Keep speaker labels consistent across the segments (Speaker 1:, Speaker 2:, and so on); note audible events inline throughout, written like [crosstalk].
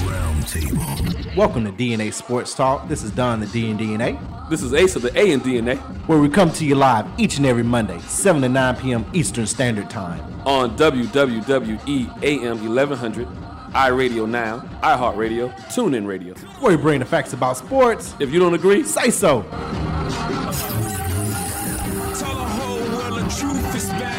Speaker 1: table.
Speaker 2: Welcome to DNA Sports Talk. This is Don the D and DNA,
Speaker 3: This is Ace of the A and DNA
Speaker 2: where we come to you live each and every Monday, 7 to 9 p.m. Eastern Standard Time.
Speaker 3: on E WWWE AM 1100, iRadio Now, iHeartRadio, TuneIn Radio.
Speaker 2: Where we bring the facts about sports.
Speaker 3: If you don't agree,
Speaker 2: Say so.
Speaker 4: Tell the whole world the truth is back.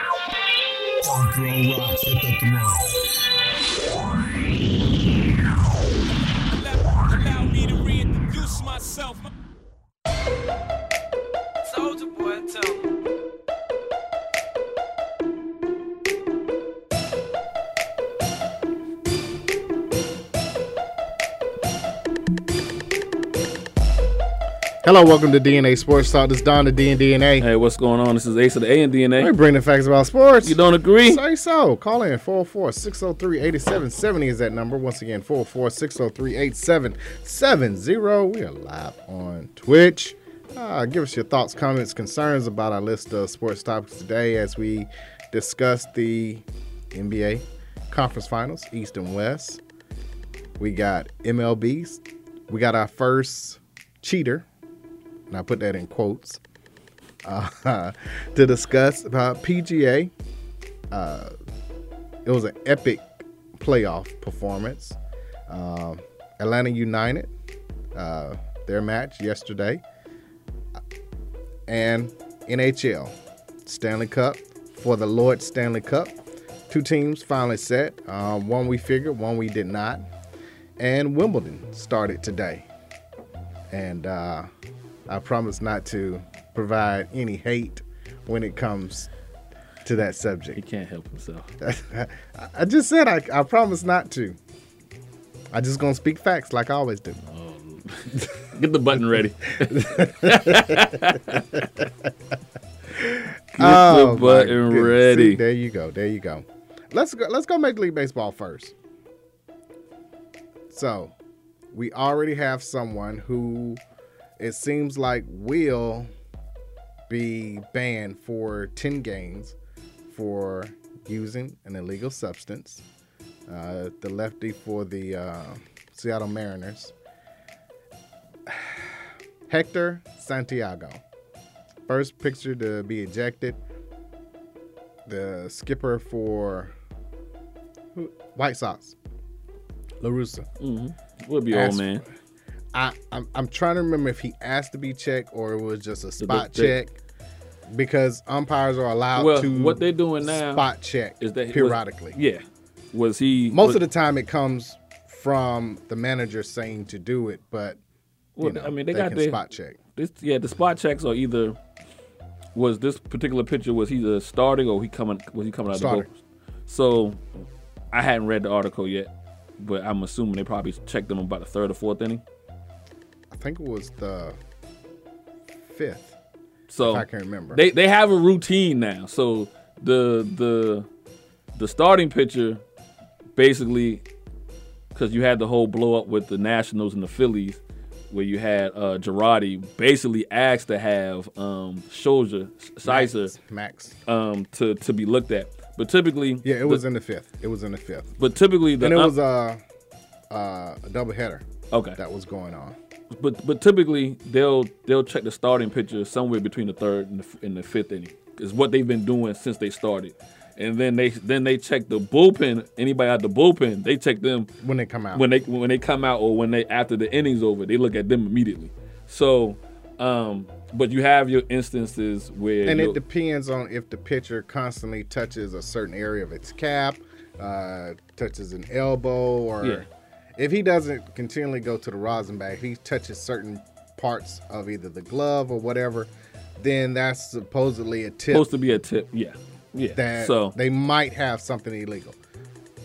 Speaker 1: Punk rocks at the throne.
Speaker 4: Allow- Allow me to reintroduce myself. Soldier boy, tell me.
Speaker 5: Hello, welcome to DNA Sports Talk. This is Don the D and DNA.
Speaker 3: hey, what's going on? This is Ace of the A and
Speaker 5: We
Speaker 3: DNA.
Speaker 5: bring the facts about sports.
Speaker 3: You don't agree?
Speaker 5: Say so. Call in 404-603-8770 is that number. Once again, 404-603-8770. We are live on Twitch. Uh, give us your thoughts, comments, concerns about our list of sports topics today as we discuss the NBA conference finals, East and West. We got MLBs. We got our first cheater, and I put that in quotes, uh, [laughs] to discuss about PGA it was an epic playoff performance. Um, Atlanta United, uh, their match yesterday, and NHL Stanley Cup for the Lord Stanley Cup. Two teams finally set. Um, one we figured, one we did not. And Wimbledon started today. And uh, I promise not to provide any hate when it comes to that subject.
Speaker 3: He can't help himself.
Speaker 5: I just said I, I promise not to. I just gonna speak facts like I always do.
Speaker 3: Get the button
Speaker 5: [laughs]
Speaker 3: ready. Get the
Speaker 5: Oh my
Speaker 3: button
Speaker 5: goodness. See,
Speaker 3: ready.
Speaker 5: there you go. There you go. Let's go. Let's go. Major League Baseball first. So, we already have someone who it seems like will be banned for ten games for using an illegal substance. Uh, the lefty for the uh, Seattle Mariners, [sighs] Hector Santiago. First picture to be ejected the skipper for who- White Sox, Larusa.
Speaker 3: We'll be old
Speaker 5: Ask-
Speaker 3: man.
Speaker 5: I I'm, I'm trying to remember if he asked to be checked or it was just a spot
Speaker 3: they-
Speaker 5: check because umpires are allowed
Speaker 3: Well,
Speaker 5: to
Speaker 3: what they're doing now
Speaker 5: spot check
Speaker 3: Is that
Speaker 5: periodically.
Speaker 3: Was, yeah. Was he
Speaker 5: Most
Speaker 3: was-
Speaker 5: of the time it comes from the manager saying to do it, but you
Speaker 3: Well,
Speaker 5: know,
Speaker 3: I mean, they
Speaker 5: they
Speaker 3: got
Speaker 5: can
Speaker 3: their-
Speaker 5: spot check.
Speaker 3: this yeah the spot checks are either was this particular picture was he the starting or he coming was he coming out
Speaker 5: Starter.
Speaker 3: of the box? So I hadn't read the article yet, but I'm assuming they probably checked them about the third or fourth inning.
Speaker 5: I think it was the fifth.
Speaker 3: So
Speaker 5: If I can remember.
Speaker 3: Oh. They they have a routine now. So the the the starting pitcher basically because you had the whole blow up with the Nationals and the Phillies, where you had uh, Girardi basically asked to have um, Scherzer, Sizer,
Speaker 5: Max.
Speaker 3: um, to to be looked at. But typically,
Speaker 5: Yeah,
Speaker 3: the-
Speaker 5: it was in the fifth. It was in the fifth.
Speaker 3: but typically the
Speaker 5: And it
Speaker 3: um-
Speaker 5: was uh, uh, a double header.
Speaker 3: okay.
Speaker 5: that was going on.
Speaker 3: But but typically they'll they'll check the starting pitcher somewhere between the third and the, f- and the fifth inning is what they've been doing since they started, and then they then they check the bullpen. Anybody out the bullpen, they check them
Speaker 5: When they come out.
Speaker 3: when they when they come out or when they after the innings over. They look at them immediately. So. Um, but you have your instances where
Speaker 5: and
Speaker 3: you'll-
Speaker 5: it depends on if the pitcher constantly touches a certain area of its cap, uh, touches an elbow, or
Speaker 3: Yeah.
Speaker 5: if he doesn't continually go to the rosin bag, if he touches certain parts of either the glove or whatever, then that's supposedly a tip
Speaker 3: supposed to be a tip. Yeah, yeah.
Speaker 5: that
Speaker 3: so
Speaker 5: they might have something illegal.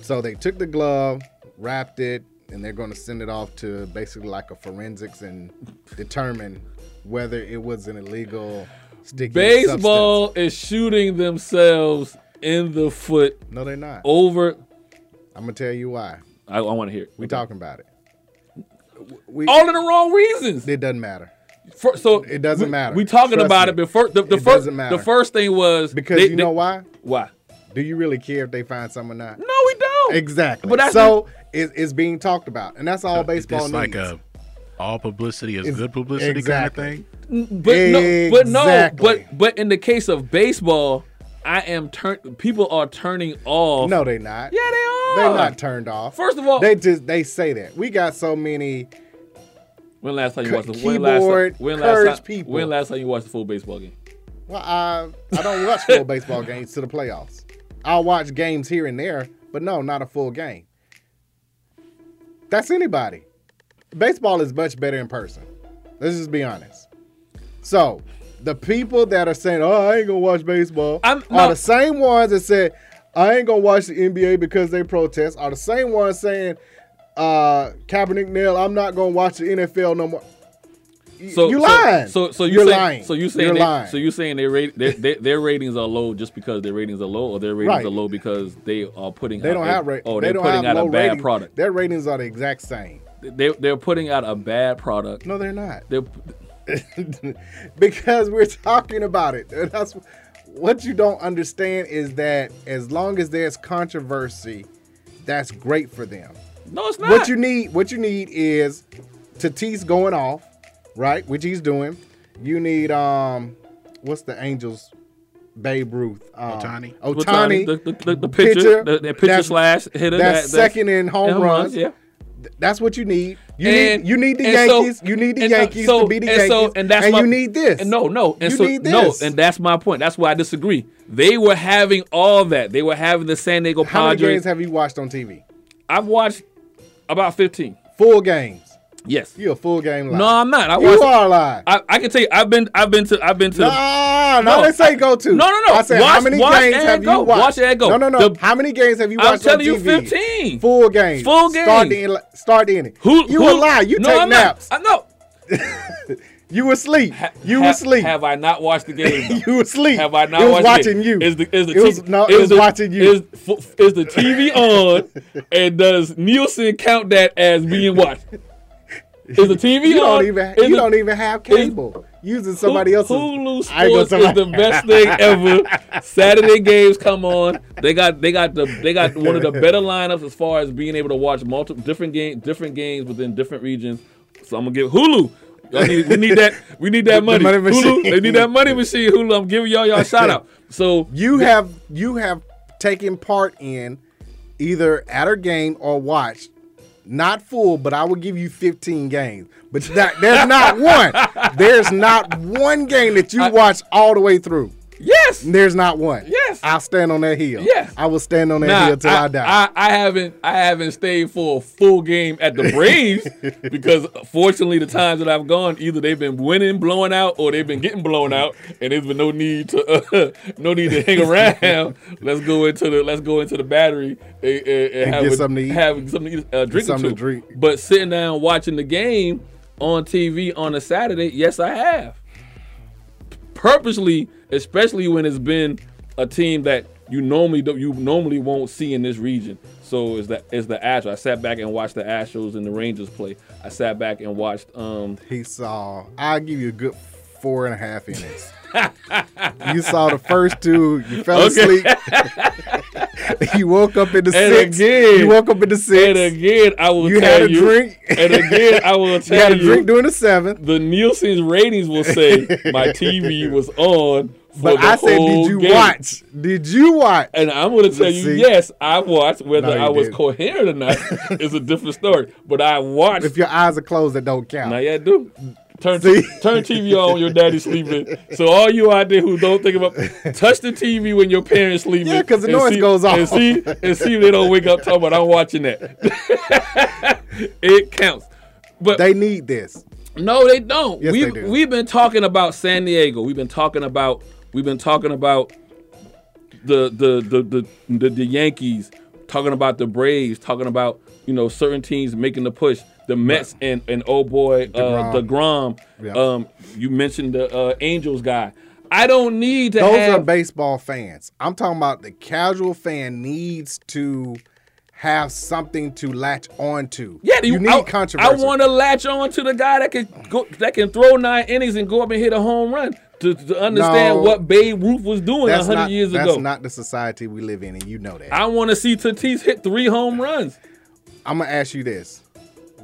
Speaker 5: So they took the glove, wrapped it, and they're going to send it off to basically like a forensics and determine whether it was an illegal sticky
Speaker 3: Baseball is shooting themselves in the foot
Speaker 5: substance. No, they're not.
Speaker 3: over.
Speaker 5: I'm gonna tell you why.
Speaker 3: I, I want to hear. it.
Speaker 5: We talking about it. We Oh.
Speaker 3: all in the wrong reasons.
Speaker 5: it doesn't matter.
Speaker 3: Fir- so
Speaker 5: It doesn't
Speaker 3: we-
Speaker 5: matter.
Speaker 3: We talking
Speaker 5: Trust
Speaker 3: about
Speaker 5: me.
Speaker 3: it before the,
Speaker 5: It
Speaker 3: the first.
Speaker 5: doesn't matter.
Speaker 3: The first thing was
Speaker 5: Because
Speaker 3: they-
Speaker 5: you
Speaker 3: they-
Speaker 5: know why?
Speaker 3: Why?
Speaker 5: Do you really care if they find some or not?
Speaker 3: No, we don't.
Speaker 5: Exactly.
Speaker 3: But that's
Speaker 5: so it, it's being talked about, and that's all baseball
Speaker 6: It's like
Speaker 5: needs.
Speaker 6: a all publicity is
Speaker 5: It's-
Speaker 6: good publicity
Speaker 5: exactly.
Speaker 6: kind of thing.
Speaker 3: But no, but no,
Speaker 5: Exactly.
Speaker 3: but but in the case of baseball, I am turn. People are turning off.
Speaker 5: no, they're not.
Speaker 3: Yeah, they are.
Speaker 5: They're not turned off.
Speaker 3: First of all-
Speaker 5: they just they say that. We got so many.
Speaker 3: When last time you
Speaker 5: Cu-
Speaker 3: watched the when last
Speaker 5: keyboard
Speaker 3: time, when last
Speaker 5: curse
Speaker 3: time,
Speaker 5: people.
Speaker 3: when last time you watched the full baseball game?
Speaker 5: Well, I I don't watch
Speaker 3: [laughs]
Speaker 5: full baseball games to the playoffs. I'll watch games here and there, but no, not a full game. That's anybody. Baseball is much better in person. Let's just be honest. So, the people that are saying, "Oh, I ain't gonna watch baseball,"
Speaker 3: I'm-
Speaker 5: are
Speaker 3: no.
Speaker 5: the same ones that said, "I ain't gonna watch the NBA because they protest." Are the same ones saying, uh, "Kaepernick, Neil, I'm not gonna watch the NFL no more."
Speaker 3: So
Speaker 5: you
Speaker 3: so-
Speaker 5: lying.
Speaker 3: So so you
Speaker 5: You're
Speaker 3: saying,
Speaker 5: lying.
Speaker 3: So you saying
Speaker 5: You're
Speaker 3: they,
Speaker 5: lying.
Speaker 3: so you saying their rate their, their, their ratings are low just because their ratings are low, or their ratings
Speaker 5: Right.
Speaker 3: are low because they are putting
Speaker 5: They
Speaker 3: out
Speaker 5: don't
Speaker 3: a,
Speaker 5: have ra-
Speaker 3: oh
Speaker 5: they
Speaker 3: they're
Speaker 5: don't
Speaker 3: putting
Speaker 5: have
Speaker 3: out a
Speaker 5: low
Speaker 3: bad
Speaker 5: ratings.
Speaker 3: product.
Speaker 5: Their ratings are the exact same.
Speaker 3: They they're putting out a bad product.
Speaker 5: No, they're not. [laughs]
Speaker 3: They're,
Speaker 5: because we're talking about it. [laughs] That's what you don't understand is that as long as there's controversy, that's great for them.
Speaker 3: no, it's not.
Speaker 5: What you need, what you need is Tatis going off, right? Which he's doing. You need um, what's the Angels? Babe Ruth, um,
Speaker 6: Ohtani.
Speaker 5: Otani,
Speaker 3: the, the, the, the pitcher, the, the pitcher
Speaker 5: that's-
Speaker 3: slash hitter,
Speaker 5: that's
Speaker 3: that,
Speaker 5: second in home
Speaker 3: home
Speaker 5: runs.
Speaker 3: Yeah.
Speaker 5: That's what you need. You
Speaker 3: And-
Speaker 5: need you need the
Speaker 3: and so-
Speaker 5: Yankees. you need the
Speaker 3: and so-
Speaker 5: Yankees
Speaker 3: so-
Speaker 5: to be the
Speaker 3: and
Speaker 5: Yankees.
Speaker 3: so-
Speaker 5: and that's
Speaker 3: my-
Speaker 5: you need this.
Speaker 3: and no, no, and
Speaker 5: you
Speaker 3: so
Speaker 5: need
Speaker 3: no,
Speaker 5: this.
Speaker 3: and that's my point. That's why I disagree. They were having all that. They were having the San Diego
Speaker 5: how many
Speaker 3: Padres.
Speaker 5: games have you watched on TV?
Speaker 3: I've watched about fifteen.
Speaker 5: Full games.
Speaker 3: Yes.
Speaker 5: You a full game liar.
Speaker 3: No, I'm not. I
Speaker 5: you
Speaker 3: watched.
Speaker 5: are a liar.
Speaker 3: I, I can tell you. I've been. I've been to. I've been to. the,
Speaker 5: Nah, no,
Speaker 3: No,
Speaker 5: they say
Speaker 3: I-
Speaker 5: go to.
Speaker 3: No, no, no.
Speaker 5: I said, how
Speaker 3: Watch-
Speaker 5: many
Speaker 3: watch
Speaker 5: games
Speaker 3: and
Speaker 5: have
Speaker 3: go.
Speaker 5: you watched?
Speaker 3: Watch and go.
Speaker 5: No, no, no.
Speaker 3: The-
Speaker 5: how many games have you
Speaker 3: I'm
Speaker 5: watched?
Speaker 3: telling
Speaker 5: on
Speaker 3: you,
Speaker 5: TV?
Speaker 3: 15.
Speaker 5: Full games.
Speaker 3: Full
Speaker 5: Start
Speaker 3: games.
Speaker 5: in. Start in.
Speaker 3: who?
Speaker 5: You a
Speaker 3: who,
Speaker 5: lie. You
Speaker 3: no,
Speaker 5: take
Speaker 3: I'm not.
Speaker 5: naps.
Speaker 3: I know.
Speaker 5: You asleep.
Speaker 3: Ha-
Speaker 5: you
Speaker 3: ha-
Speaker 5: asleep.
Speaker 3: Have I not watched the game?
Speaker 5: [laughs]
Speaker 3: though?
Speaker 5: you asleep.
Speaker 3: Have I not
Speaker 5: It was
Speaker 3: watched
Speaker 5: watching
Speaker 3: it?
Speaker 5: you.
Speaker 3: Is the, is the
Speaker 5: It was-
Speaker 3: TV,
Speaker 5: no, it
Speaker 3: is
Speaker 5: was
Speaker 3: the-
Speaker 5: watching you.
Speaker 3: Is, f- is
Speaker 5: [laughs]
Speaker 3: the TV on? and does Nielsen count that as
Speaker 5: [laughs]
Speaker 3: being watched? Is the TV
Speaker 5: You
Speaker 3: on?
Speaker 5: don't even
Speaker 3: is
Speaker 5: you
Speaker 3: the-
Speaker 5: don't even have cable. Using somebody
Speaker 3: Hulu-
Speaker 5: else's
Speaker 3: Hulu
Speaker 5: I ain't gonna
Speaker 3: Sports is
Speaker 5: somebody-
Speaker 3: the best thing
Speaker 5: [laughs]
Speaker 3: ever. Saturday games come on. They got they got the they got one of the better lineups as far as being able to watch multiple different game different games within different regions. So I'm gonna give Hulu. Y'all need, we need that. We need that money.
Speaker 5: money
Speaker 3: Hulu. They
Speaker 5: machine.
Speaker 3: need that money machine. Hulu. I'm giving y'all y'all a shout out. So
Speaker 5: You have you have taken part in either at a game or watched. Not full, but I will give you 15 games. But that, there's
Speaker 3: [laughs]
Speaker 5: not one. There's not one game that you
Speaker 3: I-
Speaker 5: watch all the way through.
Speaker 3: yes.
Speaker 5: There's not one.
Speaker 3: Yes.
Speaker 5: I'll stand on that hill.
Speaker 3: Yes.
Speaker 5: I will stand on that
Speaker 3: Nah,
Speaker 5: hill till I, die.
Speaker 3: I, I haven't I haven't stayed for a full game at
Speaker 5: [laughs]
Speaker 3: the Braves because fortunately the times that I've gone either they've been winning, blowing out, or they've been getting blown out, and there's been no need to [laughs] uh, no need to hang
Speaker 5: [laughs]
Speaker 3: around. let's go into the let's go into the battery and, and- and have
Speaker 5: get
Speaker 3: a-
Speaker 5: something to eat.
Speaker 3: have something to eat, uh, drink or
Speaker 5: something to
Speaker 3: two.
Speaker 5: drink.
Speaker 3: But sitting down watching the game on TV on a Saturday, yes, I have purposely, especially when it's been a team that you normally don't, you normally won't see in this region. So is that is the Astros? I sat back and watched the Astros and the Rangers play. I sat back and watched. Um,
Speaker 5: He saw. I'll give you a good four and a half innings. [laughs] you saw the first two. You fell
Speaker 3: Okay.
Speaker 5: asleep.
Speaker 3: [laughs]
Speaker 5: you woke up in the
Speaker 3: And
Speaker 5: sixth.
Speaker 3: again-
Speaker 5: you woke up in the
Speaker 3: and
Speaker 5: sixth.
Speaker 3: again, I will
Speaker 5: You
Speaker 3: tell
Speaker 5: had a
Speaker 3: you.
Speaker 5: drink.
Speaker 3: And again, I will
Speaker 5: [laughs] you had
Speaker 3: tell
Speaker 5: a
Speaker 3: you.
Speaker 5: drink during the seventh.
Speaker 3: the Nielsen's ratings will say my TV was on.
Speaker 5: [laughs]
Speaker 3: For
Speaker 5: But
Speaker 3: the
Speaker 5: I said,
Speaker 3: whole
Speaker 5: did you
Speaker 3: game."
Speaker 5: watch? Did you watch?
Speaker 3: And I'm going to tell you,
Speaker 5: See?
Speaker 3: yes, I watched. Whether
Speaker 5: No, you
Speaker 3: I was
Speaker 5: didn't.
Speaker 3: coherent
Speaker 5: [laughs]
Speaker 3: or not is a different story. But I watched.
Speaker 5: If your eyes are closed, that don't count.
Speaker 3: Now yeah, do. Turn
Speaker 5: See?
Speaker 3: turn TV on, your daddy's sleeping. So all you out there who don't think about touch the TV when your parents sleeping.
Speaker 5: Yeah, 'cause the
Speaker 3: and
Speaker 5: noise
Speaker 3: see-
Speaker 5: goes
Speaker 3: And
Speaker 5: off.
Speaker 3: see and see if they don't wake up talking about I'm watching that. [laughs] it counts. But
Speaker 5: They need this.
Speaker 3: no, they don't.
Speaker 5: Yes,
Speaker 3: we've
Speaker 5: they do.
Speaker 3: we've been talking about San Diego. We've been talking about we've been talking about the the the the, the, the Yankees, talking about the Braves, talking about you know certain teams making the push. The Mets and and oh boy, uh, Degrom.
Speaker 5: Yeah.
Speaker 3: Um, you mentioned the uh, Angels guy. I don't need to
Speaker 5: Those
Speaker 3: have
Speaker 5: are baseball fans. I'm talking about the casual fan needs to have something to latch onto.
Speaker 3: Yeah, you,
Speaker 5: you, need
Speaker 3: I,
Speaker 5: controversy.
Speaker 3: I want to latch on to the guy that can go, that can throw nine innings and go up and hit a home run to, to understand
Speaker 5: No.
Speaker 3: what Babe Ruth was doing
Speaker 5: that's
Speaker 3: hundred
Speaker 5: not,
Speaker 3: years
Speaker 5: that's
Speaker 3: ago.
Speaker 5: not the society we live in, and you know that.
Speaker 3: I want to see Tatis hit three home runs.
Speaker 5: I'm gonna ask you this: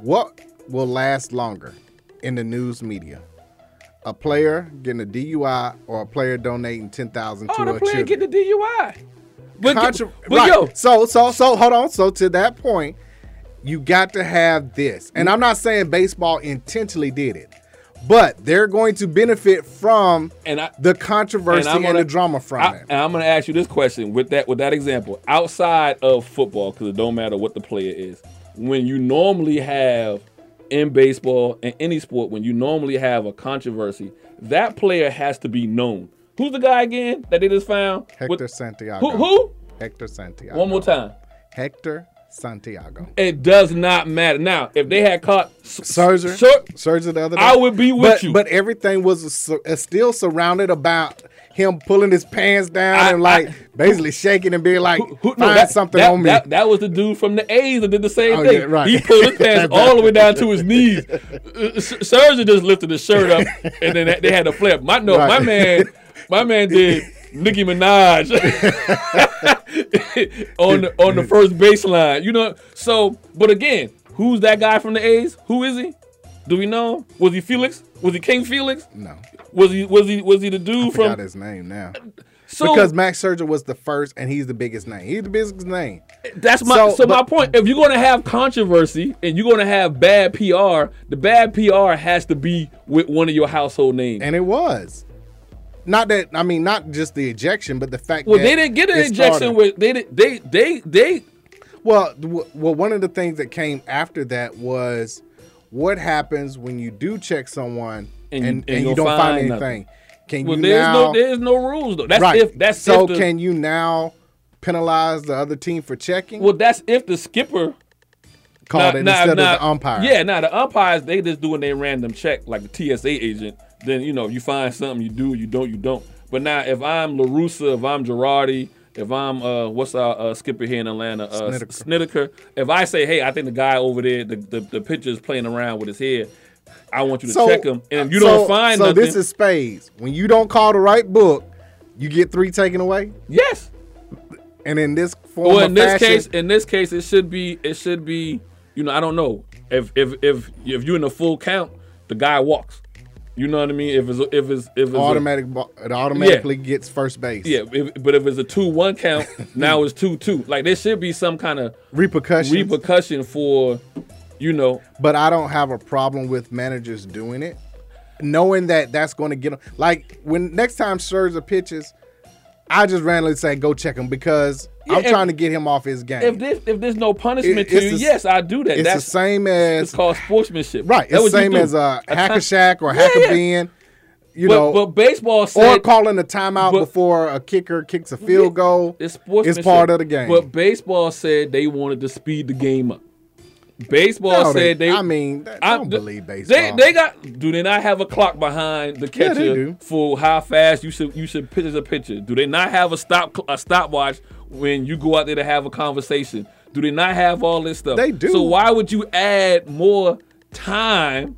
Speaker 5: What will last longer in the news media? A player getting a DUI or a player donating ten thousand
Speaker 3: Oh,
Speaker 5: to
Speaker 3: the
Speaker 5: a
Speaker 3: player
Speaker 5: children?
Speaker 3: get the DUI. But, get-
Speaker 5: Contro-
Speaker 3: but
Speaker 5: right.
Speaker 3: yo,
Speaker 5: so so so hold on. So to that point, you got to have this, and I'm not saying baseball intentionally did it, but they're going to benefit from
Speaker 3: And I-
Speaker 5: the controversy and, the drama from
Speaker 3: I-
Speaker 5: it.
Speaker 3: And I'm gonna ask you this question with that with that example outside of football because it don't matter what the player is. When you normally have in baseball and any sport, when you normally have a controversy, that player has to be known. Who's the guy again that they just found?
Speaker 5: Hector
Speaker 3: With-
Speaker 5: Santiago.
Speaker 3: who? Who?
Speaker 5: Hector Santiago.
Speaker 3: One more time.
Speaker 5: Hector Santiago.
Speaker 3: It does not matter. Now, if they had caught
Speaker 5: Serger.
Speaker 3: Sur-
Speaker 5: Serger the other day.
Speaker 3: I would be with
Speaker 5: but,
Speaker 3: you.
Speaker 5: But everything was su- uh, still surrounded about him pulling his pants down
Speaker 3: I-
Speaker 5: and like
Speaker 3: I-
Speaker 5: basically shaking and being like,
Speaker 3: Who, who,
Speaker 5: find
Speaker 3: no, that,
Speaker 5: something
Speaker 3: that,
Speaker 5: on me.
Speaker 3: That, that was the dude from the A's that did the same
Speaker 5: Oh,
Speaker 3: thing.
Speaker 5: yeah, right.
Speaker 3: He pulled
Speaker 5: [laughs]
Speaker 3: his pants all the way down to his knees. Uh, S- Sergio just lifted his shirt up, and then they had to flip. My no, my
Speaker 5: Right.
Speaker 3: man, my man did Nicki Minaj [laughs] on the, on the first baseline. You know, so but again, who's that guy from the A's? Who is he? Do we know? Was he Felix? Was he King Felix?
Speaker 5: no.
Speaker 3: Was he was he was he the dude
Speaker 5: Forgot
Speaker 3: from?
Speaker 5: his name now.
Speaker 3: So
Speaker 5: because Max Scherzer was the first, and he's the biggest name. He's the biggest name.
Speaker 3: That's my so,
Speaker 5: So,
Speaker 3: my
Speaker 5: but-
Speaker 3: point. If you're gonna have controversy and you're gonna have bad PR, the bad PR has to be with one of your household names.
Speaker 5: And it was. Not that I mean, not just the ejection, but the fact
Speaker 3: well,
Speaker 5: that
Speaker 3: they didn't get an
Speaker 5: it
Speaker 3: injection
Speaker 5: started-
Speaker 3: with they did they they they
Speaker 5: Well, w- well, one of the things that came after that was what happens when you do check someone and,
Speaker 3: And you-
Speaker 5: and,
Speaker 3: and
Speaker 5: you
Speaker 3: you'll
Speaker 5: don't find
Speaker 3: find
Speaker 5: anything.
Speaker 3: nothing.
Speaker 5: Can
Speaker 3: well
Speaker 5: you
Speaker 3: there's
Speaker 5: now?
Speaker 3: no there's no rules though. That's
Speaker 5: right.
Speaker 3: if that's
Speaker 5: so.
Speaker 3: if the,
Speaker 5: can you now penalize the other team for checking?
Speaker 3: well that's if the skipper
Speaker 5: Called
Speaker 3: Nah,
Speaker 5: it
Speaker 3: nah,
Speaker 5: instead
Speaker 3: nah.
Speaker 5: of the umpire.
Speaker 3: Yeah, now the umpires they just doing their random check like the TSA agent. Then you know if you find something you do, you don't, you don't. But now if I'm Larusa, if I'm Girardi, if I'm uh what's our uh, skipper here in Atlanta, uh, Snittaker.
Speaker 5: Snittaker.
Speaker 3: if I say hey, I think the guy over there, the the, the pitcher's playing around with his head. I want you to check him, and if you
Speaker 5: so-
Speaker 3: don't find
Speaker 5: so
Speaker 3: nothing.
Speaker 5: this is spades. When you don't call the right book, you get three taken away.
Speaker 3: yes.
Speaker 5: And in this form
Speaker 3: Well,
Speaker 5: of
Speaker 3: in this
Speaker 5: fashion,
Speaker 3: case, in this case, it should be it should be you know I don't know if if if if you're in a full count, the guy walks. You know what I mean? If it's if it's if it's a-
Speaker 5: automatic bo- it automatically gets first base.
Speaker 3: yeah, if, but if it's a two one
Speaker 5: [laughs]
Speaker 3: count, now it's two two. Like there should be some kind of
Speaker 5: Repercussions.
Speaker 3: repercussion for you know
Speaker 5: but I don't have a problem with managers doing it, knowing that that's going to get them. Like when next time Scherzer pitches, I just randomly say go check him because
Speaker 3: Yeah,
Speaker 5: I'm
Speaker 3: if-
Speaker 5: trying to get him off his game.
Speaker 3: if this if there's no punishment
Speaker 5: It-
Speaker 3: to
Speaker 5: it's
Speaker 3: you,
Speaker 5: the s-
Speaker 3: yes, I do that.
Speaker 5: it's the
Speaker 3: That's
Speaker 5: same
Speaker 3: it's
Speaker 5: as
Speaker 3: called sportsmanship.
Speaker 5: right.
Speaker 3: That's
Speaker 5: It's the
Speaker 3: what you
Speaker 5: same
Speaker 3: do.
Speaker 5: as a hack
Speaker 3: time-
Speaker 5: a shack or
Speaker 3: Yeah,
Speaker 5: hack
Speaker 3: yeah.
Speaker 5: a bin. You
Speaker 3: But,
Speaker 5: know,
Speaker 3: but baseball
Speaker 5: or
Speaker 3: said
Speaker 5: calling a timeout
Speaker 3: but-
Speaker 5: before a kicker kicks a field goal.
Speaker 3: It's sportsmanship.
Speaker 5: It's part of the game.
Speaker 3: But baseball said they wanted to speed the game up. Baseball
Speaker 5: No,
Speaker 3: said they.
Speaker 5: I mean, that- I don't
Speaker 3: th-
Speaker 5: believe
Speaker 3: They
Speaker 5: baseball.
Speaker 3: they got do they not have a clock behind the
Speaker 5: Yeah, they
Speaker 3: catcher
Speaker 5: do.
Speaker 3: for how fast you should you should pitch a pitcher? Do they not have a stop cl- a stopwatch when you go out there to have a conversation? Do they not have all this stuff?
Speaker 5: They do.
Speaker 3: So why would you add more time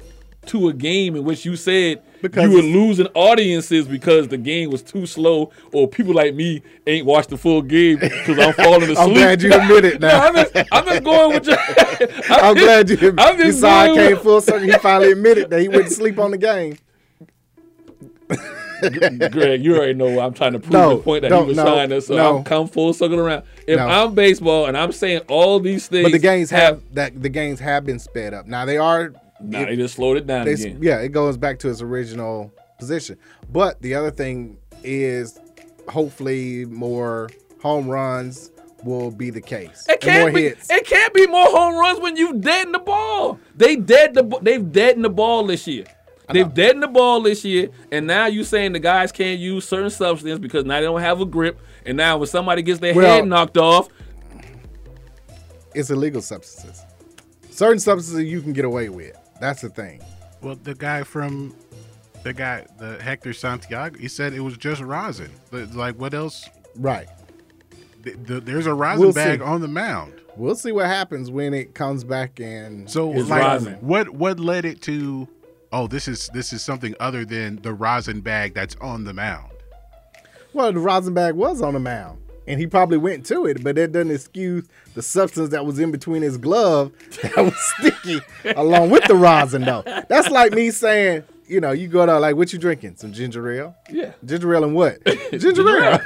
Speaker 3: to a game in which you said
Speaker 5: Because
Speaker 3: you were
Speaker 5: it's-
Speaker 3: losing audiences because the game was too slow, or people like me ain't watched the full game because I'm falling
Speaker 5: [laughs]
Speaker 3: asleep.
Speaker 5: I'm glad you admit it
Speaker 3: No,
Speaker 5: now.
Speaker 3: [laughs] I'm just, I'm just going with your.
Speaker 5: [laughs] I'm
Speaker 3: [laughs]
Speaker 5: glad you.
Speaker 3: I'm just
Speaker 5: you saw I
Speaker 3: going
Speaker 5: came
Speaker 3: with-
Speaker 5: full circle. He finally admitted that he wouldn't sleep on the game.
Speaker 3: Greg, you already know I'm trying to prove
Speaker 5: No,
Speaker 3: the point that
Speaker 5: no,
Speaker 3: he was
Speaker 5: no,
Speaker 3: trying to. So
Speaker 5: no.
Speaker 3: I'm come full circle around. If
Speaker 5: No.
Speaker 3: I'm baseball and I'm saying all these things,
Speaker 5: But the games have, that the games have been sped up. Now they are.
Speaker 3: Nah,
Speaker 5: it-
Speaker 3: they just slowed it down
Speaker 5: they-
Speaker 3: again.
Speaker 5: yeah, it goes back to its original position. But the other thing is, hopefully, more home runs will be the case.
Speaker 3: It
Speaker 5: And
Speaker 3: can't
Speaker 5: more
Speaker 3: be.
Speaker 5: hits.
Speaker 3: It can't be more home runs when you deaden the ball. They dead the. b- They've deadened the ball this year. They've deadened the ball this year, and now you saying the guys can't use certain substance because now they don't have a grip, and now when somebody gets their
Speaker 5: Well-
Speaker 3: head knocked off,
Speaker 5: it's illegal substances. Certain substances you can get away with. That's the thing.
Speaker 6: Well, the guy from the guy, the Hector Santiago, he said it was just rosin. But, Like, what else?
Speaker 5: Right.
Speaker 6: Th- th- There's a rosin
Speaker 5: We'll
Speaker 6: bag
Speaker 5: see.
Speaker 6: on the mound.
Speaker 5: We'll see what happens when it comes back and
Speaker 6: So
Speaker 3: It's
Speaker 6: like
Speaker 3: rosin.
Speaker 6: what what led it to oh this is this is something other than the rosin bag that's on the mound.
Speaker 5: Well, the rosin bag was on the mound, and he probably went to it, but that doesn't excuse the substance that was in between his glove that was
Speaker 3: [laughs]
Speaker 5: sticky along with the rosin, though. That's like me saying, you know, you go to like, what you drinking? Some ginger ale?
Speaker 3: Yeah.
Speaker 5: Ginger ale and what?
Speaker 3: [laughs]
Speaker 5: Ginger ale.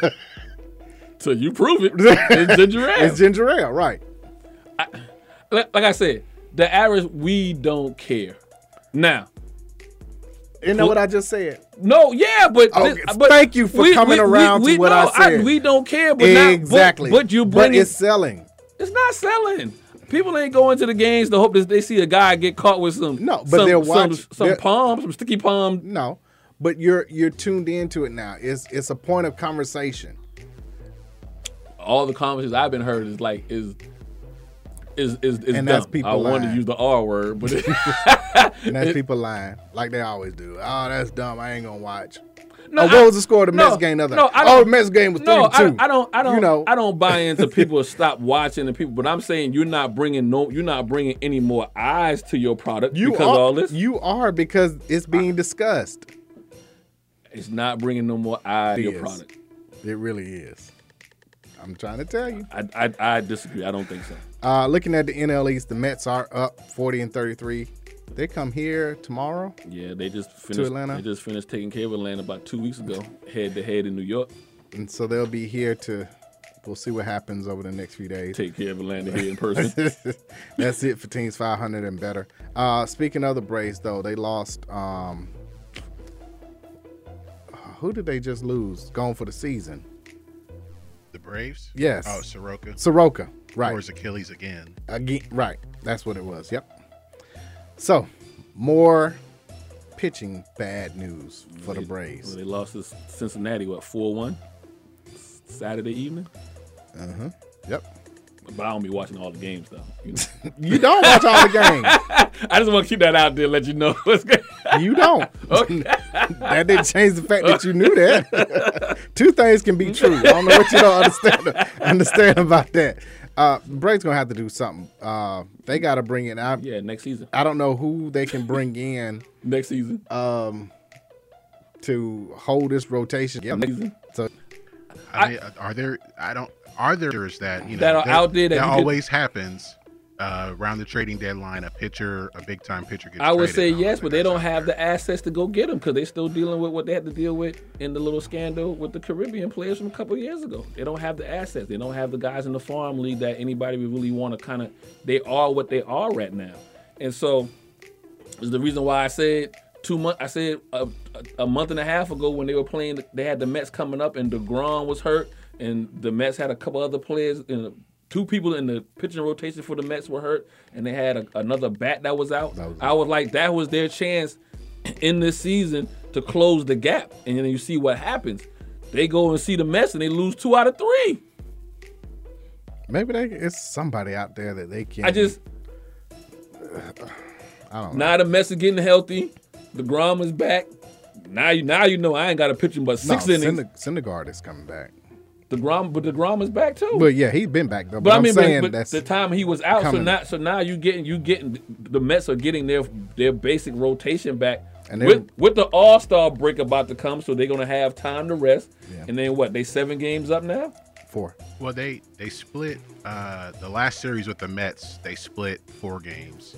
Speaker 3: So you
Speaker 5: [laughs]
Speaker 3: prove it. It's ginger ale.
Speaker 5: It's ginger ale, right?
Speaker 3: like, like I said, the average we don't care. Now,
Speaker 5: You know what I just said?
Speaker 3: no, yeah, but,
Speaker 5: Oh,
Speaker 3: this- but
Speaker 5: thank you for coming around to what I said.
Speaker 3: we don't care, but not- but-
Speaker 5: Exactly.
Speaker 3: but, you bring
Speaker 5: it's
Speaker 3: it's,
Speaker 5: selling.
Speaker 3: it's not selling. People ain't going to the games to hope that they see a guy get caught with some
Speaker 5: No, but
Speaker 3: some,
Speaker 5: they're
Speaker 3: some,
Speaker 5: watch-
Speaker 3: some
Speaker 5: they're-
Speaker 3: palm, some sticky palm.
Speaker 5: No, but you're you're tuned into it now. It's it's a point of conversation.
Speaker 3: All the comments I've been heard is like is is is,
Speaker 5: And
Speaker 3: is dumb.
Speaker 5: that's people
Speaker 3: I wanted to
Speaker 5: lying.
Speaker 3: use the R
Speaker 5: [laughs]
Speaker 3: word, but [laughs]
Speaker 5: And that's people lying, like they always do. Oh, that's dumb. I ain't gonna watch.
Speaker 3: No,
Speaker 5: oh, what
Speaker 3: I-
Speaker 5: was the score of the
Speaker 3: no,
Speaker 5: Mets game? the Other.
Speaker 3: no, I
Speaker 5: oh,
Speaker 3: don't-
Speaker 5: the Mets game was
Speaker 3: No,
Speaker 5: three
Speaker 3: I,
Speaker 5: two.
Speaker 3: I don't. I don't.
Speaker 5: You know,
Speaker 3: I don't buy into people [laughs] stop watching and people. But I'm saying you're not bringing no. You're not bringing any more eyes to your product
Speaker 5: You
Speaker 3: because
Speaker 5: are,
Speaker 3: all this.
Speaker 5: You are because it's being discussed.
Speaker 3: it's not bringing no more eyes to your
Speaker 5: Yes.
Speaker 3: product.
Speaker 5: It really is. I'm trying to tell you.
Speaker 3: I, I I disagree. I don't think so.
Speaker 5: Uh, looking at the NL East, the Mets are up 40 and 33. They come here tomorrow.
Speaker 3: Yeah, they just finished.
Speaker 5: Atlanta?
Speaker 3: They just finished taking care of Atlanta about two weeks ago, head to head in New York.
Speaker 5: And so they'll be here to, we'll see what happens over the next few days.
Speaker 3: Take care of Atlanta here
Speaker 5: [laughs]
Speaker 3: in person.
Speaker 5: That's it for teams 500 and better. Uh, speaking of the Braves, though, they lost. Um, who did they just lose? Gone for the season.
Speaker 6: The Braves?
Speaker 5: Yes.
Speaker 6: Oh, Soroka.
Speaker 5: Soroka. Right.
Speaker 6: Or is Achilles again?
Speaker 5: Again, right. That's what it was. Yep. So, more pitching bad news for the
Speaker 3: Well,
Speaker 5: Braves.
Speaker 3: they lost to Cincinnati what four one Saturday evening.
Speaker 5: Yep.
Speaker 3: But I don't be watching all the games though. You know? [laughs]
Speaker 5: You don't watch all the games.
Speaker 3: I just want to keep that out there, let you know
Speaker 5: [laughs]
Speaker 3: what's good.
Speaker 5: You don't. [laughs] that didn't change the fact that you knew that.
Speaker 3: [laughs]
Speaker 5: Two things can be true. I don't know what you don't understand understand about that. Uh, Braves gonna have to do something. Uh, they gotta bring in. I
Speaker 3: Yeah, next season.
Speaker 5: I don't know who they can bring in
Speaker 3: Next season.
Speaker 5: to hold this rotation. Yep.
Speaker 3: next season.
Speaker 5: So
Speaker 6: I, mean, are there? I don't. Are there pitchers that you know
Speaker 3: That are out there that you could-
Speaker 6: always happens uh, around the trading deadline? A pitcher, a big time pitcher gets.
Speaker 3: I would
Speaker 6: traded.
Speaker 3: say
Speaker 6: don't
Speaker 3: yes,
Speaker 6: think
Speaker 3: but they
Speaker 6: that's
Speaker 3: don't
Speaker 6: out
Speaker 3: have
Speaker 6: there.
Speaker 3: the assets to go get them because they're still dealing with what they had to deal with in the little scandal with the Caribbean players from a couple of years ago. They don't have the assets. They don't have the guys in the farm league that anybody would really want to kind of. They are what they are right now, and so is the reason why I said two month. I said a, a, a month and a half ago when they were playing, they had the Mets coming up, and Degrom was hurt, and the Mets had a couple other players, and two people in the pitching rotation for the Mets were hurt, and they had a, another bat that was out. I was like, that was their chance in this season to close the gap, and then you see what happens. They go and see the Mets, and they lose two out of three.
Speaker 5: maybe they, it's somebody out there that they can.
Speaker 3: I just. I don't know. Now the Mets is getting healthy. The Grom is back. Now you now you know I ain't got a pitching but
Speaker 5: no,
Speaker 3: six innings.
Speaker 5: Syndergaard is coming back.
Speaker 3: The Grom, but the Grom is back too. But,
Speaker 5: But yeah, he's been back though. But,
Speaker 3: I
Speaker 5: I'm
Speaker 3: mean, but-
Speaker 5: saying
Speaker 3: but
Speaker 5: that's
Speaker 3: the time he was out, so
Speaker 5: coming.
Speaker 3: now so now you getting you getting the Mets are getting their their basic rotation back.
Speaker 5: And
Speaker 3: And
Speaker 5: they-
Speaker 3: with with the All Star break about to come, so they're gonna have time to rest.
Speaker 5: Yeah.
Speaker 3: And then what? They seven games up now.
Speaker 5: four.
Speaker 6: Well, they they split uh, the last series with the Mets. They split four games.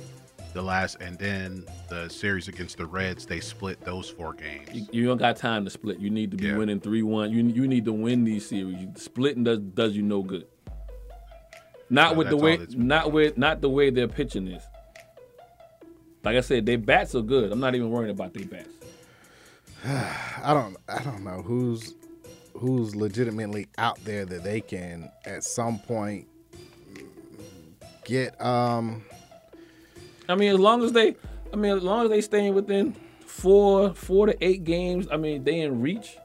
Speaker 6: The last, and then the series against the Reds, they split those four games.
Speaker 3: You don't got time to split. You need to be
Speaker 6: Yeah.
Speaker 3: winning three one. You you need to win these series. You- Splitting does does you no good. Not
Speaker 6: No,
Speaker 3: with the
Speaker 6: that's
Speaker 3: way,
Speaker 6: all that's been
Speaker 3: not with, not the way they're pitching this. Like I said, their bats are good. I'm not even worrying about their bats.
Speaker 5: I don't I don't know who's who's legitimately out there that they can at some point get um
Speaker 3: I mean, as long as they, I mean, as long as they staying within four four to eight games, I mean, they in reach.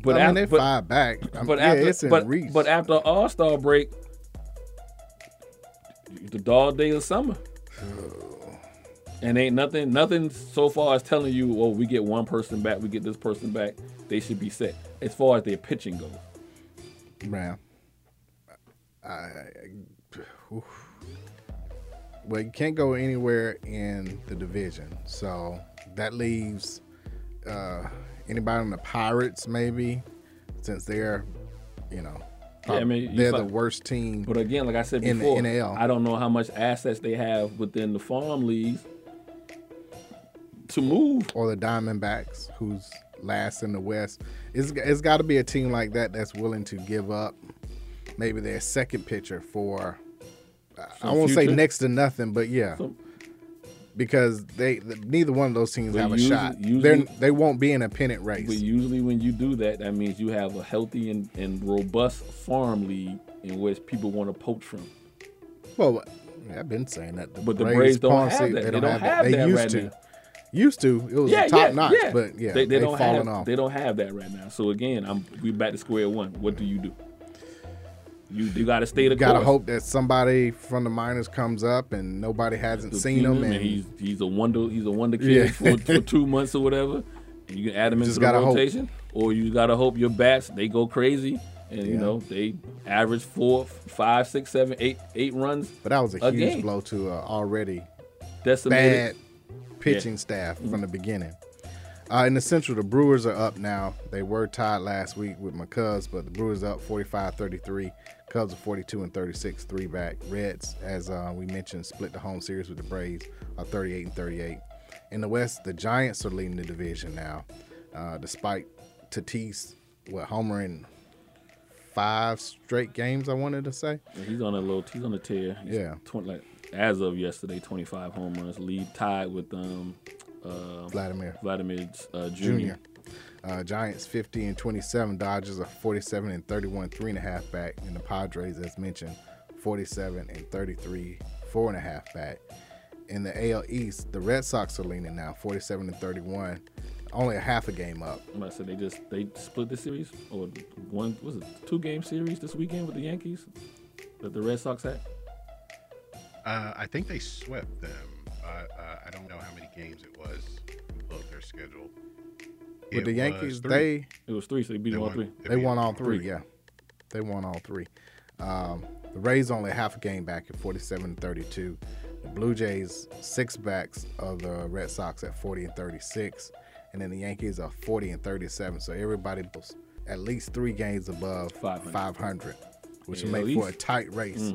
Speaker 3: But
Speaker 5: I mean
Speaker 3: af-
Speaker 5: they're
Speaker 3: but-
Speaker 5: five back. I mean,
Speaker 3: But
Speaker 5: yeah,
Speaker 3: after
Speaker 5: it's in
Speaker 3: but,
Speaker 5: reach.
Speaker 3: but after All Star break, the dog day of summer,
Speaker 5: Oh.
Speaker 3: and ain't nothing nothing so far as telling you, oh, we get one person back, we get this person back, they should be set as far as their pitching goes.
Speaker 5: man. I [sighs] well, you can't go anywhere in the division. So that leaves uh, anybody on the Pirates, maybe, since they're, you know,
Speaker 3: Yeah, I mean, you
Speaker 5: they're the
Speaker 3: fuck-
Speaker 5: worst team.
Speaker 3: But again, like I said
Speaker 5: In the
Speaker 3: before,
Speaker 5: NAL.
Speaker 3: I don't know how much assets they have within the farm leagues to move.
Speaker 5: or the Diamondbacks, who's last in the West. It's it's got to be a team like that that's willing to give up maybe their second pitcher for I- I
Speaker 3: Some
Speaker 5: won't say
Speaker 3: future?
Speaker 5: next to nothing, but yeah,
Speaker 3: Some-
Speaker 5: because they neither one of those teams
Speaker 3: But
Speaker 5: have a
Speaker 3: usually-
Speaker 5: shot.
Speaker 3: usually-
Speaker 5: They're- they won't be in a pennant race.
Speaker 3: But usually, when you do that, that means you have a healthy and, and robust farm league in which people want to poach from.
Speaker 5: well, I've been saying that.
Speaker 3: But the Braves don't
Speaker 5: Ponce,
Speaker 3: have that. They don't have
Speaker 5: it. They
Speaker 3: that
Speaker 5: used
Speaker 3: right
Speaker 5: to.
Speaker 3: now.
Speaker 5: Used to. It was
Speaker 3: Yeah,
Speaker 5: a top
Speaker 3: yeah,
Speaker 5: notch,
Speaker 3: yeah.
Speaker 5: but yeah, they,
Speaker 3: they, they
Speaker 5: have
Speaker 3: don't
Speaker 5: fallen
Speaker 3: have
Speaker 5: off.
Speaker 3: they don't have that right now. So again, I'm we back to square one. What do you do? You you got to stay the
Speaker 5: Gotta
Speaker 3: course.
Speaker 5: hope that somebody from the minors comes up and nobody hasn't
Speaker 3: to
Speaker 5: seen him, and
Speaker 3: he's he's a wonder he's a wonder kid
Speaker 5: Yeah.
Speaker 3: for,
Speaker 5: [laughs]
Speaker 3: for two months or whatever. And you can add him into
Speaker 5: Just
Speaker 3: the
Speaker 5: gotta hope.
Speaker 3: rotation, or you gotta hope your bats they go crazy and you
Speaker 5: Yeah.
Speaker 3: know they average four, five, six, seven, eight, eight runs.
Speaker 5: But that was a,
Speaker 3: a
Speaker 5: huge
Speaker 3: game.
Speaker 5: blow to a already bad
Speaker 3: Decimated.
Speaker 5: pitching staff from the beginning. Uh, in the Central, the Brewers are up now. They were tied last week with my Cubs, but the Brewers are up 45-33. Cubs are 42 and 36, three back. Reds, as uh, we mentioned, split the home series with the Braves, are 38 and 38. In the West, the Giants are leading the division now, uh, despite Tatis, what Homer in five straight games. I wanted to say.
Speaker 3: He's on a little he's on a tear. He's
Speaker 5: Yeah.
Speaker 3: 20, like as of yesterday, twenty five home runs, lead tied with um uh,
Speaker 5: Vladimir.
Speaker 3: Vladimir uh,
Speaker 5: Junior.
Speaker 3: Junior.
Speaker 5: Uh, Giants 50 and 27. Dodgers are 47 and 31, three and a half back. And the Padres, as mentioned, 47 and 33, four and a half back. In the AL East, the Red Sox are leaning now, 47 and 31, only a half a game up.
Speaker 3: I said they just they split the series or one was it two game series this weekend with the Yankees that the Red Sox had.
Speaker 6: Uh, I think they swept them. Uh, uh, I don't know how many games it was. Pull up their schedule.
Speaker 5: With
Speaker 6: It
Speaker 5: the
Speaker 6: was
Speaker 5: Yankees,
Speaker 6: three.
Speaker 5: they
Speaker 3: It was three, so they beat them all
Speaker 6: won-
Speaker 3: three.
Speaker 5: they
Speaker 6: beat
Speaker 5: won
Speaker 6: them.
Speaker 5: all three. Yeah, they won all three. Um, the Rays only half a game back at 47 and 32. The Blue Jays six backs of the Red Sox at 40 and 36, and then the Yankees are 40 and 37. So everybody was at least three games above
Speaker 3: 500.
Speaker 5: 500, which
Speaker 3: Yeah, Mm-hmm.
Speaker 5: will
Speaker 3: at
Speaker 5: make for a
Speaker 3: least.
Speaker 5: tight race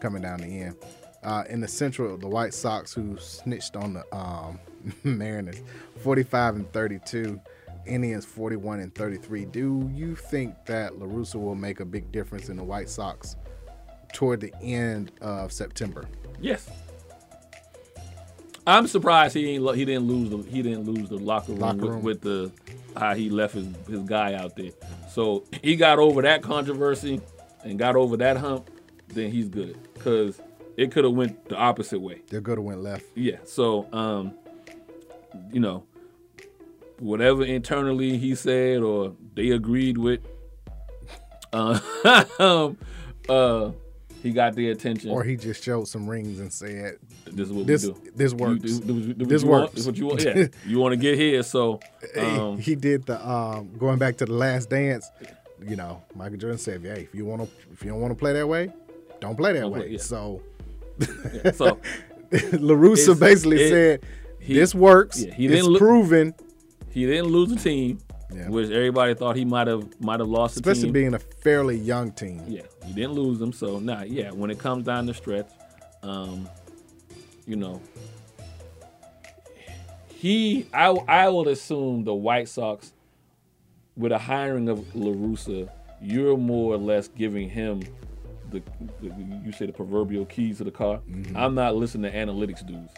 Speaker 5: coming down the end. Uh, in the Central, the White Sox, who snitched on the um, [laughs] Mariners, 45 and 32, Indians 41 and 33. Do you think that LaRusso will make a big difference in the White Sox toward the end of September?
Speaker 3: Yes. I'm surprised he ain't lo- he didn't lose the he didn't lose the locker room,
Speaker 5: Locker
Speaker 3: with,
Speaker 5: room.
Speaker 3: with the how he left his, his guy out there. So he got over that controversy and got over that hump, then he's good because it could have went the opposite way.
Speaker 5: They're good to win left.
Speaker 3: Yeah. So, um, you know, whatever internally he said or they agreed with, [laughs] uh, um, uh, he got their attention.
Speaker 5: Or he just showed some rings and said,
Speaker 3: this is what
Speaker 5: this
Speaker 3: we do.
Speaker 5: this
Speaker 3: You
Speaker 5: works.
Speaker 3: do- do what you- do what
Speaker 5: this
Speaker 3: you want.
Speaker 5: works.
Speaker 3: This what
Speaker 5: [laughs]
Speaker 3: you want. Yeah. you want to get here. So, um,
Speaker 5: he did the um, going back to the last dance. You know, Michael Jordan said, "Hey, if you want to, if you don't want to play that way, don't play that
Speaker 3: Don't
Speaker 5: way."
Speaker 3: play- yeah.
Speaker 5: So
Speaker 3: so
Speaker 5: [laughs] Larusa
Speaker 3: It's-
Speaker 5: basically
Speaker 3: it-
Speaker 5: said,
Speaker 3: he-
Speaker 5: "This works.
Speaker 3: yeah, he
Speaker 5: it's
Speaker 3: didn't look-
Speaker 5: proven,
Speaker 3: he didn't lose the team,
Speaker 5: Yeah.
Speaker 3: which everybody thought he might have might have lost the
Speaker 5: especially
Speaker 3: team.
Speaker 5: being a fairly young team."
Speaker 3: yeah, you didn't lose them. So nah, yeah, when it comes down the stretch, um, you know, he, I, I will assume the White Sox, with a hiring of Larusa, you're more or less giving him the, the you say the proverbial keys to the car.
Speaker 6: Mm-hmm.
Speaker 3: I'm not listening to analytics dudes.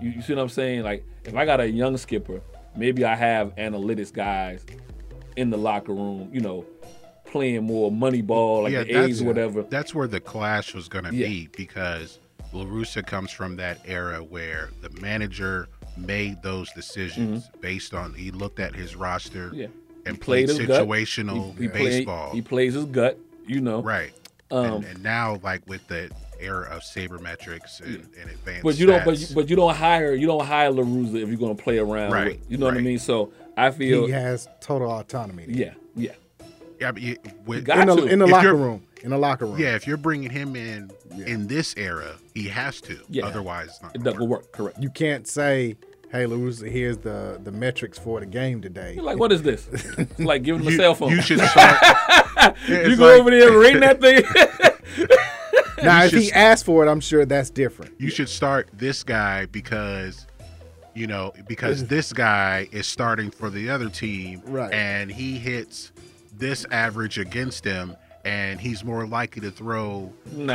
Speaker 3: You, you see what I'm saying? Like if I got a young skipper, maybe I have analytics guys in the locker room. You know. Playing more money ball, like
Speaker 6: yeah,
Speaker 3: the A's,
Speaker 6: that's-
Speaker 3: or whatever.
Speaker 6: That's where the clash was going to
Speaker 3: Yeah.
Speaker 6: be because LaRusa comes from that era where the manager made those decisions based on he looked at his roster
Speaker 3: Mm-hmm. Yeah.
Speaker 6: and
Speaker 3: played
Speaker 6: played,
Speaker 3: his gut.
Speaker 6: situational
Speaker 3: he, he play-
Speaker 6: baseball.
Speaker 3: he plays his gut, you know.
Speaker 6: right.
Speaker 3: Um,
Speaker 6: and, and now, like with the era of sabermetrics and, and advanced
Speaker 3: but you don't. But you,
Speaker 6: stats,
Speaker 3: but you don't hire. You don't hire Larusa if you're going to play around.
Speaker 6: Right,
Speaker 3: With, you know what I
Speaker 6: right.
Speaker 3: mean? So I feel.
Speaker 5: He has total autonomy.
Speaker 3: yeah. Yeah.
Speaker 6: yeah, but you, with,
Speaker 3: got
Speaker 5: in the
Speaker 3: to.
Speaker 5: in the
Speaker 6: If
Speaker 5: locker
Speaker 6: you're-
Speaker 5: room, in a locker room.
Speaker 6: Yeah, if you're bringing him in
Speaker 5: Yeah.
Speaker 6: in this era, he has to.
Speaker 3: Yeah.
Speaker 6: Otherwise, it's not
Speaker 3: It
Speaker 6: gonna
Speaker 3: doesn't
Speaker 6: work.
Speaker 3: work. Correct.
Speaker 5: You can't say, "Hey, Louis, here's the the metrics for the game today."
Speaker 3: You're like, what is
Speaker 6: [laughs]
Speaker 3: this? It's like giving him a
Speaker 6: You,
Speaker 3: cell phone.
Speaker 6: you
Speaker 3: You, [laughs]
Speaker 6: should start. It's
Speaker 3: go
Speaker 6: like-
Speaker 3: over there and ring that
Speaker 6: [laughs]
Speaker 3: thing.
Speaker 5: now, if he
Speaker 6: just-
Speaker 5: asked for it, I'm sure that's different.
Speaker 6: You should start this guy because, you know, because this guy is starting for the other team,
Speaker 5: Right.
Speaker 6: And he hits this average against him, and he's more likely to throw
Speaker 3: Nah.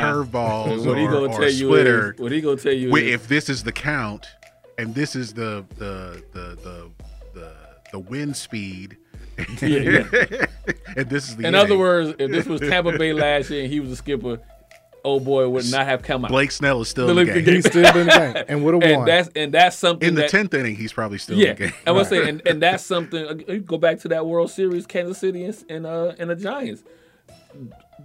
Speaker 3: [laughs]
Speaker 6: curveballs
Speaker 3: what he
Speaker 6: or,
Speaker 3: gonna
Speaker 6: or
Speaker 3: tell you
Speaker 6: splitter.
Speaker 3: is, what he gonna tell you
Speaker 6: Wait,
Speaker 3: is,
Speaker 6: if this is the count and this is the the the the the, the wind speed [laughs] and this is the
Speaker 3: in
Speaker 6: inning,
Speaker 3: other words, if this was Tampa Bay last year and he was a skipper, old boy would not have come out.
Speaker 6: Blake Snell is still
Speaker 3: The
Speaker 6: in the
Speaker 3: Olympic
Speaker 6: game.
Speaker 5: He's still
Speaker 3: [laughs]
Speaker 5: in the game and would have
Speaker 3: and
Speaker 5: won.
Speaker 3: that's and that's something
Speaker 6: In the
Speaker 3: that,
Speaker 6: tenth inning, he's probably still
Speaker 3: Yeah,
Speaker 6: in the game.
Speaker 3: I was saying, and, and that's something. uh, Go back to that World Series, Kansas City and and, uh, and the Giants.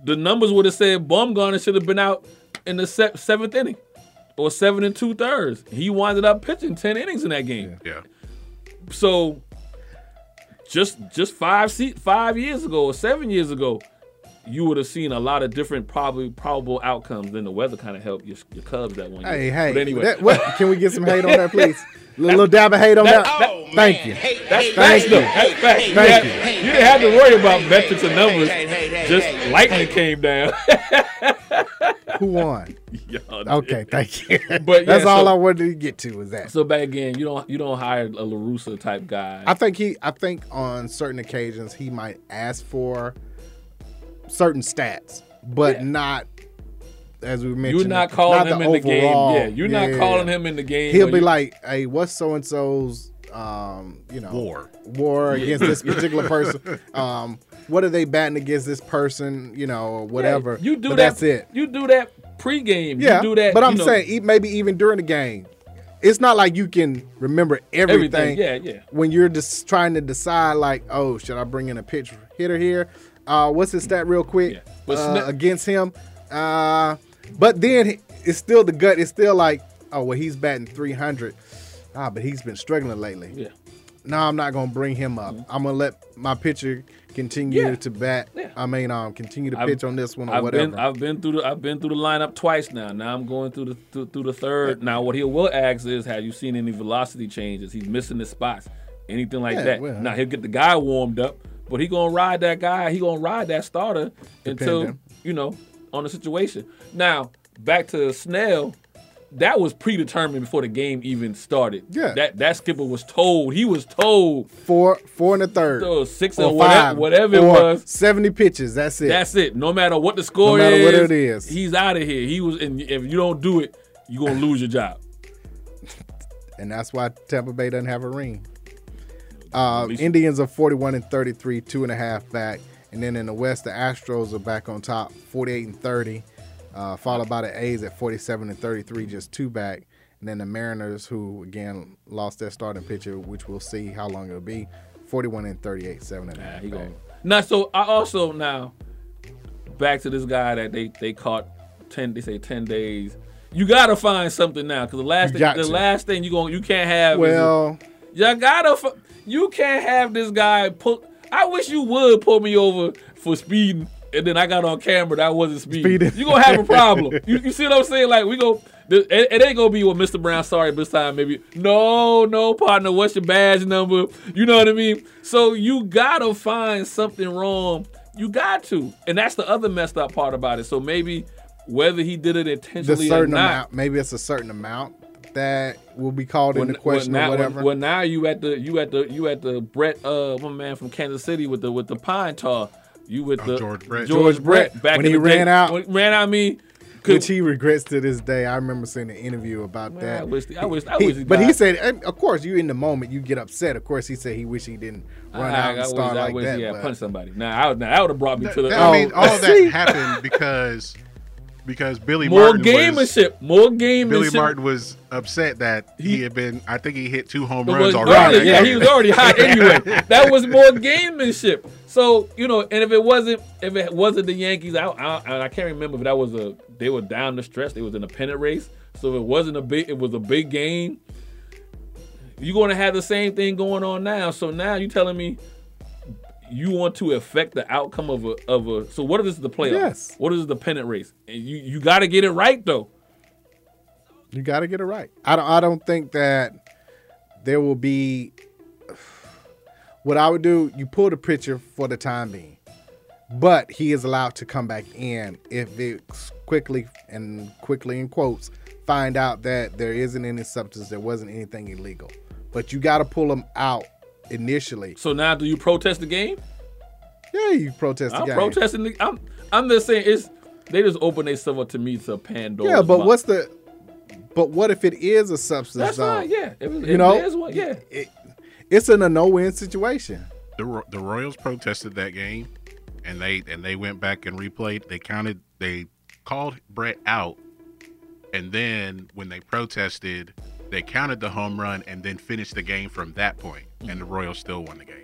Speaker 3: The numbers would have said Baumgartner should have been out in the se- seventh inning or seven and two thirds. He winded up pitching ten innings in that game.
Speaker 6: [laughs] Yeah,
Speaker 3: So just just five se- five years ago or seven years ago, you would have seen a lot of different probably probable outcomes. Then the weather kind of helped your, your Cubs that one year.
Speaker 5: hey, hey.
Speaker 3: but anyway,
Speaker 5: that- what- can we get some hate on that,
Speaker 3: [laughs]
Speaker 5: please? A little dab of hate on that.
Speaker 3: that- oh,
Speaker 5: Thank you. Thank
Speaker 3: That's facts,
Speaker 5: you.
Speaker 3: though. That's facts. You,
Speaker 5: Thank
Speaker 3: had,
Speaker 5: you.
Speaker 3: you didn't have to worry about metrics and numbers. Just lightning came down. [laughs]
Speaker 5: Who won?
Speaker 3: Y'all did.
Speaker 5: Okay, thank you. [laughs]
Speaker 3: But
Speaker 5: that's
Speaker 3: yeah,
Speaker 5: all
Speaker 3: so-
Speaker 5: I wanted to get to was that.
Speaker 3: So back again, you don't you don't hire a Larusa type guy.
Speaker 5: I think he. I think on certain occasions he might ask for certain stats, but
Speaker 3: Yeah.
Speaker 5: not as we mentioned.
Speaker 3: You're not calling
Speaker 5: not
Speaker 3: him in the game.
Speaker 5: overall.
Speaker 3: Yeah, you're
Speaker 5: Yeah.
Speaker 3: not calling him in the game.
Speaker 5: He'll
Speaker 3: when
Speaker 5: be
Speaker 3: you-
Speaker 5: like, "Hey, what's so and so's um, you know
Speaker 6: war.
Speaker 5: war against this particular
Speaker 3: [laughs]
Speaker 5: person? Um, what are they batting against this person? You know, or
Speaker 3: Yeah,
Speaker 5: whatever.
Speaker 3: You do
Speaker 5: But
Speaker 3: that.
Speaker 5: That's it.
Speaker 3: You do that pregame.
Speaker 5: Yeah,
Speaker 3: You do that.
Speaker 5: But I'm
Speaker 3: you know,
Speaker 5: saying e- maybe even during the game, it's not like you can remember everything.
Speaker 3: everything. Yeah, yeah.
Speaker 5: When you're just trying to decide, like, oh, should I bring in a pitch hitter here? Uh, what's his stat real quick
Speaker 3: Yeah. But
Speaker 5: uh,
Speaker 3: Snell-
Speaker 5: against him? Uh, but then it's still the gut. It's still like, oh, well, he's batting 300. Ah, but he's been struggling lately.
Speaker 3: Yeah. Mm-hmm.
Speaker 5: No, I'm not gonna bring him up. I'm gonna let my pitcher continue
Speaker 3: Yeah.
Speaker 5: to bat.
Speaker 3: Yeah.
Speaker 5: I mean, um, continue to
Speaker 3: I've-
Speaker 5: pitch on this one or
Speaker 3: I've
Speaker 5: whatever.
Speaker 3: been I've been through the I've been through the lineup twice now. Now I'm going through the through, through the third. Now what he will ask is, have you seen any velocity changes? He's missing his spots, anything like
Speaker 5: Yeah,
Speaker 3: that.
Speaker 5: well.
Speaker 3: now he'll get the guy warmed up, but he gonna ride that guy. He gonna ride that starter until
Speaker 5: Depending.
Speaker 3: you know on the situation. Now back to Snell. That was predetermined before the game even started.
Speaker 5: Yeah.
Speaker 3: That that skipper was told. He was told
Speaker 5: four, four and a third.
Speaker 3: so six
Speaker 5: or
Speaker 3: or, whatever,
Speaker 5: five,
Speaker 3: whatever it
Speaker 5: or
Speaker 3: was.
Speaker 5: Seventy pitches. That's it.
Speaker 3: That's it. No matter what the score
Speaker 5: No matter
Speaker 3: is,
Speaker 5: what it is.
Speaker 3: he's out of here. He was, and if you don't do it, you're gonna lose
Speaker 5: [laughs]
Speaker 3: your job.
Speaker 5: and that's why Tampa Bay doesn't have a ring. Uh,
Speaker 3: least-
Speaker 5: Indians are forty-one and thirty-three, two and a half back, and then in the West, the Astros are back on top, forty-eight and thirty, uh, followed by the A's at forty-seven and thirty-three, just two back, and then the Mariners, who again lost their starting pitcher, which we'll see how long it'll be, forty-one and thirty-eight, seven and a
Speaker 3: Nah,
Speaker 5: half
Speaker 3: he
Speaker 5: back.
Speaker 3: gonna. Now, so I also now back to this guy that they they caught ten. They say ten days. You gotta find something now, cause the last
Speaker 5: You
Speaker 3: thing,
Speaker 5: got
Speaker 3: the
Speaker 5: to.
Speaker 3: last thing you going you can't have. is-
Speaker 5: Well,
Speaker 3: you gotta. fi- You can't have this guy pull. I wish you would pull me over for speeding, and then I got on camera that I wasn't speeding.
Speaker 5: Speeding.
Speaker 3: You gonna have
Speaker 5: [laughs]
Speaker 3: a problem. you, you see what I'm saying? Like we go. It, it ain't gonna be what Mr. Brown. Sorry, this time maybe. No, no, partner. What's your badge number? You know what I mean. So you gotta find something wrong. You got to, and that's the other messed up part about it. So maybe whether he did it
Speaker 5: the
Speaker 3: intentionally or
Speaker 5: certain
Speaker 3: not,
Speaker 5: amount, maybe it's a certain amount that will be called into question
Speaker 3: now,
Speaker 5: or whatever.
Speaker 3: Well, now you at the you at the you at the Brett uh my man from Kansas City with the with the pine tar. You with the
Speaker 6: Oh, George Brett.
Speaker 5: George
Speaker 3: George Brett
Speaker 5: Brett.
Speaker 3: back
Speaker 5: When
Speaker 3: in
Speaker 5: he
Speaker 3: the
Speaker 5: ran
Speaker 3: day.
Speaker 5: out.
Speaker 3: When he ran out. I mean, could,
Speaker 5: which he regrets to this day. I remember seeing an interview about
Speaker 3: Man,
Speaker 5: that.
Speaker 3: I wish- I wish- I
Speaker 5: He-
Speaker 3: wish he
Speaker 5: but he
Speaker 3: died.
Speaker 5: said, and of course, you in the moment, you get upset. Of course, he said he wish he didn't run
Speaker 3: I,
Speaker 5: out
Speaker 3: I
Speaker 5: and
Speaker 3: wish,
Speaker 5: start
Speaker 3: I
Speaker 5: like
Speaker 3: wish
Speaker 5: that.
Speaker 3: he had
Speaker 5: but-
Speaker 3: punched somebody. Now, I, would- now that would have brought me to the uh,
Speaker 6: That- I mean,
Speaker 5: Oh,
Speaker 6: all
Speaker 3: [laughs]
Speaker 6: that
Speaker 5: see?
Speaker 6: happened because because Billy
Speaker 3: more
Speaker 6: Martin was,
Speaker 3: gamership, more gamership.
Speaker 6: Billy Martin was upset that he,
Speaker 3: He-
Speaker 6: had been. I think he hit two home
Speaker 3: It
Speaker 6: runs
Speaker 3: was
Speaker 6: already.
Speaker 3: early. Yeah, he was already hot anyway. That was more gamemanship. So you know, and if it wasn't, if it wasn't the Yankees, I I, and I can't remember if that was a they were down the stretch. They was in a pennant race. So if it wasn't a big, it was a big game. You're going to have the same thing going on now. So now you telling me you want to affect the outcome of a of a. So what if this is the playoff?
Speaker 5: Yes.
Speaker 3: What if this is the pennant race? And you you got to get it right though.
Speaker 5: You got to get it right. I don't. I don't think that there will be. What I would do, you pull the picture for the time being, but he is allowed to come back in if it's quickly and quickly in quotes find out that there isn't any substance, there wasn't anything illegal. But you got to pull him out initially.
Speaker 3: So now do you protest the game?
Speaker 5: Yeah, you protest the
Speaker 3: I'm
Speaker 5: game.
Speaker 3: protesting. The, I'm I'm just saying it's they just open themselves up to me to Pandora.
Speaker 5: yeah, but what's the? But what if it is a substance?
Speaker 3: that's
Speaker 5: though?
Speaker 3: fine. Yeah, if, if
Speaker 5: you know,
Speaker 3: there's one, yeah.
Speaker 5: it, it's in a no-win situation.
Speaker 6: The Ro- the Royals protested that game, and they and they went back and replayed. They counted. They called Brett out, and then when they protested, they counted the home run and then finished the game from that point, And the Royals still won the game.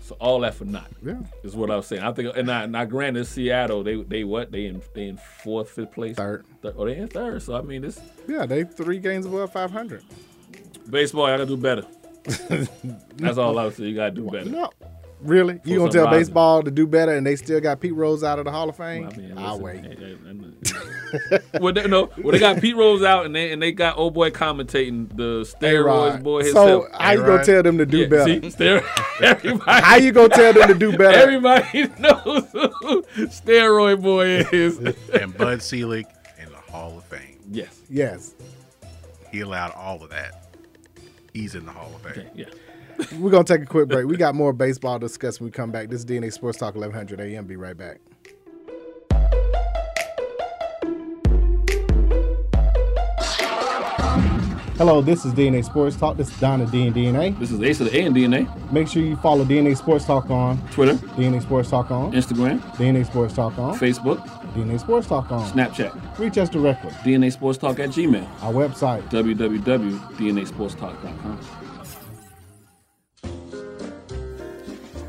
Speaker 3: So all that for naught.
Speaker 5: Yeah.
Speaker 3: is what I was saying. I think, and I, and I granted Seattle, they they what they in they in fourth, fifth place,
Speaker 5: Third.
Speaker 3: Thir- oh, they in third. So I mean, this
Speaker 5: Yeah, they three games above 500.
Speaker 3: baseball, I gotta
Speaker 5: [laughs]
Speaker 3: do better. That's all I was saying. You gotta do better.
Speaker 5: No, really? You
Speaker 3: For
Speaker 5: gonna tell
Speaker 3: some
Speaker 5: baseball to do better, and they still got Pete Rose out of the Hall of Fame?
Speaker 3: I mean, listen,
Speaker 5: I'll wait.
Speaker 3: hey, hey,
Speaker 5: [laughs]
Speaker 3: I'm not- well, they, no, well, they got Pete Rose out, and they and they got old boy commentating the steroids
Speaker 5: Rod.
Speaker 3: boy himself.
Speaker 5: So how you
Speaker 6: A-Rod.
Speaker 5: gonna tell them to do
Speaker 3: Yeah,
Speaker 5: better?
Speaker 3: see, stero- [laughs] everybody,
Speaker 5: How you gonna tell them to do better?
Speaker 3: everybody [laughs] knows who steroid boy is.
Speaker 5: [laughs]
Speaker 6: And
Speaker 3: [laughs]
Speaker 6: Bud Selig in the Hall of Fame.
Speaker 3: yes,
Speaker 5: [laughs] yes,
Speaker 6: He allowed all of that. He's in the Hall of Fame.
Speaker 3: yeah.
Speaker 5: we're gonna take a quick break. We got more baseball to discuss when we come back. This is DNA Sports Talk 1100 AM. Be right back. Hello, this is DNA Sports Talk. This is Donna D and DNA.
Speaker 3: This is Ace of the A and DNA.
Speaker 5: Make sure you follow DNA Sports Talk on
Speaker 3: Twitter,
Speaker 5: DNA Sports Talk on
Speaker 3: Instagram,
Speaker 5: DNA Sports Talk on
Speaker 3: Facebook,
Speaker 5: DNA Sports Talk on.
Speaker 3: Snapchat.
Speaker 5: Reach us directly.
Speaker 3: DNA Sports Talk at Gmail,
Speaker 5: Our website.
Speaker 3: www.dnasportstalk.com.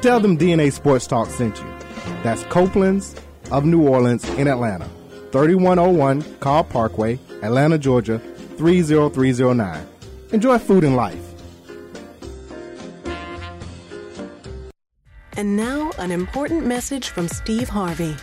Speaker 2: Tell them DNA Sports Talk sent you. That's Copeland's of New Orleans in Atlanta. 3101 Carl Parkway, Atlanta, Georgia, 30309. Enjoy food and life.
Speaker 7: And now, an important message from Steve Harvey.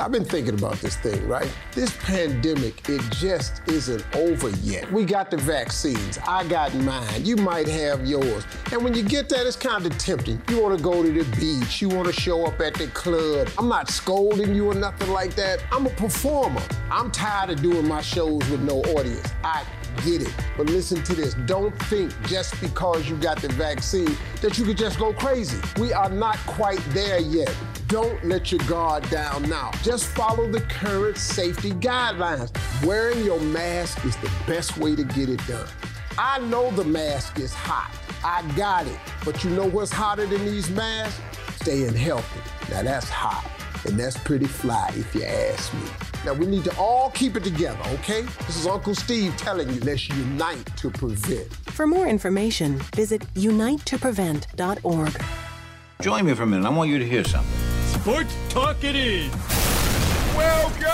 Speaker 8: I've been thinking about this thing, right? This pandemic, it just isn't over yet. We got the vaccines. I got mine. You might have yours. And when you get that, it's kind of tempting. You want to go to the beach. You want to show up at the club. I'm not scolding you or nothing like that. I'm a performer. I'm tired of doing my shows with no audience. I get it. But listen to this. Don't think just because you got the vaccine that you could just go crazy. We are not quite there yet. Don't let your guard down now. Just follow the current safety guidelines. Wearing your mask is the best way to get it done. I know the mask is hot. I got it. But you know what's hotter than these masks? Staying healthy. Now that's hot. And that's pretty fly if you ask me. Now we need to all keep it together, okay? This is Uncle Steve telling you, let's unite to prevent.
Speaker 7: For more information, visit unitetoprevent.org.
Speaker 9: Join me for a minute. I want you to hear something.
Speaker 4: Sports Talk it is.
Speaker 10: Welcome!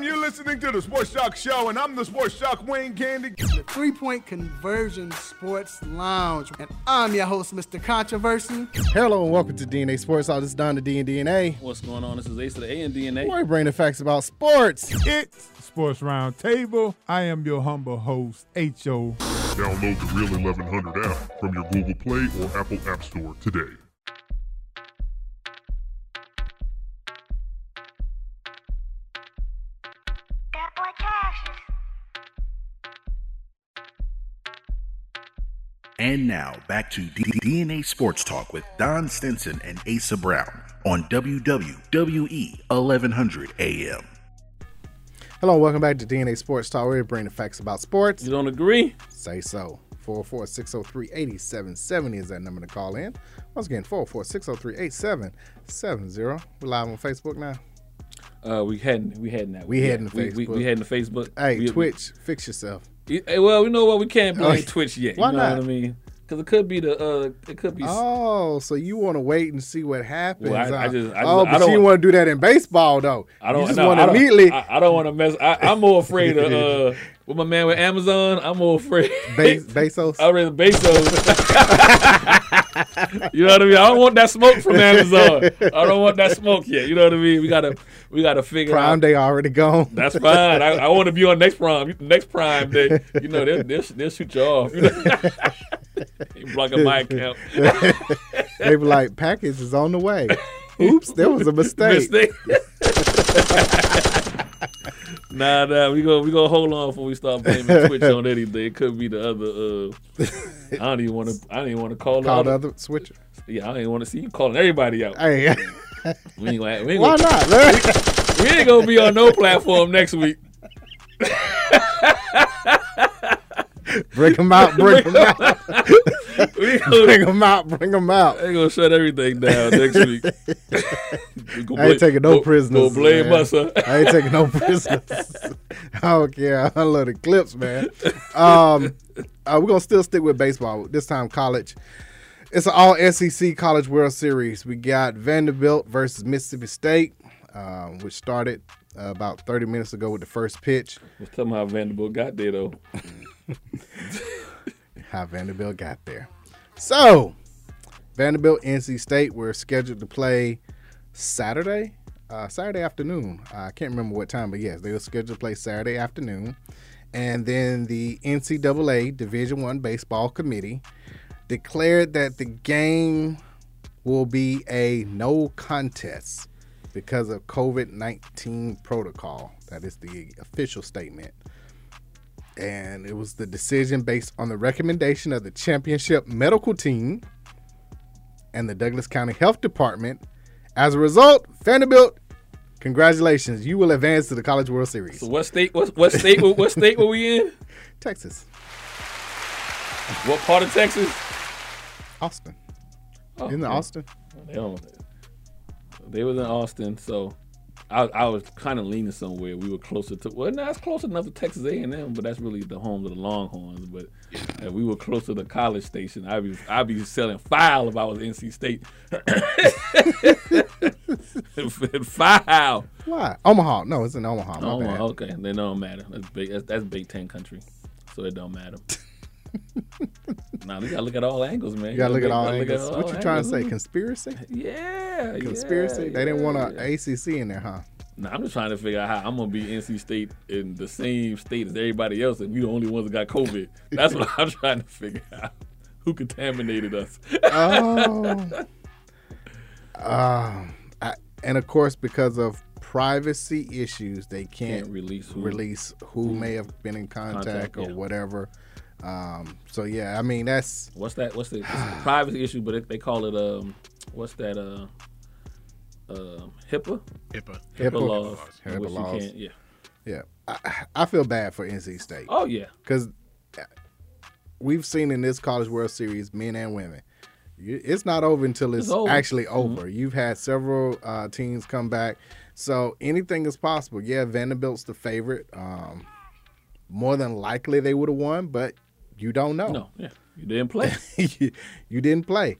Speaker 10: Um, You're listening to the Sports Shock Show, and I'm the Sports Shock Wayne Candy.
Speaker 11: Three Point Conversion Sports Lounge. And I'm your host, Mr. Controversy.
Speaker 5: Hello and welcome to DNA Sports Talk. This is Donna D and DNA.
Speaker 3: What's going on? This is Ace of the A and DNA.
Speaker 5: Where we bring the facts about sports.
Speaker 10: It's Sports Roundtable. I am your humble host, H.O.
Speaker 1: Download the Real 1100 app from your Google Play or Apple App Store today.
Speaker 10: That boy Cassius.
Speaker 9: And now back to D- DNA Sports Talk with Don Stinson and Asa Brown on E WWE 1100 AM.
Speaker 5: Hello and welcome back to DNA Sports Talk. Where we bring the facts about sports.
Speaker 3: You don't agree?
Speaker 5: Say so. 404 603 8770 is that number to call in. Once again, 404 603 8770. We're live on Facebook now.
Speaker 3: Uh, we hadn't. We hadn't that.
Speaker 5: We
Speaker 3: had-
Speaker 5: hadn't
Speaker 3: We, we,
Speaker 5: Facebook.
Speaker 3: we hadn't Facebook.
Speaker 5: Hey,
Speaker 3: we,
Speaker 5: Twitch, fix yourself.
Speaker 3: we- eh, well, you know what? We can't blame
Speaker 5: Oh,
Speaker 3: Twitch yet.
Speaker 5: why
Speaker 3: you know
Speaker 5: not?
Speaker 3: what I mean? Because it could be the. Uh, it could be. s-
Speaker 5: Oh, so you want to wait and see what happens?
Speaker 3: Well, I- I
Speaker 5: huh?
Speaker 3: just- I
Speaker 5: oh,
Speaker 3: just- I
Speaker 5: but
Speaker 3: don't-
Speaker 5: you didn't want to do that in baseball, though.
Speaker 3: I don't
Speaker 5: You just
Speaker 3: no,
Speaker 5: want to
Speaker 3: I don't-
Speaker 5: immediately.
Speaker 3: I, I don't want to mess. I, I'm more afraid of uh, with my man with Amazon. I'm more afraid. [laughs]
Speaker 5: Be- Bezos.
Speaker 3: I read Bezos. [laughs] you know what I mean? I don't want that smoke from Amazon. I don't want that smoke yet. You know what I mean? We gotta we gotta figure out.
Speaker 5: Prime Day already gone. [laughs]
Speaker 3: That's fine. I, I want to be on next prime. Next prime day, you know they'll they'll, they'll shoot you off. [laughs] You know? You blocking
Speaker 5: [laughs]
Speaker 3: my account.
Speaker 5: they were like, package is on the
Speaker 3: [laughs]
Speaker 5: way. Oops, there was a mistake.
Speaker 3: Mistake. [laughs] nah, nah. We go we gonna hold on before we
Speaker 5: [laughs]
Speaker 3: start blaming Twitch on anything. It could be the other. Uh, I don't even want to. I don't even want to call,
Speaker 5: Call
Speaker 3: out-
Speaker 5: the other switcher.
Speaker 3: Yeah, I don't even want to see you calling everybody out.
Speaker 5: Hey, [laughs]
Speaker 3: we ain't gonna, we ain't
Speaker 5: Why
Speaker 3: gonna-
Speaker 5: not, [laughs] man?
Speaker 3: We, we ain't gonna be on no platform next week.
Speaker 5: Break them out, break them out.
Speaker 3: We gonna-
Speaker 5: bring them out, bring them out.
Speaker 3: They gonna shut everything down
Speaker 5: [laughs]
Speaker 3: next week. We gonna
Speaker 5: I ain't
Speaker 3: blame-
Speaker 5: taking no
Speaker 3: go-
Speaker 5: prisoners.
Speaker 3: Go blame
Speaker 5: man.
Speaker 3: us, huh?
Speaker 5: I ain't taking no prisoners. [laughs] I don't care. I love the clips, man. Um, uh, we're gonna still stick with baseball this time. College. It's an all SEC College World Series. We got Vanderbilt versus Mississippi State, um, which started uh, about 30 minutes ago with the first pitch.
Speaker 3: Let's tell them how Vanderbilt got there though.
Speaker 5: how Vanderbilt got there. So, Vanderbilt, NC State were scheduled to play Saturday, uh, Saturday afternoon. I can't remember what time, but yes, they were scheduled to play Saturday afternoon. And then the NCAA Division One Baseball Committee declared that the game will be a no contest because of COVID 19 protocol. That is the official statement and it was the decision based on the recommendation of the championship medical team and the Douglas County Health Department. As a result, Vanderbilt, congratulations, you will advance to the College World Series.
Speaker 3: So what state? What, what state? What, what state were we in?
Speaker 5: Texas,
Speaker 3: What part of Texas?
Speaker 5: Austin,
Speaker 3: Oh,
Speaker 5: in the
Speaker 3: yeah.
Speaker 5: Austin.
Speaker 3: They don't. They was in Austin, so I, I was kind of leaning somewhere. We were closer to well, no, it's close enough to Texas A and M, but that's really the home of the Longhorns. But uh, we were closer to College Station. I'd be I'd be selling file if I was NC [laughs] State. file.
Speaker 5: Why? Omaha? No, it's in Omaha. My
Speaker 3: Oh,
Speaker 5: bad.
Speaker 3: okay. They don't matter. That's big. That's, that's Big Ten country, so it
Speaker 5: [laughs]
Speaker 3: don't matter. nah, we gotta look at all angles, man.
Speaker 5: You gotta look at all
Speaker 3: Look
Speaker 5: angles.
Speaker 3: all
Speaker 5: What you trying to say?
Speaker 3: angles.
Speaker 5: Conspiracy?
Speaker 3: [laughs] Yeah,
Speaker 5: Conspiracy?
Speaker 3: yeah,
Speaker 5: they didn't want
Speaker 3: yeah.
Speaker 5: an ACC in there, huh?
Speaker 3: Nah, I'm just trying to figure out how I'm gonna be NC State in the same state as everybody else, and we the only ones that got COVID. That's what I'm trying to figure out. Who contaminated us?
Speaker 5: Oh. um, I, and of course, because of privacy issues, they can't,
Speaker 3: Can't release who-
Speaker 5: release who may have been in contact,
Speaker 3: Contact,
Speaker 5: or
Speaker 3: yeah.
Speaker 5: whatever. Um, so yeah, I mean that's
Speaker 3: What's that? What's the
Speaker 5: [sighs]
Speaker 3: it's a privacy issue? But it, they call it um, what's that? Uh, um, HIPAA.
Speaker 6: HIPAA.
Speaker 3: HIPAA,
Speaker 5: HIPAA
Speaker 3: laws. in
Speaker 5: HIPAA
Speaker 3: which you
Speaker 5: laws.
Speaker 3: can't- yeah.
Speaker 5: yeah. I, I feel bad for NC State
Speaker 3: Oh yeah.
Speaker 5: because uh, we've seen in this College World Series, men and women. you- It's not over until it's,
Speaker 3: It's over. Mm-hmm.
Speaker 5: actually over. You've had several uh, teams come back, so anything is possible. Yeah, Vanderbilt's the favorite. Um, more than likely, they would have won, but you don't know.
Speaker 3: No. Yeah. You didn't play.
Speaker 5: [laughs] you, you didn't play,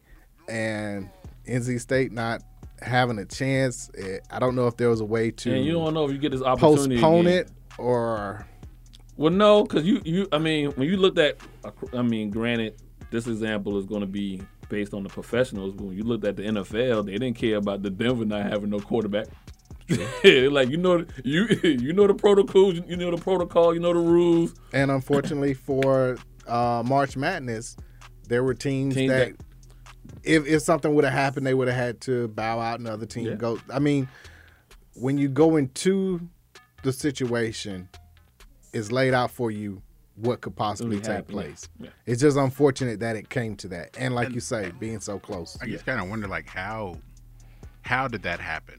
Speaker 5: and NC State not having a chance. eh, I don't know if there was a way
Speaker 3: and
Speaker 5: to
Speaker 3: you don't know if you get this opportunity.
Speaker 5: postpone
Speaker 3: again.
Speaker 5: it or
Speaker 3: Well, no, because you you I mean when you looked at I mean granted this example is going to be based on the professionals, but when you looked at the NFL, they didn't care about the Denver not having no quarterback. They're [laughs] like you know you you know the protocols, you know the protocol, you know the rules.
Speaker 5: And unfortunately for uh, March Madness, there were teams,
Speaker 3: Teams
Speaker 5: that, if, if something would have happened, they would have had to bow out and the other team
Speaker 3: Yeah.
Speaker 5: go. I mean, when you go into the situation, it's laid out for you what could possibly
Speaker 3: Really
Speaker 5: take
Speaker 3: happened, yeah.
Speaker 5: place.
Speaker 3: Yeah.
Speaker 5: It's just unfortunate that it came to that. And like you say, being so close.
Speaker 6: I just kind of wonder, like, how how did that happen,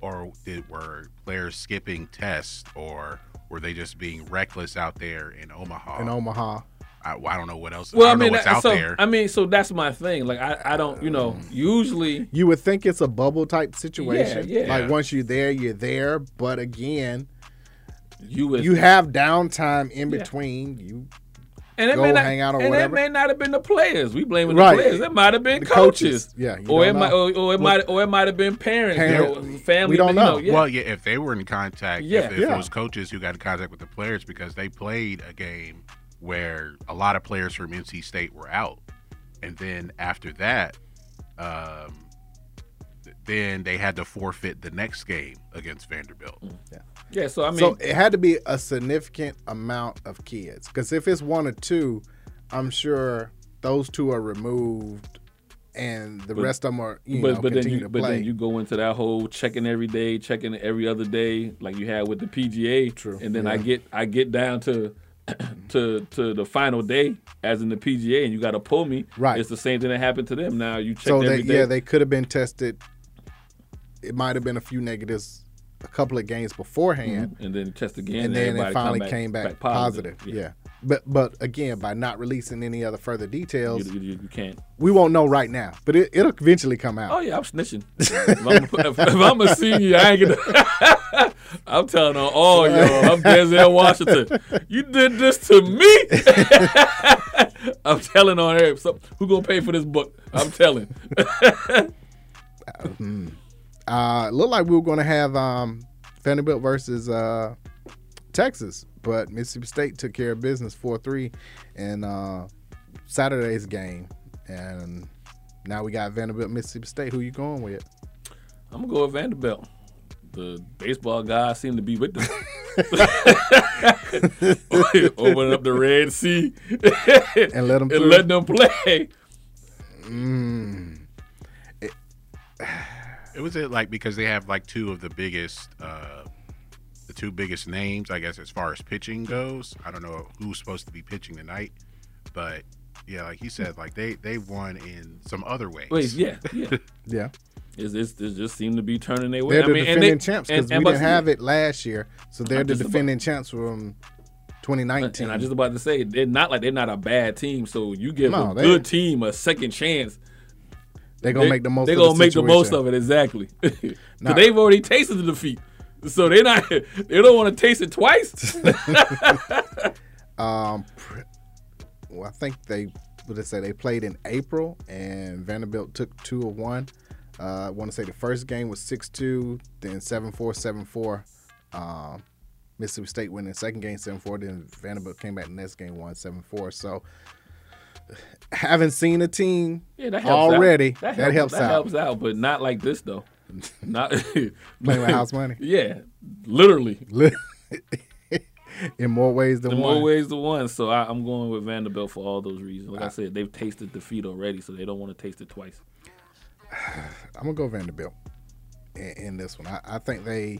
Speaker 6: or did were players skipping tests, or were they just being reckless out there in Omaha?
Speaker 5: In Omaha,
Speaker 6: I, I don't know what else.
Speaker 3: Well, I,
Speaker 6: don't
Speaker 3: mean,
Speaker 6: know what's
Speaker 3: that-
Speaker 6: out
Speaker 3: so
Speaker 6: there.
Speaker 3: I mean, so that's my thing. Like, I, I don't, you
Speaker 5: Uh,
Speaker 3: know, usually
Speaker 5: you would think it's a bubble type situation.
Speaker 3: Yeah, yeah.
Speaker 5: Like once you're there, you're there. But again,
Speaker 3: you
Speaker 5: you have downtime in
Speaker 3: Yeah.
Speaker 5: between. You
Speaker 3: and it
Speaker 5: go
Speaker 3: may not,
Speaker 5: hang out or
Speaker 3: and
Speaker 5: whatever.
Speaker 3: that may not have been the players. We blaming
Speaker 5: Right.
Speaker 3: the players. It might have been
Speaker 5: The
Speaker 3: coaches.
Speaker 5: coaches. Yeah, you
Speaker 3: or it
Speaker 5: don't
Speaker 3: might,
Speaker 5: know.
Speaker 3: or, or
Speaker 5: Well-
Speaker 3: it might, or it might have been parents,
Speaker 6: Parent-
Speaker 3: you know, family. you yeah.
Speaker 6: Well, yeah, if they were in contact,
Speaker 3: Yeah.
Speaker 6: if, if
Speaker 3: Yeah.
Speaker 6: it was coaches who got in contact with the players because they played a game where a lot of players from NC State were out, and then after that, um, th- then they had to forfeit the next game against Vanderbilt.
Speaker 3: yeah. So I mean,
Speaker 5: so it had to be a significant amount of kids. Because if it's one or two, I'm sure those two are removed, and the
Speaker 3: But-
Speaker 5: rest of them are you
Speaker 3: but,
Speaker 5: know
Speaker 3: but then
Speaker 5: continue
Speaker 3: you,
Speaker 5: to
Speaker 3: but
Speaker 5: play.
Speaker 3: then you go into that whole checking every day, checking every other day, like you had with the PGA. True. And then I
Speaker 5: Yeah.
Speaker 3: get I get down
Speaker 5: [clears throat]
Speaker 3: to to to the final day, as in the PGA, and you got to pull me.
Speaker 5: Right.
Speaker 3: It's the same thing that happened to them. Now you checked
Speaker 5: so they
Speaker 3: every day.
Speaker 5: yeah they could have been tested. It might have been a few negatives, a couple of games beforehand,
Speaker 3: Mm-hmm. and then test again,
Speaker 5: and then
Speaker 3: everybody
Speaker 5: it
Speaker 3: come
Speaker 5: finally
Speaker 3: back-
Speaker 5: came back,
Speaker 3: back
Speaker 5: positive.
Speaker 3: positive.
Speaker 5: Yeah. but but again, by not releasing any other further details,
Speaker 3: You, you, you can't.
Speaker 5: we won't know right now. But it, it'll eventually come out.
Speaker 3: Oh yeah, I'm snitching. if, I'm, if, if I'm a senior, I ain't gonna. [laughs] I'm telling on all y'all. I'm Denzel Washington. You did this to me. [laughs] I'm telling on her. So, who gonna pay for this book? I'm telling. [laughs]
Speaker 5: Uh, it looked like we were going to have um, Vanderbilt versus uh, Texas, but Mississippi State took care of business 4 3 in uh, Saturday's game. And now we got Vanderbilt, Mississippi State. Who you going with?
Speaker 3: I'm gonna go with Vanderbilt. The baseball guy seemed to be with them. [laughs] Opening up the Red Sea
Speaker 5: [laughs] And let 'em
Speaker 3: and
Speaker 5: through.
Speaker 3: let them play.
Speaker 5: Mm.
Speaker 6: It was it like because they have like two of the biggest, uh, the two biggest names, I guess, as far as pitching goes. I don't know who's supposed to be pitching tonight, but yeah, like you said, like they they won in some other ways.
Speaker 3: Wait, yeah,
Speaker 5: [laughs]
Speaker 3: yeah.
Speaker 5: Yeah.
Speaker 3: It's, it's, it just seemed to be turning their way.
Speaker 5: They're
Speaker 3: I
Speaker 5: the
Speaker 3: mean, and
Speaker 5: defending
Speaker 3: they-
Speaker 5: champs
Speaker 3: and-
Speaker 5: because we
Speaker 3: and
Speaker 5: didn't
Speaker 3: but-
Speaker 5: have it last year. So they're
Speaker 3: I'm
Speaker 5: the
Speaker 3: just about-
Speaker 5: defending champs from 2019.
Speaker 3: And I just about to say they're not like they're not a bad team. So you give
Speaker 5: No,
Speaker 3: a
Speaker 5: they-
Speaker 3: good team a second chance.
Speaker 5: They're gonna make the most
Speaker 3: They're
Speaker 5: of
Speaker 3: gonna
Speaker 5: the
Speaker 3: make the most
Speaker 5: situation.
Speaker 3: of it exactly. [laughs] 'Cause
Speaker 5: Nah.
Speaker 3: they've already tasted the defeat, so they're not. [laughs] They don't want to taste
Speaker 5: [laughs]
Speaker 3: it twice.
Speaker 5: Um, pr- well, I think they what did they say they played in April, and Vanderbilt took two of one. Uh, I want to say the first game was six two, then seven four, seven four. Um, Mississippi State winning the second game seven four, then Vanderbilt came back the next game won seven four. So haven't seen a team
Speaker 3: Yeah, that helps out.
Speaker 5: already. That,
Speaker 3: helps,
Speaker 5: helps,
Speaker 3: that
Speaker 5: out.
Speaker 3: helps out, but not like this though. Not [laughs] playing
Speaker 5: with house money.
Speaker 3: [laughs] Yeah, literally.
Speaker 5: [laughs] in more ways than
Speaker 3: The
Speaker 5: one.
Speaker 3: more ways the one. So I, I'm going with Vanderbilt for all those reasons. Like I said, they've tasted defeat already, so they don't want to taste it twice.
Speaker 5: I'm gonna go Vanderbilt in, in this one. I, I think they.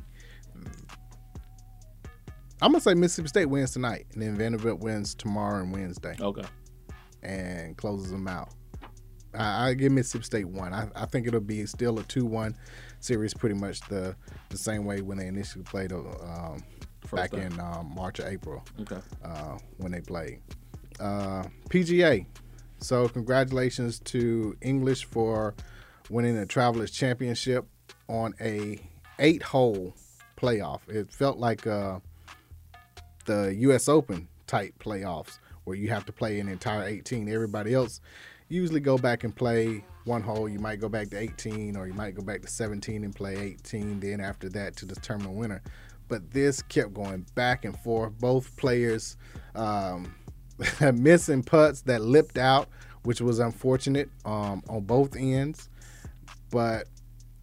Speaker 5: I'm gonna say Mississippi State wins tonight, and then Vanderbilt wins tomorrow and Wednesday,
Speaker 3: Okay.
Speaker 5: and closes them out. I, I give Mississippi State one. I, I think it'll be still a two-one series, pretty much the the same way when they initially played um, back
Speaker 3: time.
Speaker 5: in um, March or April
Speaker 3: Okay.
Speaker 5: uh, when they played. Uh, PGA. So congratulations to English for winning the Travelers Championship on a eight-hole playoff. It felt like uh, the U.S. Open type playoffs where you have to play an entire 18. Everybody else usually go back and play one hole. You might go back to 18 or you might go back to 17 and play 18. Then after that to determine a winner. But this kept going back and forth. Both players um, [laughs] missing putts that lipped out, which was unfortunate um, on both ends. But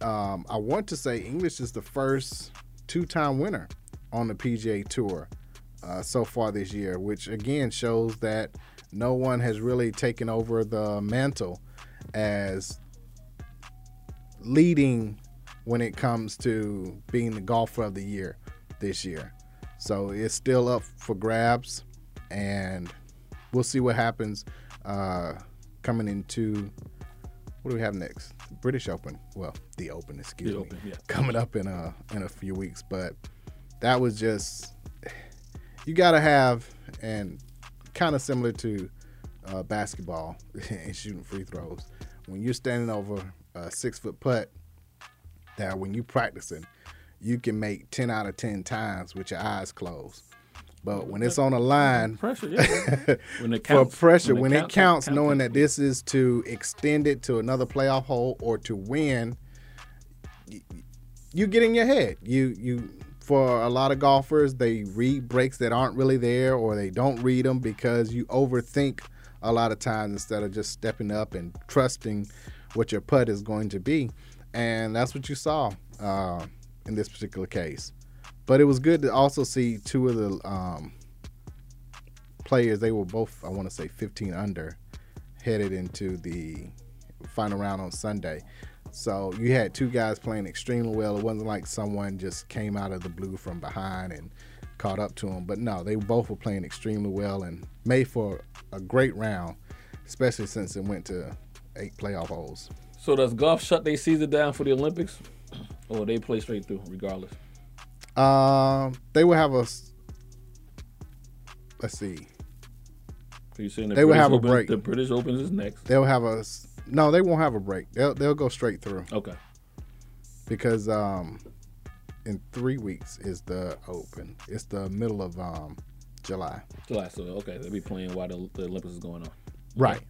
Speaker 5: um, I want to say English is the first two-time winner on the PGA Tour uh, so far this year, which again shows that no one has really taken over the mantle as leading when it comes to being the golfer of the year this year. So it's still up for grabs, and we'll see what happens uh, coming into what do we have next? British Open. Well, the Open, excuse
Speaker 3: The
Speaker 5: me,
Speaker 3: Open, yeah.
Speaker 5: coming up in a in a few weeks. But that was just you got to have, and kind of similar to uh, basketball [laughs] and shooting free throws. When you're standing over a six foot putt, that when you practicing, you can make ten out of ten times with your eyes closed. But when it's on a line, [laughs]
Speaker 3: pressure, yeah. When it
Speaker 5: for
Speaker 3: counts.
Speaker 5: pressure,
Speaker 3: When
Speaker 5: when, it
Speaker 3: it counts, it
Speaker 5: counts,
Speaker 3: counts.
Speaker 5: knowing that this is to extend it to another playoff hole or to win, y- y- you get in your head. You you for a lot of golfers, they read breaks that aren't really there, or they don't read them because you overthink a lot of times instead of just stepping up and trusting what your putt is going to be, and that's what you saw uh, in this particular case. But it was good to also see two of the um, players. They were both, I want to say, 15 under, headed into the final round on Sunday. So you had two guys playing extremely well. It wasn't like someone just came out of the blue from behind and caught up to them. But no, they both were playing extremely well and made for a great round, especially since it went to eight playoff holes.
Speaker 3: So does golf shut their season down for the Olympics, or they play straight through regardless?
Speaker 5: Um, they will have a. s- Let's see.
Speaker 3: So you saying the
Speaker 5: They will
Speaker 3: British
Speaker 5: have a
Speaker 3: Open-
Speaker 5: break.
Speaker 3: The British Open is next.
Speaker 5: They'll have a. s- No, they won't have a break. They'll they'll go straight through.
Speaker 3: Okay.
Speaker 5: Because um, in three weeks is the open. It's the middle of um, July.
Speaker 3: July. So okay, they'll be playing while the, the Olympics is going on.
Speaker 5: Right.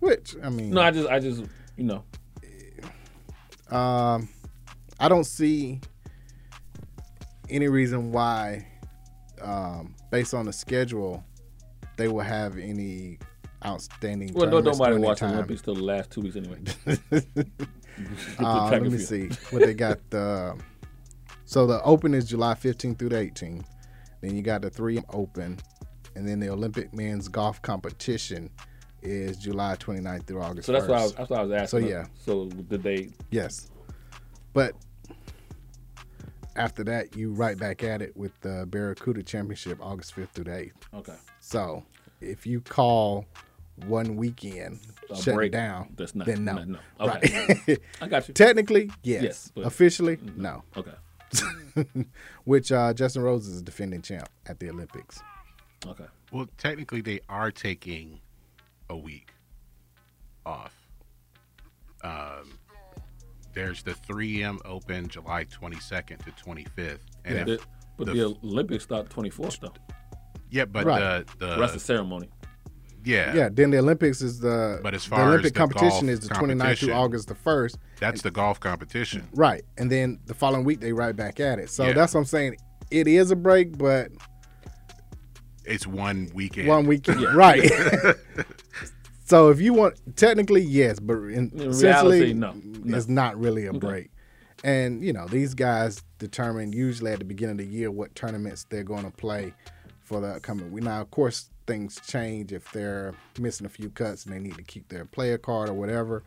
Speaker 5: Which I mean.
Speaker 3: No, I just, I just, you know,
Speaker 5: Um, I don't see any reason why, um, based on the schedule, they will have any outstanding.
Speaker 3: well, no,
Speaker 5: tournaments
Speaker 3: nobody
Speaker 5: during that
Speaker 3: watching
Speaker 5: time.
Speaker 3: Olympics till the last two
Speaker 5: [laughs]
Speaker 3: weeks anyway. [laughs]
Speaker 5: Uh, let me see what they got.
Speaker 3: [laughs]
Speaker 5: The so the Open is July 15th through the 18th. Then you got the three Open, and then the Olympic men's golf competition is July 29th through August.
Speaker 3: So that's why I
Speaker 5: 1st.
Speaker 3: was, that's why I was asking.
Speaker 5: So yeah,
Speaker 3: So did they?
Speaker 5: Yes. But after that, you right back at it with the Barracuda Championship August 5th through the 8th.
Speaker 3: Okay.
Speaker 5: So if you call one weekend
Speaker 3: A
Speaker 5: shut
Speaker 3: break,
Speaker 5: down,
Speaker 3: that's not-
Speaker 5: then no.
Speaker 3: no, no. Okay.
Speaker 5: Right.
Speaker 3: I got
Speaker 5: [laughs]
Speaker 3: you.
Speaker 5: Technically, yes.
Speaker 3: Yes, but-
Speaker 5: Officially, no.
Speaker 3: Okay.
Speaker 5: Which uh, Justin Rose is a defending champ at the Olympics.
Speaker 3: Okay.
Speaker 6: Well, technically, they are taking a week off. Um, there's the 3M Open July 22nd to 25th, and
Speaker 3: Yeah.
Speaker 6: if
Speaker 3: The- but the,
Speaker 6: the
Speaker 3: Olympics start twenty fourth though.
Speaker 6: Yeah, but
Speaker 5: Right.
Speaker 6: the, the
Speaker 3: That's the ceremony.
Speaker 6: Yeah,
Speaker 5: Yeah. Then the Olympics is the
Speaker 6: But as
Speaker 5: the
Speaker 6: far as
Speaker 5: Olympic
Speaker 6: the
Speaker 5: competition
Speaker 6: golf
Speaker 5: is the 29th
Speaker 6: competition-
Speaker 5: through August the 1st.
Speaker 6: that's the golf competition.
Speaker 5: Right. And then the following week they right back at it. So
Speaker 6: Yeah.
Speaker 5: that's what I'm saying. It is a break, but
Speaker 6: It's one weekend.
Speaker 5: one weekend. Right.
Speaker 6: [laughs]
Speaker 5: so if you want technically yes, but in,
Speaker 6: reality,
Speaker 5: essentially
Speaker 6: no. No.
Speaker 5: it's not really a
Speaker 6: Okay.
Speaker 5: break. And you know, these guys determine usually at the beginning of the year what tournaments they're going to play for the upcoming. We now of course things change if they're missing a few cuts and they need to keep their player card or whatever.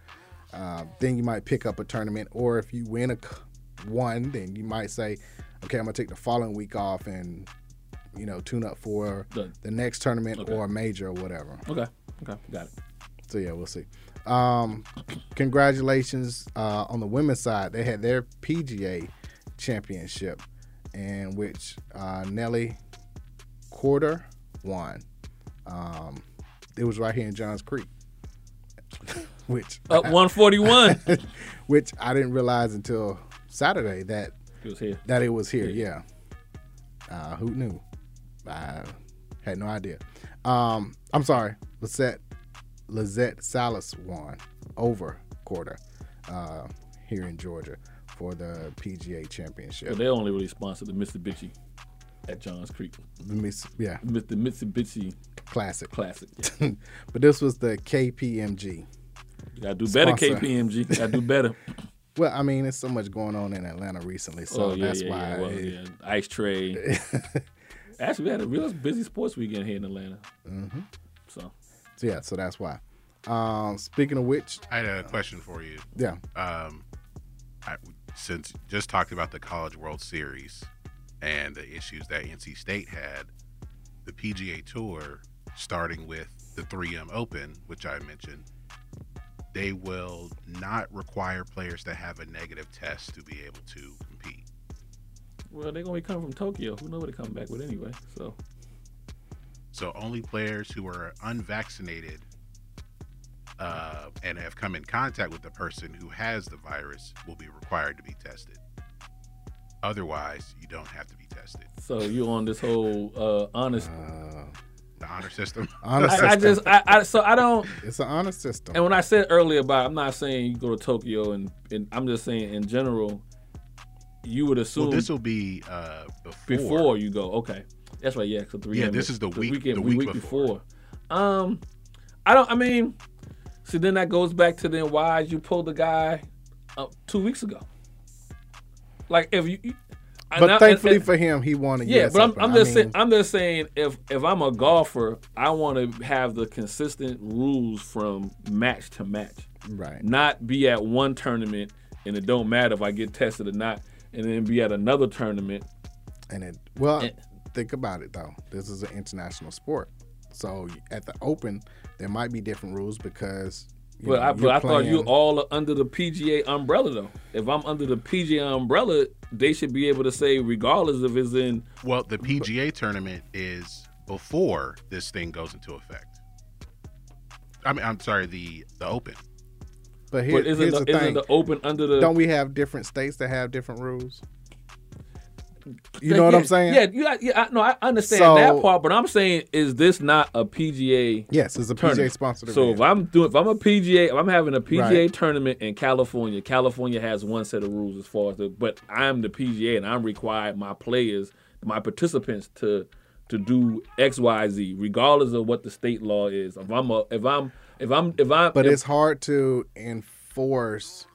Speaker 5: Uh, then you might pick up a tournament, or if you win a c- one, then you might say, "Okay, I'm gonna take the following week off and you know tune up for
Speaker 3: The-
Speaker 5: the next tournament
Speaker 3: Okay.
Speaker 5: or a major or whatever."
Speaker 3: Okay. Okay. Got it.
Speaker 5: So yeah, we'll see. Um, congratulations uh, on the women's side. They had their PGA championship, in which uh, Nelly Quarter won. Um, it was right here in Johns Creek, [laughs] which
Speaker 3: Up [laughs] 141.
Speaker 5: which I didn't realize until Saturday that
Speaker 3: It was here.
Speaker 5: that it was here. Yeah. Uh, who knew? I had no idea. Um, I'm sorry, Lisette Lizette Salas won over quarter uh, here in Georgia for the PGA Championship.
Speaker 3: But they only really sponsored the Mitsubishi at Johns Creek.
Speaker 5: The Miss- yeah.
Speaker 3: Mis- The Mitsubishi
Speaker 5: Classic. [laughs]
Speaker 3: Classic. yeah.
Speaker 5: but this was the KPMG.
Speaker 3: You gotta do better,
Speaker 5: Sponsor.
Speaker 3: KPMG. You gotta do better.
Speaker 5: Well, I mean, there's so much going on in Atlanta recently, [laughs] so
Speaker 3: oh, yeah,
Speaker 5: that's
Speaker 3: yeah,
Speaker 5: why.
Speaker 3: Yeah, well,
Speaker 5: it-
Speaker 3: yeah.
Speaker 5: [laughs]
Speaker 3: Ice tray. Actually, we had a real busy sports weekend here in Atlanta.
Speaker 5: Mhm.
Speaker 3: So,
Speaker 5: so yeah, so that's why. Um, speaking of which,
Speaker 6: I had a question for you.
Speaker 5: Yeah.
Speaker 6: Um, I, since just talked about the College World Series and the issues that NC State had, the PGA Tour, starting with the 3M Open, which I mentioned, they will not require players to have a negative test to be able to compete.
Speaker 3: well, they're gonna be coming from Tokyo. Who knows what they come back with anyway? So,
Speaker 6: So only players who are unvaccinated uh, and have come in contact with the person who has the virus will be required to be tested. Otherwise, you don't have to be tested.
Speaker 3: So you on this whole uh, honest
Speaker 6: the [laughs] honor system.
Speaker 3: I, I just I, I so I don't.
Speaker 5: It's an honor system.
Speaker 3: And when I said earlier about, I'm not saying you go to Tokyo, and, and I'm just saying in general, you would assume
Speaker 6: well, this will be uh, before.
Speaker 3: before you go. Okay, that's right. Yeah, so three.
Speaker 6: Yeah, this is the week-
Speaker 3: weekend,
Speaker 6: the
Speaker 3: week,
Speaker 6: week
Speaker 3: before. Um, I don't. I mean, see, then that goes back to then why you pulled the guy up two weeks ago. Like if you, you- and
Speaker 5: But
Speaker 3: I- and-
Speaker 5: thankfully
Speaker 3: and-
Speaker 5: for him, he won a
Speaker 3: Yeah,
Speaker 5: yes
Speaker 3: but I'm,
Speaker 5: open.
Speaker 3: I'm
Speaker 5: I
Speaker 3: just saying.
Speaker 5: mean-
Speaker 3: I'm just saying if if I'm a golfer, I want to have the consistent rules from match to match.
Speaker 5: Right.
Speaker 3: Not be at one tournament and it don't matter if I get tested or not, and then be at another tournament
Speaker 5: And it well, think about it though. This is an international sport, so at the Open there might be different rules because. you
Speaker 3: But
Speaker 5: know,
Speaker 3: I, but
Speaker 5: you're
Speaker 3: I thought you
Speaker 5: playing-
Speaker 3: all are under the PGA umbrella though. If I'm under the PGA umbrella, they should be able to say regardless if it's in.
Speaker 6: Well, the PGA tournament is before this thing goes into effect. I mean, I'm sorry, the the Open.
Speaker 5: But here- here's
Speaker 3: isn't the-
Speaker 5: the,
Speaker 3: isn't
Speaker 5: thing.
Speaker 3: the Open under the-
Speaker 5: Don't we have different states that have different rules? You
Speaker 3: Yeah,
Speaker 5: know what
Speaker 3: yeah,
Speaker 5: I'm saying?
Speaker 3: Yeah, you, got- yeah. I, no, I understand
Speaker 5: So-
Speaker 3: that part, but I'm saying, is this not a PGA?
Speaker 5: Yes, it's a PGA
Speaker 3: tournament?
Speaker 5: sponsored
Speaker 3: So
Speaker 5: event.
Speaker 3: if I'm doing, if I'm a PGA, if I'm having a PGA
Speaker 5: Right.
Speaker 3: tournament in California, California has one set of rules as far as the, but I'm the PGA and I'm required my players, my participants to to do X, Y, Z, regardless of what the state law is. If I'm a, if I'm if I'm if I'm
Speaker 5: But
Speaker 3: if,
Speaker 5: it's hard to enforce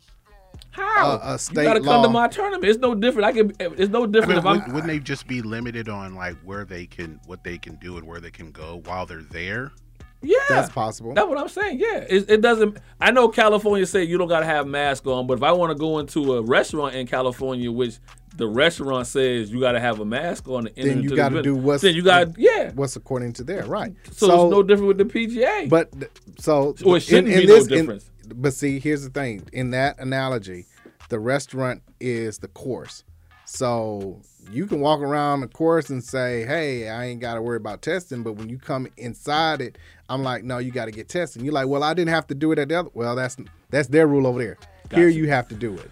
Speaker 5: a,
Speaker 3: How?
Speaker 5: a
Speaker 3: you
Speaker 5: state
Speaker 3: gotta
Speaker 5: law.
Speaker 3: come to my tournament. It's no different. I can. It's no
Speaker 6: I
Speaker 3: different
Speaker 6: mean,
Speaker 3: if
Speaker 6: wouldn't,
Speaker 3: I'm.
Speaker 6: wouldn't they just be limited on like where they can, what they can do, and where they can go while they're there?
Speaker 3: Yeah,
Speaker 6: That's
Speaker 5: possible.
Speaker 3: That's what I'm saying. Yeah, it, it doesn't. I know California say you don't gotta have mask on, but if I want to go into a restaurant in California, which the restaurant says you gotta have a mask on, to enter
Speaker 5: then
Speaker 3: into
Speaker 5: you
Speaker 3: the
Speaker 5: got to
Speaker 3: building,
Speaker 5: do what's
Speaker 3: then you got yeah.
Speaker 5: what's according to there, right?
Speaker 3: So, it's no different with the PGA.
Speaker 5: But th- so
Speaker 3: Well, it shouldn't be no difference.
Speaker 5: but see, here's the thing. In that analogy, the restaurant is the course. So you can walk around the course and say, "Hey, I ain't got to worry about testing." But when you come inside it, I'm like, "No, you got to get tested." You're like, "Well, I didn't have to do it at the other." Well, that's that's their rule over there. Here,
Speaker 12: Gotcha.
Speaker 5: you have to do it.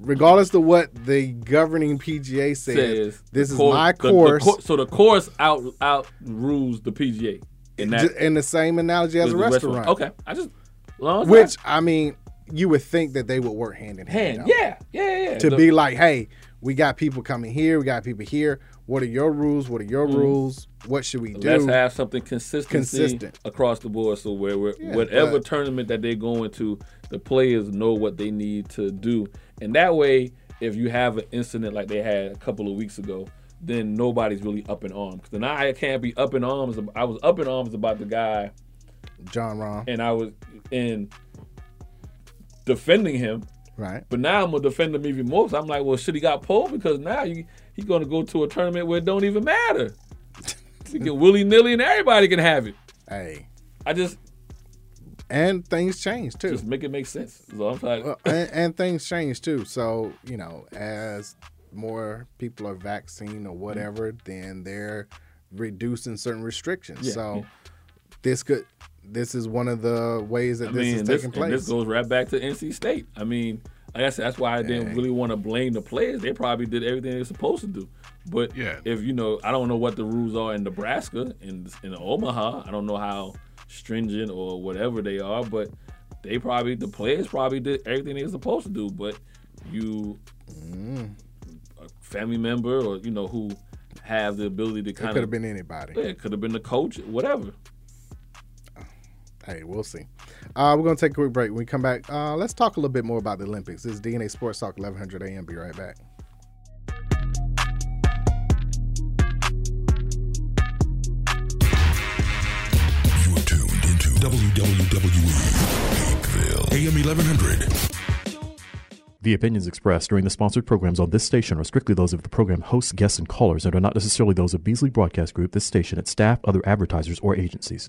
Speaker 5: Regardless of what the governing PGA says,
Speaker 3: says
Speaker 5: this is
Speaker 3: the course-
Speaker 5: my
Speaker 3: the- the
Speaker 5: course.
Speaker 3: cour- so the course out out rules the PGA, and that
Speaker 5: Ju- in the same analogy as a
Speaker 3: the
Speaker 5: restaurant.
Speaker 3: Okay, I just long as I-
Speaker 5: Which I mean, you would think that they would work hand in hand.
Speaker 3: hand.
Speaker 5: though.
Speaker 3: Yeah, yeah, yeah.
Speaker 5: To
Speaker 3: The-
Speaker 5: be like, hey, we got people coming here, we got people here. What are your rules? What are your
Speaker 3: Mhm.
Speaker 5: rules? What should we do?
Speaker 3: Let's have something consistency
Speaker 5: Consistent.
Speaker 3: across the board. So where, where
Speaker 5: Yeah,
Speaker 3: whatever
Speaker 5: but-
Speaker 3: tournament that they go into, the players know what they need to do, and that way, if you have an incident like they had a couple of weeks ago, then nobody's really up in arms. 'Cause Then I can't be up in arms. ab- I was up in arms about the guy,
Speaker 5: John Rom,
Speaker 3: and I was in defending him.
Speaker 5: right?
Speaker 3: But now I'm gonna defend him even more. 'cause I'm like, well, shit, he got pulled because now he he gonna go to a tournament where it don't even matter.
Speaker 5: [laughs]
Speaker 3: he can willy nilly and everybody can have it.
Speaker 5: Hey,
Speaker 3: I just
Speaker 5: And things change too.
Speaker 3: just make it make sense. So I'm like,
Speaker 5: Well, and, and things change too. So you know, as more people are vaccinated or
Speaker 3: Mm-hmm.
Speaker 5: whatever, then they're reducing certain restrictions.
Speaker 3: Yeah,
Speaker 5: so
Speaker 3: yeah.
Speaker 5: this could, this is one of the ways that
Speaker 3: I
Speaker 5: this
Speaker 3: mean,
Speaker 5: is
Speaker 3: this,
Speaker 5: taking
Speaker 3: and
Speaker 5: place.
Speaker 3: this goes right back to NC State. I mean, like I said, that's why I didn't really want to blame the players. They probably did everything they're supposed to do. But
Speaker 6: Yeah.
Speaker 3: if you know, I don't know what the rules are in Nebraska and in, Omaha. I don't know how stringent or whatever they are, but they probably the players probably did everything they're supposed to do. But you,
Speaker 5: Mm.
Speaker 3: a family member or you know who have the ability to kind of
Speaker 5: could have been anybody.
Speaker 3: Yeah, it could have been the coach, whatever.
Speaker 5: Hey, we'll see. Uh, we're gonna take a quick break. When we come back, uh, let's talk a little bit more about the Olympics. This is DNA Sports Talk, eleven hundred AM. Be right back.
Speaker 13: to WWE Pinkville. AM 1100.
Speaker 14: The opinions expressed during the sponsored programs on this station are strictly those of the program hosts, guests, and callers and are not necessarily those of Beasley Broadcast Group, this station, its staff, other advertisers, or agencies.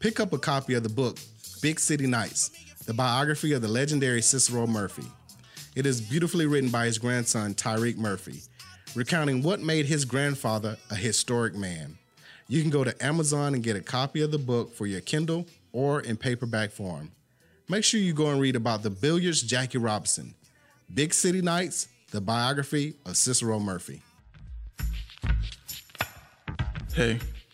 Speaker 12: Pick up a copy of the book, Big City Nights, the biography of the legendary Cicero Murphy. It is beautifully written by his grandson, Tyreek Murphy, recounting what made his grandfather a historic man. You can go to Amazon and get a copy of the book for your Kindle or in paperback form. Make sure you go and read about the billiards Jackie Robinson, Big City Nights, the biography of Cicero Murphy.
Speaker 15: Hey,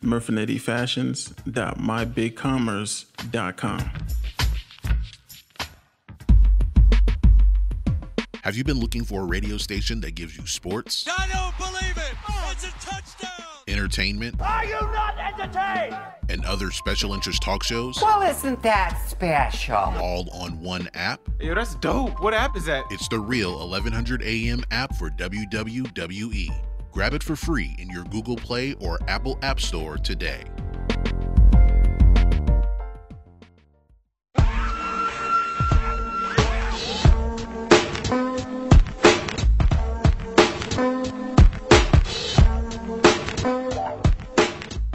Speaker 15: murfinettifashions.mybigcommerce.com.
Speaker 9: Have you been looking for a radio station that gives you sports,
Speaker 4: I don't believe it. It's a touchdown.
Speaker 9: entertainment,
Speaker 4: Are you not entertained?
Speaker 9: and other special interest talk shows
Speaker 16: Well, isn't that special?
Speaker 9: all on one app?
Speaker 17: Yo, that's dope. What app is that?
Speaker 9: It's the real 1100 AM app for WWE. E. Grab it for free in your Google Play or Apple App Store today.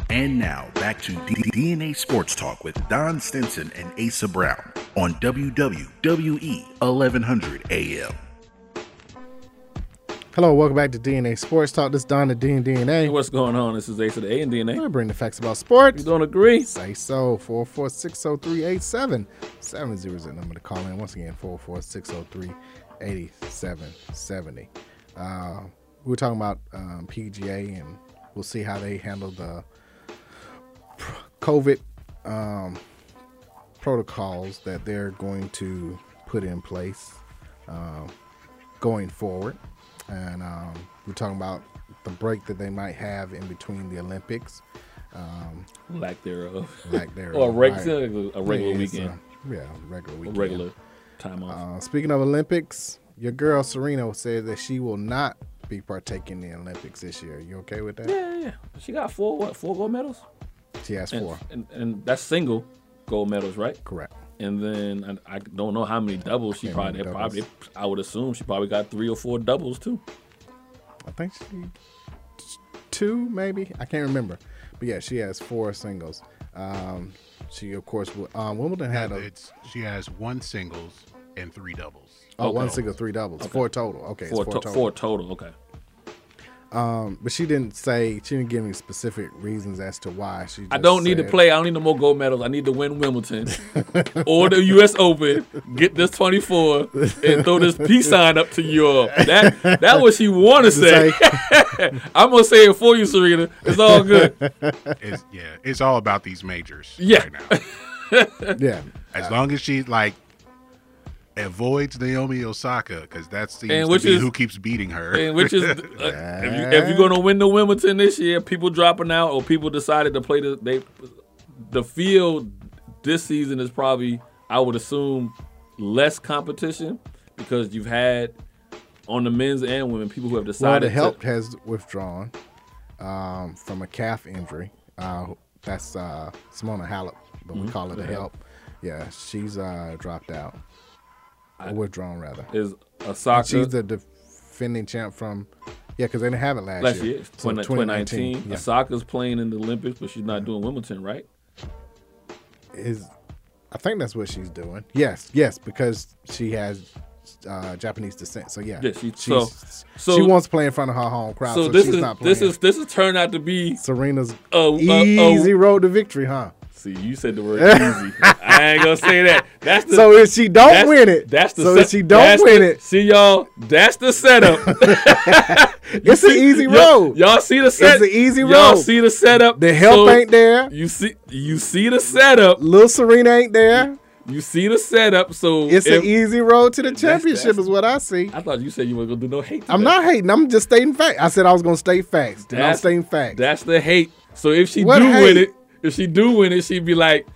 Speaker 13: And
Speaker 9: now back to DNA Sports Talk with Don Stinson and Asa Brown on E WWE 1100 AM.
Speaker 5: Hello, welcome back to DNA Sports Talk. This is Don the D and DNA.
Speaker 3: what's going on? This is Ace of the A and DNA.
Speaker 5: I bring the facts about sports.
Speaker 3: You don't agree?
Speaker 5: Say so. 4460387. 70 is the number to call in. Once again, 446038770. Uh, we were talking about um, PGA, and we'll see how they handle the pr- COVID um, protocols that they're going to put in place um, going forward. And um, we're talking about the break that they might have in between the Olympics. Um,
Speaker 3: Lack thereof.
Speaker 5: Lack thereof.
Speaker 3: Or a reg-
Speaker 5: right.
Speaker 3: a regular
Speaker 5: Yeah, it's,
Speaker 3: weekend.
Speaker 5: uh, yeah, regular
Speaker 3: A
Speaker 5: weekend.
Speaker 3: regular time off.
Speaker 5: Uh, speaking of Olympics, your girl Serena said that she will not be partaking in the Olympics this year. You okay with that?
Speaker 3: Yeah, yeah. She got four what? Four gold medals.
Speaker 5: She has
Speaker 3: and,
Speaker 5: four.
Speaker 3: and, and that's single gold medals, right?
Speaker 5: Correct.
Speaker 3: And then I, I don't know how many doubles she
Speaker 5: How
Speaker 3: probably,
Speaker 5: many
Speaker 3: probably. I would assume she probably got three or four doubles too.
Speaker 5: I think she two, maybe. I can't remember. But yeah, she has four singles. Um, she of course will- um, Wimbledon had
Speaker 6: No,
Speaker 5: a
Speaker 6: it's she has one singles and three
Speaker 5: [laughs]
Speaker 6: doubles.
Speaker 5: oh, one single, three doubles,
Speaker 6: Okay.
Speaker 5: four total. Okay, it's
Speaker 3: four,
Speaker 5: four
Speaker 3: to-
Speaker 5: total.
Speaker 3: four total. Okay.
Speaker 5: Um, but she didn't say she didn't give any specific reasons as to why she.
Speaker 3: I
Speaker 5: just
Speaker 3: don't need to
Speaker 5: said- [laughs]
Speaker 3: play. I don't need no more gold medals. I need to win Wimbledon [laughs] or the U.S. Open. Get this 24 and throw this peace sign up to Europe. That that what she want to
Speaker 6: It's
Speaker 3: say. I'm gonna say it for you, Serena. It's all good.
Speaker 6: It's, yeah, it's all about these majors.
Speaker 3: Yeah.
Speaker 6: Right now.
Speaker 5: yeah.
Speaker 6: As long as she like avoids Naomi Osaka, because that seems
Speaker 3: And
Speaker 6: to
Speaker 3: which
Speaker 6: be
Speaker 3: is-
Speaker 6: who keeps beating her.
Speaker 3: And which is, uh, if, you, if you're going to win the Wimbledon this year, people dropping out or people decided to play the they, the field this season is probably I would assume less competition because you've had on the men's and women people who have
Speaker 5: Well,
Speaker 3: decided
Speaker 5: the
Speaker 3: to-
Speaker 5: help has withdrawn um, from a calf injury. Uh, that's uh, Simona Halep, but we
Speaker 3: Mhm.
Speaker 5: call her the
Speaker 3: The
Speaker 5: help.
Speaker 3: Help.
Speaker 5: Yeah, she's uh, dropped out.
Speaker 3: I-
Speaker 5: withdrawn, rather.
Speaker 3: is Osaka-
Speaker 5: She's the defending champ from. Yeah, because they didn't have it last,
Speaker 3: last year,
Speaker 5: So
Speaker 3: 20- 2019. Osaka's playing in the Olympics, but she's not doing Wimbledon, right?
Speaker 5: Yeah. Is, I think that's what she's doing. Yes, yes, because she has uh, Japanese descent. So, yeah.
Speaker 3: Yeah, she-
Speaker 5: she's-
Speaker 3: so-
Speaker 5: she
Speaker 3: so-
Speaker 5: wants to play in front of her home crowd. So,
Speaker 3: so this
Speaker 5: she's
Speaker 3: is
Speaker 5: not playing.
Speaker 3: this is this has turned out to be
Speaker 5: Serena's
Speaker 3: a, a- a-
Speaker 5: easy road to victory, huh?
Speaker 3: See, you said
Speaker 5: [laughs]
Speaker 3: the word easy. I ain't gonna say that. That's the,
Speaker 5: So if she don't
Speaker 3: that's-
Speaker 5: win it,
Speaker 3: that's the
Speaker 5: so
Speaker 3: set-
Speaker 5: if she don't
Speaker 3: that's
Speaker 5: win
Speaker 3: the-
Speaker 5: it-
Speaker 3: See y'all, that's the setup.
Speaker 5: [laughs] It's an easy road.
Speaker 3: [laughs] Y'all see the setup.
Speaker 5: It's an easy road.
Speaker 3: Y'all see the setup.
Speaker 5: The help ain't there.
Speaker 3: You see, you see the setup.
Speaker 5: Lil Serena ain't there.
Speaker 3: You see the setup. So
Speaker 5: It's
Speaker 3: if-
Speaker 5: an easy road to the
Speaker 3: That's-
Speaker 5: championship,
Speaker 3: that's-
Speaker 5: is what I see.
Speaker 3: I thought you said you weren't gonna do no hate.
Speaker 5: I'm
Speaker 3: today.
Speaker 5: not hating. I'm just stating facts. I said I was gonna state facts, and I'm
Speaker 3: That's-
Speaker 5: stating facts.
Speaker 3: That's the hate. So if she
Speaker 5: What
Speaker 3: do
Speaker 5: hate?
Speaker 3: win it, if she do win it, she'd be like,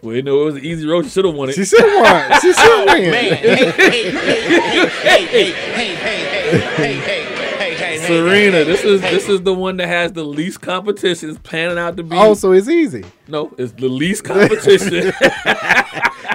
Speaker 3: "Well, you know, it was an easy road. She should have won it.
Speaker 5: She should have
Speaker 3: [laughs]
Speaker 5: won. She should
Speaker 3: Oh,
Speaker 5: have won.
Speaker 3: Serena, this is this is the one that has the least competition. It's panning out to be.
Speaker 5: Oh, so it's easy.
Speaker 3: no, it's the
Speaker 5: [laughs]
Speaker 3: least competition. [laughs]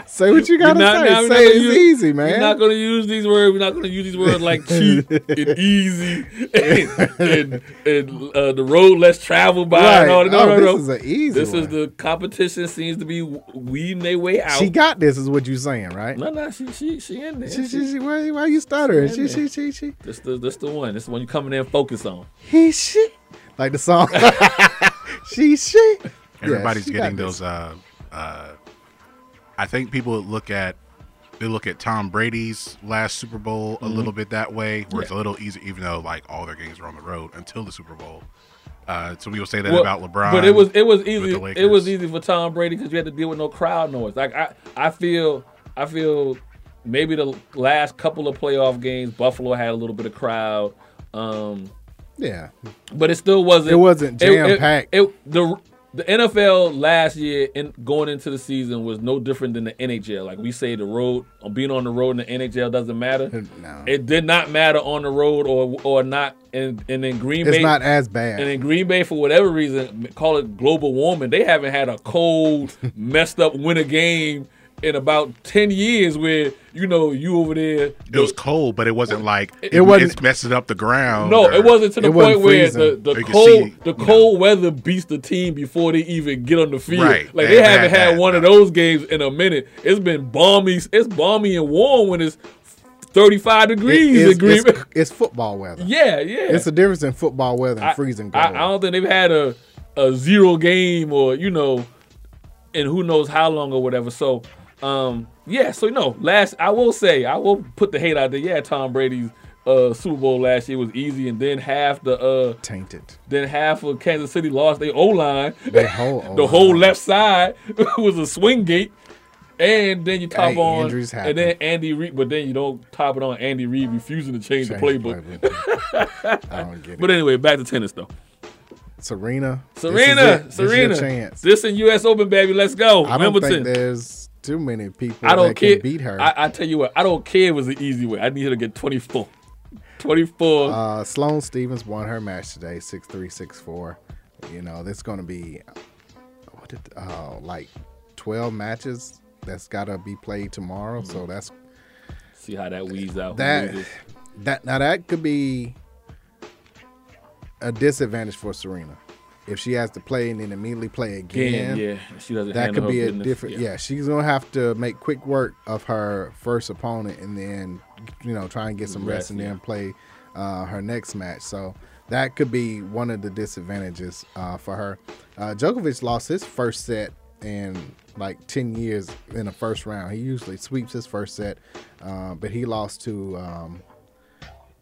Speaker 5: Say what you gotta
Speaker 3: We're not-
Speaker 5: say.
Speaker 3: now we're
Speaker 5: say
Speaker 3: not
Speaker 5: it's
Speaker 3: gonna use-
Speaker 5: easy,
Speaker 3: We're
Speaker 5: man.
Speaker 3: not gonna use these words. We're not gonna use these words like
Speaker 5: [laughs]
Speaker 3: cheap and easy and, and, and, uh, the road less traveled by. and
Speaker 5: Right.
Speaker 3: all that. No,
Speaker 5: Oh,
Speaker 3: no,
Speaker 5: this
Speaker 3: no.
Speaker 5: is an easy
Speaker 3: This is
Speaker 5: one.
Speaker 3: the competition seems to be weaving their way out.
Speaker 5: she got this, is what you saying, right?
Speaker 3: No, no, she she she in there.
Speaker 5: She, she, she, why, why you stuttering?
Speaker 3: in
Speaker 5: She, she,
Speaker 3: there.
Speaker 5: she, she.
Speaker 3: This the this the one. This the one you coming in and focus on.
Speaker 5: He, she. Like the song. [laughs] she, she.
Speaker 6: [laughs] Everybody's
Speaker 5: she got
Speaker 6: getting
Speaker 5: this.
Speaker 6: those. Uh, uh, I think people look at they look at Tom Brady's last Super Bowl a
Speaker 18: Mhm.
Speaker 6: little bit that way, where it's a
Speaker 18: Yeah.
Speaker 6: little easy, even though like all their games were on the road until the Super Bowl. Uh, so people say that
Speaker 3: Well,
Speaker 6: about LeBron,
Speaker 3: But it was it was
Speaker 6: with
Speaker 3: easy.
Speaker 6: the Lakers.
Speaker 3: It was easy for Tom Brady because you had to deal with no crowd noise. Like I I feel I feel maybe the last couple of playoff games Buffalo had a little bit of crowd. Um,
Speaker 5: Yeah.
Speaker 3: but it still wasn't.
Speaker 5: It wasn't
Speaker 3: it- it-
Speaker 5: jam-packed.
Speaker 3: It, the the NFL last year and going into the season was no different than the NHL. Like we say, the road uh, being on the road in the NHL doesn't matter. It did not matter on the road or or not. And and then Green
Speaker 5: It's
Speaker 3: Bay,
Speaker 5: not as bad.
Speaker 3: And in Green Bay, for whatever reason, call it global warming. They haven't had a
Speaker 5: [laughs]
Speaker 3: cold, messed up winter game in about ten years. Where you know you over there
Speaker 6: It was cold, but it wasn't like
Speaker 3: It wasn't-
Speaker 6: It's messing up the ground.
Speaker 3: no,
Speaker 6: or-
Speaker 3: it wasn't to the point where the, the
Speaker 6: You could
Speaker 3: cold
Speaker 6: see-
Speaker 3: the cold weather beats the team before they even get on the field.
Speaker 6: Right.
Speaker 3: Like
Speaker 6: They
Speaker 3: they,
Speaker 6: ain't
Speaker 3: haven't
Speaker 6: had
Speaker 3: had
Speaker 6: that,
Speaker 3: one of those games in a minute. It's been balmy. It's balmy and warm when it's thirty five degrees
Speaker 5: It-
Speaker 3: in Green
Speaker 5: it's,
Speaker 3: Bay.
Speaker 5: it's, it's football weather.
Speaker 3: [laughs] Yeah, yeah.
Speaker 5: It's the difference in football weather and [laughs] freezing
Speaker 3: I, I
Speaker 5: cold.
Speaker 3: don't think they've had a, a zero game or you know, and who knows how long or whatever. So, um, yeah. So no, last I will say I will put the hate out there. Yeah, Tom Brady's uh, Super Bowl last year was easy, and then half the uh,
Speaker 5: tainted.
Speaker 3: Then half of Kansas City lost their O line. [laughs]
Speaker 5: Their whole
Speaker 3: the
Speaker 5: O-line.
Speaker 3: whole left side [laughs] was a swing gate. And then you top
Speaker 5: Hey,
Speaker 3: on,
Speaker 5: injuries
Speaker 3: and then Andy Reid, but then you don't top it on Andy Reid refusing to change, the
Speaker 5: Change the
Speaker 3: playbook.
Speaker 5: I don't get it.
Speaker 3: But anyway, back to tennis though.
Speaker 5: Serena. this is
Speaker 3: Serena,
Speaker 5: it. This is your
Speaker 3: Serena,
Speaker 5: chance.
Speaker 3: this and U.S. Open, baby. Let's go.
Speaker 5: I don't
Speaker 3: Wimbledon.
Speaker 5: think there's too many people
Speaker 3: I don't
Speaker 5: that
Speaker 3: care.
Speaker 5: can beat her.
Speaker 3: I, I tell you what, I don't care. It was the easy way. I need her to get [laughs] 24. 24.
Speaker 5: Uh, Sloane Stevens won her match today, six three six four. You know, there's going to be what did, uh, like twelve matches that's got to be played tomorrow. So that's
Speaker 3: See how that weeds out. who
Speaker 5: that
Speaker 3: loses.
Speaker 5: that now that could be a disadvantage for Serena if she has to play and then immediately play again.
Speaker 3: Again, yeah. She doesn't
Speaker 5: That
Speaker 3: handle
Speaker 5: could
Speaker 3: her
Speaker 5: be a
Speaker 3: business,
Speaker 5: different.
Speaker 3: yeah.
Speaker 5: Yeah. she's gonna have to make quick work of her first opponent and then you know try and get some rest,
Speaker 3: Rest,
Speaker 5: and
Speaker 3: yeah.
Speaker 5: then play uh, her next match. So that could be one of the disadvantages uh, for her. Uh, Djokovic lost his first set in like 10 years in the first round. He usually sweeps his first set, uh, but he lost to um,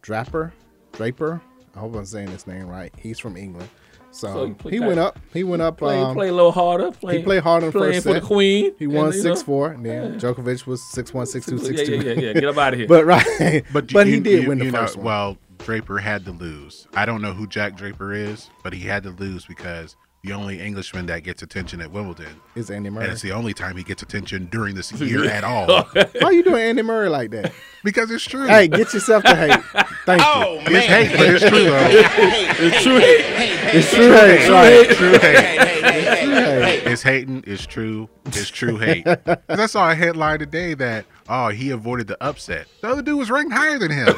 Speaker 5: Draper. Draper. I hope I'm saying his name right. He's from England.
Speaker 3: So
Speaker 5: So,
Speaker 3: you put
Speaker 5: he
Speaker 3: that-
Speaker 5: went up. He went up.
Speaker 3: Play-
Speaker 5: um,
Speaker 3: play a little harder, play-
Speaker 5: he played hard in the
Speaker 3: playing
Speaker 5: first
Speaker 3: for the
Speaker 5: set.
Speaker 3: queen,
Speaker 5: He
Speaker 3: and,
Speaker 5: won
Speaker 3: you know,
Speaker 5: six four. And then
Speaker 3: yeah.
Speaker 5: Djokovic was six one, six two,
Speaker 3: Yeah,
Speaker 5: six two.
Speaker 3: yeah, yeah, yeah. Get up outta here.
Speaker 5: But right, but,
Speaker 6: [laughs] But,
Speaker 5: he
Speaker 6: you-
Speaker 5: did
Speaker 6: you-
Speaker 5: win the
Speaker 6: you know,
Speaker 5: first one.
Speaker 6: Well, Draper had to lose. I don't know who Jack Draper is, but he had to lose because the only Englishman that gets attention at Wimbledon
Speaker 5: is Andy Murray.
Speaker 6: and it's the only time he gets attention during this year at all.
Speaker 5: Why you doing Andy Murray like
Speaker 6: [laughs]
Speaker 5: that?
Speaker 6: Because it's true.
Speaker 5: Hey, get yourself to hate. Thank you.
Speaker 6: It's hate, but it's true
Speaker 4: [laughs]
Speaker 6: though.
Speaker 3: it's true hate.
Speaker 5: It's true hate.
Speaker 6: It's
Speaker 5: Sorry.
Speaker 6: true hate.
Speaker 5: It's true hate.
Speaker 6: It's hating. It's true. It's true hate. 'Cause I saw a headline today that oh he avoided the upset. The other dude was ranked higher than him.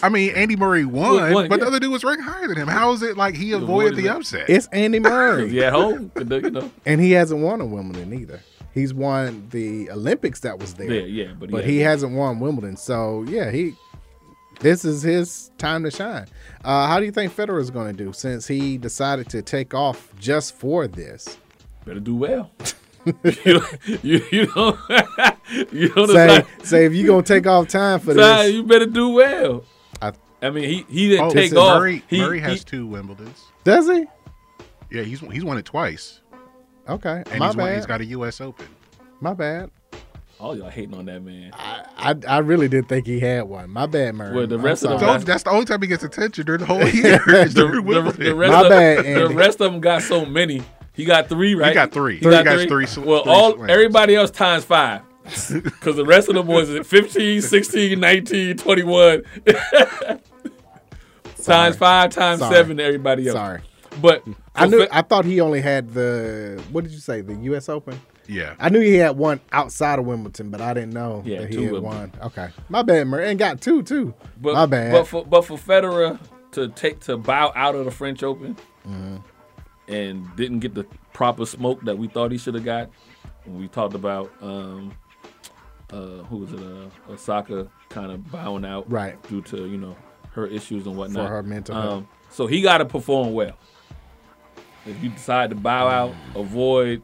Speaker 6: I mean, Andy Murray won,
Speaker 3: won,
Speaker 6: but the
Speaker 3: yeah.
Speaker 6: other dude was ranked higher than him. How is it like he, avoided,
Speaker 3: avoided
Speaker 6: the
Speaker 3: it.
Speaker 6: upset?
Speaker 5: It's Andy Murray.
Speaker 3: [laughs] Yeah, at home, you know.
Speaker 5: And he hasn't won a Wimbledon either. He's won the Olympics that was there.
Speaker 3: Yeah, yeah, but he
Speaker 5: he hasn't
Speaker 3: hasn't.
Speaker 5: won Wimbledon. So yeah, he this is his time to shine. Uh, how do you think Federer is going to do since he decided to take off just for this?
Speaker 3: better
Speaker 5: [laughs]
Speaker 3: do well. [laughs] you, you, you know, [laughs] you know
Speaker 5: Say, say if you gonna take off time
Speaker 3: [laughs]
Speaker 5: for
Speaker 3: Ty,
Speaker 5: this,
Speaker 3: you better do well.
Speaker 5: I,
Speaker 3: mean, he, he didn't
Speaker 6: Oh,
Speaker 3: take
Speaker 6: listen,
Speaker 3: off.
Speaker 6: Murray,
Speaker 3: he,
Speaker 6: Murray has
Speaker 3: he-
Speaker 6: two Wimbledons.
Speaker 5: does he?
Speaker 6: Yeah, he's he's won it twice,
Speaker 5: Okay,
Speaker 6: and
Speaker 5: my
Speaker 6: he's, won,
Speaker 5: bad.
Speaker 6: he's got a U.S. Open.
Speaker 5: my bad.
Speaker 3: all Oh, y'all hating on that man.
Speaker 5: I, I really did think he had one. My bad, Murray.
Speaker 3: Well, the
Speaker 5: I'm
Speaker 3: rest of
Speaker 5: sorry.
Speaker 3: the
Speaker 6: That's, that's the only time he gets attention during
Speaker 3: [laughs]
Speaker 6: the whole year. is
Speaker 3: Oh, the,
Speaker 6: during
Speaker 3: the,
Speaker 6: Wimbledon.
Speaker 3: the rest
Speaker 5: My
Speaker 3: of,
Speaker 5: bad,
Speaker 3: the
Speaker 5: Andy.
Speaker 3: rest of them got so many. He got three, right?
Speaker 6: got three.
Speaker 3: He
Speaker 6: Three
Speaker 3: got
Speaker 6: guys,
Speaker 3: three.
Speaker 6: three sw-
Speaker 3: well,
Speaker 6: three
Speaker 3: all
Speaker 6: swings.
Speaker 3: everybody else times five. Because the rest of them was at 15, 16, 19, 21.
Speaker 5: Sorry.
Speaker 3: times five, times
Speaker 5: Sorry.
Speaker 3: seven to everybody else.
Speaker 5: Sorry.
Speaker 3: But
Speaker 5: I
Speaker 3: so
Speaker 5: knew.
Speaker 3: Fe-
Speaker 5: I thought he only had the. What did you say? The U.S. Open.
Speaker 6: Yeah.
Speaker 5: I knew he had one outside of Wimbledon, but I didn't know
Speaker 3: Yeah,
Speaker 5: that
Speaker 3: two
Speaker 5: he had
Speaker 3: Wimbledon.
Speaker 5: one. Okay, my bad, Murray, and got two too.
Speaker 3: But,
Speaker 5: my bad.
Speaker 3: But for but for Federer to take to bow out of the French Open
Speaker 5: Mm-hmm.
Speaker 3: and didn't get the proper smoke that we thought he should have got. When we talked about um, uh, who was it? Uh, Osaka kind of bowing out,
Speaker 5: Right.
Speaker 3: Due to you know her issues and whatnot. Um,
Speaker 5: her mental health.
Speaker 3: So he got to perform well. If you decide to bow out, avoid.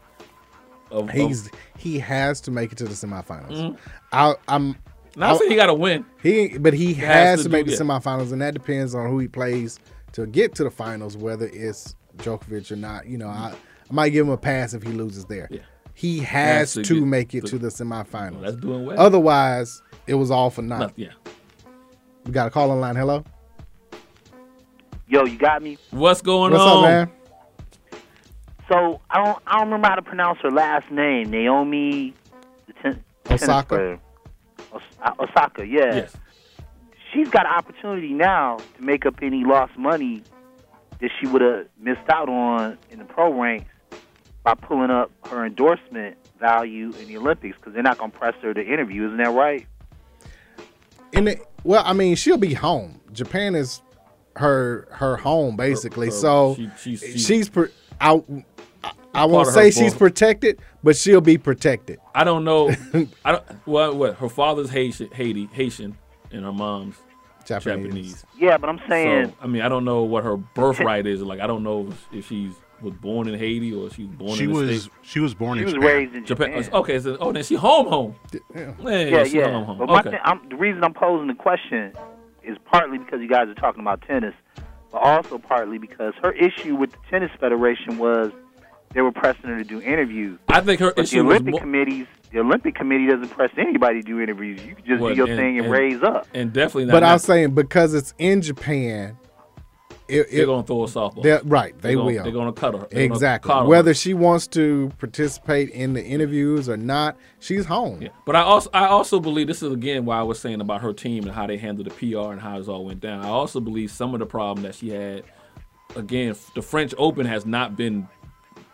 Speaker 3: Of,
Speaker 5: Mm. He's
Speaker 3: of,
Speaker 5: he has to make it to the semifinals.
Speaker 3: Mm-hmm.
Speaker 5: I, I'm.
Speaker 3: not saying he got to win.
Speaker 5: He, but he
Speaker 3: He
Speaker 5: has,
Speaker 3: has to
Speaker 5: to, make
Speaker 3: do-
Speaker 5: the
Speaker 3: yeah.
Speaker 5: semifinals, and that depends on who he plays to get to the finals, whether it's Djokovic or not. You know, I, I might give him a pass if he loses there. He has,
Speaker 3: to
Speaker 5: to,
Speaker 3: get
Speaker 5: make it
Speaker 3: the-
Speaker 5: to the semifinals.
Speaker 3: That's doing well.
Speaker 5: Otherwise, it was all for
Speaker 3: Not-
Speaker 5: naught.
Speaker 3: yeah.
Speaker 5: We got a call online. Hello,
Speaker 18: Yo, you got me.
Speaker 3: What's going
Speaker 5: what's up,
Speaker 3: on?
Speaker 5: man?
Speaker 18: So I don't I don't remember how to pronounce her last name. Naomi the ten, tennis
Speaker 5: Osaka.
Speaker 18: player. Os- uh, Osaka, yeah.
Speaker 3: Yes.
Speaker 18: She's got an opportunity now to make up any lost money that she would have missed out on in the pro ranks by pulling up her endorsement value in the Olympics because they're not going to press her to interview. Isn't that right?
Speaker 5: And it, well, I mean, she'll be home. Japan is her her home basically.
Speaker 3: her-
Speaker 5: so
Speaker 3: she- she's-
Speaker 5: she's,
Speaker 3: she-
Speaker 5: pr- I I- I
Speaker 3: Part
Speaker 5: won't
Speaker 3: of her
Speaker 5: say she's
Speaker 3: ball-
Speaker 5: protected, but she'll be protected.
Speaker 3: I don't
Speaker 5: [laughs]
Speaker 3: know. I don't. Well, what? Her father's Haitian, Haiti, Haitian, and her mom's
Speaker 5: Japanese.
Speaker 3: Japanese.
Speaker 18: Yeah, but I'm saying
Speaker 3: So I mean, I don't know what her birthright is. Like, I don't know if- if she's was born in Haiti or she was born.
Speaker 6: She
Speaker 3: in the
Speaker 6: was
Speaker 3: States.
Speaker 6: she was born
Speaker 18: She
Speaker 6: in
Speaker 18: was
Speaker 6: Japan.
Speaker 18: raised in
Speaker 3: Japan.
Speaker 18: Japan.
Speaker 3: Okay, so, oh, then she home home. Yeah,
Speaker 18: yeah,
Speaker 3: she
Speaker 18: yeah.
Speaker 3: home home.
Speaker 18: But my
Speaker 3: okay.
Speaker 18: thing, I'm, the reason I'm posing the question is partly because you guys are talking about tennis, but also partly because her issue with the tennis federation was they were pressing her to do interviews.
Speaker 3: I think her
Speaker 18: But the
Speaker 3: issue was
Speaker 18: Olympic
Speaker 3: more,
Speaker 18: committees, the Olympic committee doesn't press anybody to do interviews. You can just
Speaker 3: Well,
Speaker 18: do your
Speaker 3: and-
Speaker 18: thing and,
Speaker 3: and-
Speaker 18: raise up.
Speaker 3: and definitely not.
Speaker 5: But
Speaker 3: now.
Speaker 5: I'm saying because it's in Japan, it,
Speaker 3: they're
Speaker 5: it,
Speaker 3: gonna throw a softball.
Speaker 5: they're- right, they
Speaker 3: They're gonna-
Speaker 5: will.
Speaker 3: They're gonna cut her. They're gonna
Speaker 5: exactly.
Speaker 3: coddle her.
Speaker 5: Whether she wants to participate in the interviews or not, she's home.
Speaker 3: But I also I also believe this is again why I was saying about her team and how they handled the PR and how this all went down. I also believe some of the problem that she had again the French Open has not been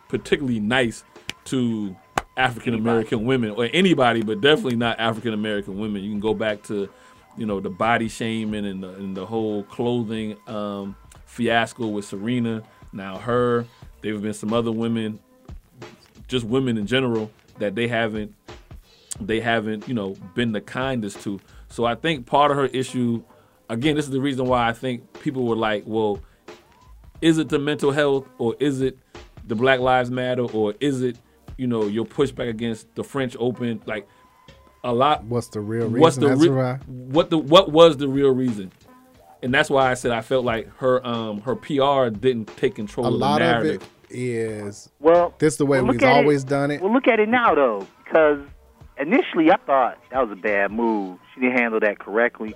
Speaker 3: particularly nice to African American women or anybody, but definitely not African American women. You can go back to you know the body shaming and the, and the whole clothing um, fiasco with Serena. Now her, there have been some other women, just women in general that they haven't they haven't, you know, been the kindest to. So I think part of her issue, again, this is the reason why I think people were like, well, is it the mental health or is it the Black Lives Matter or is it, you know, your pushback against the French Open? Like a lot.
Speaker 5: What's the real reason?
Speaker 3: What's the
Speaker 5: That's
Speaker 3: re-
Speaker 5: why-
Speaker 3: what the what was the real reason? And that's why I said I felt like her um her PR didn't take control
Speaker 5: a
Speaker 3: of the
Speaker 5: lot of
Speaker 3: narrative.
Speaker 5: it is
Speaker 18: well.
Speaker 5: This the way
Speaker 18: well, look
Speaker 5: we've
Speaker 18: at
Speaker 5: always done it.
Speaker 18: Well, look at it now though, because initially I thought that was a bad move. She didn't handle that correctly.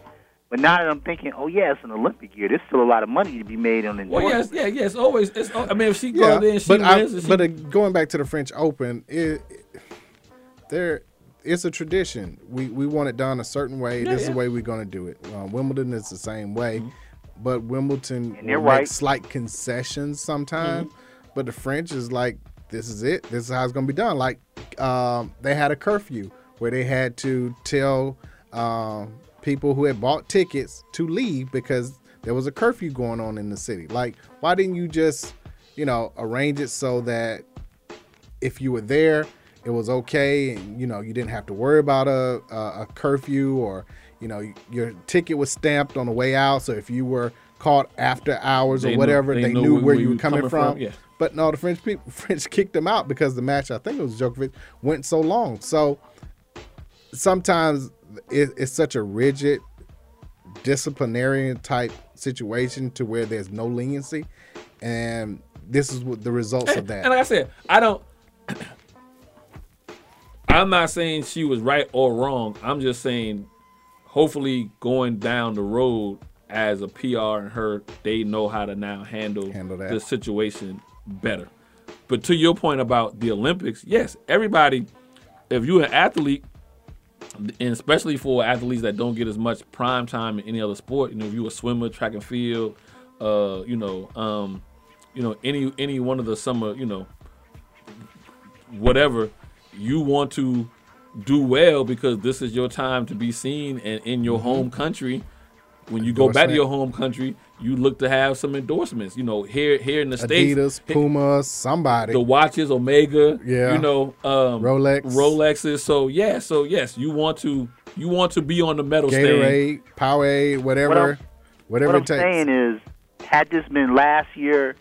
Speaker 18: But now that I'm thinking, oh yeah, it's an Olympic year. There's still a lot of money to be made on
Speaker 3: Well,
Speaker 18: endorsements.
Speaker 3: yes, yeah, yeah. It's always. It's. al- I mean, if she goes
Speaker 5: Yeah,
Speaker 3: there and she
Speaker 5: but I-
Speaker 3: wins, and she-
Speaker 5: but uh, going back to the French Open, it, there it's a tradition. We we want it done a certain way.
Speaker 18: Yeah,
Speaker 5: this is
Speaker 18: yeah.
Speaker 5: the way we're going to do it. Um, Wimbledon is the same way,
Speaker 18: Mm-hmm.
Speaker 5: but Wimbledon
Speaker 18: they're
Speaker 5: will
Speaker 18: right.
Speaker 5: make slight concessions sometimes.
Speaker 18: Mm-hmm.
Speaker 5: But the French is like, this is it. This is how it's going to be done. Like um, they had a curfew where they had to tell um, people who had bought tickets to leave because there was a curfew going on in the city. Like, why didn't you just, you know, arrange it so that if you were there, it was okay, and you know you didn't have to worry about a a, a curfew or you know your ticket was stamped on the way out. So if you were called After Hours
Speaker 3: They
Speaker 5: or
Speaker 3: knew-
Speaker 5: whatever.
Speaker 3: they
Speaker 5: They,
Speaker 3: knew
Speaker 5: knew
Speaker 3: where
Speaker 5: where
Speaker 3: we
Speaker 5: you were
Speaker 3: were
Speaker 5: coming,
Speaker 3: coming
Speaker 5: from.
Speaker 3: from, yeah.
Speaker 5: But no, the French people, [laughs] French kicked them out because the match I think it was Djokovic went so long. So sometimes it, it's such a rigid disciplinarian type situation to where there's no leniency, and this is what the results of that.
Speaker 3: [laughs] And like I said, I don't. [clears throat] I'm not saying she was right or wrong. I'm just saying, hopefully, going down the road as a PR and her, they know how to now handle, handle
Speaker 5: that.
Speaker 3: the situation better. But to your point about the Olympics, yes, everybody, if you're an athlete, and especially for athletes that don't get as much prime time in any other sport, you know, if you're a swimmer, track and field, uh, you know, um, you know, any any one of the summer, you know, whatever, you want to do well because this is your time to be seen and in your home country. When you go back
Speaker 5: Mm-hmm.
Speaker 3: to
Speaker 5: Endorsement.
Speaker 3: your home country, you look to have some endorsements. You know, here here in the
Speaker 5: Adidas,
Speaker 3: states,
Speaker 5: Puma, somebody.
Speaker 3: the watches, Omega,
Speaker 5: Yeah.
Speaker 3: you know, um,
Speaker 5: Rolex.
Speaker 3: Rolexes. So yeah, so yes, you want to you want to be on the metal stand.
Speaker 5: Gatorade, Powerade, whatever,
Speaker 3: What I'm-
Speaker 5: whatever it
Speaker 3: what I'm
Speaker 5: takes.
Speaker 18: saying is, had this been last year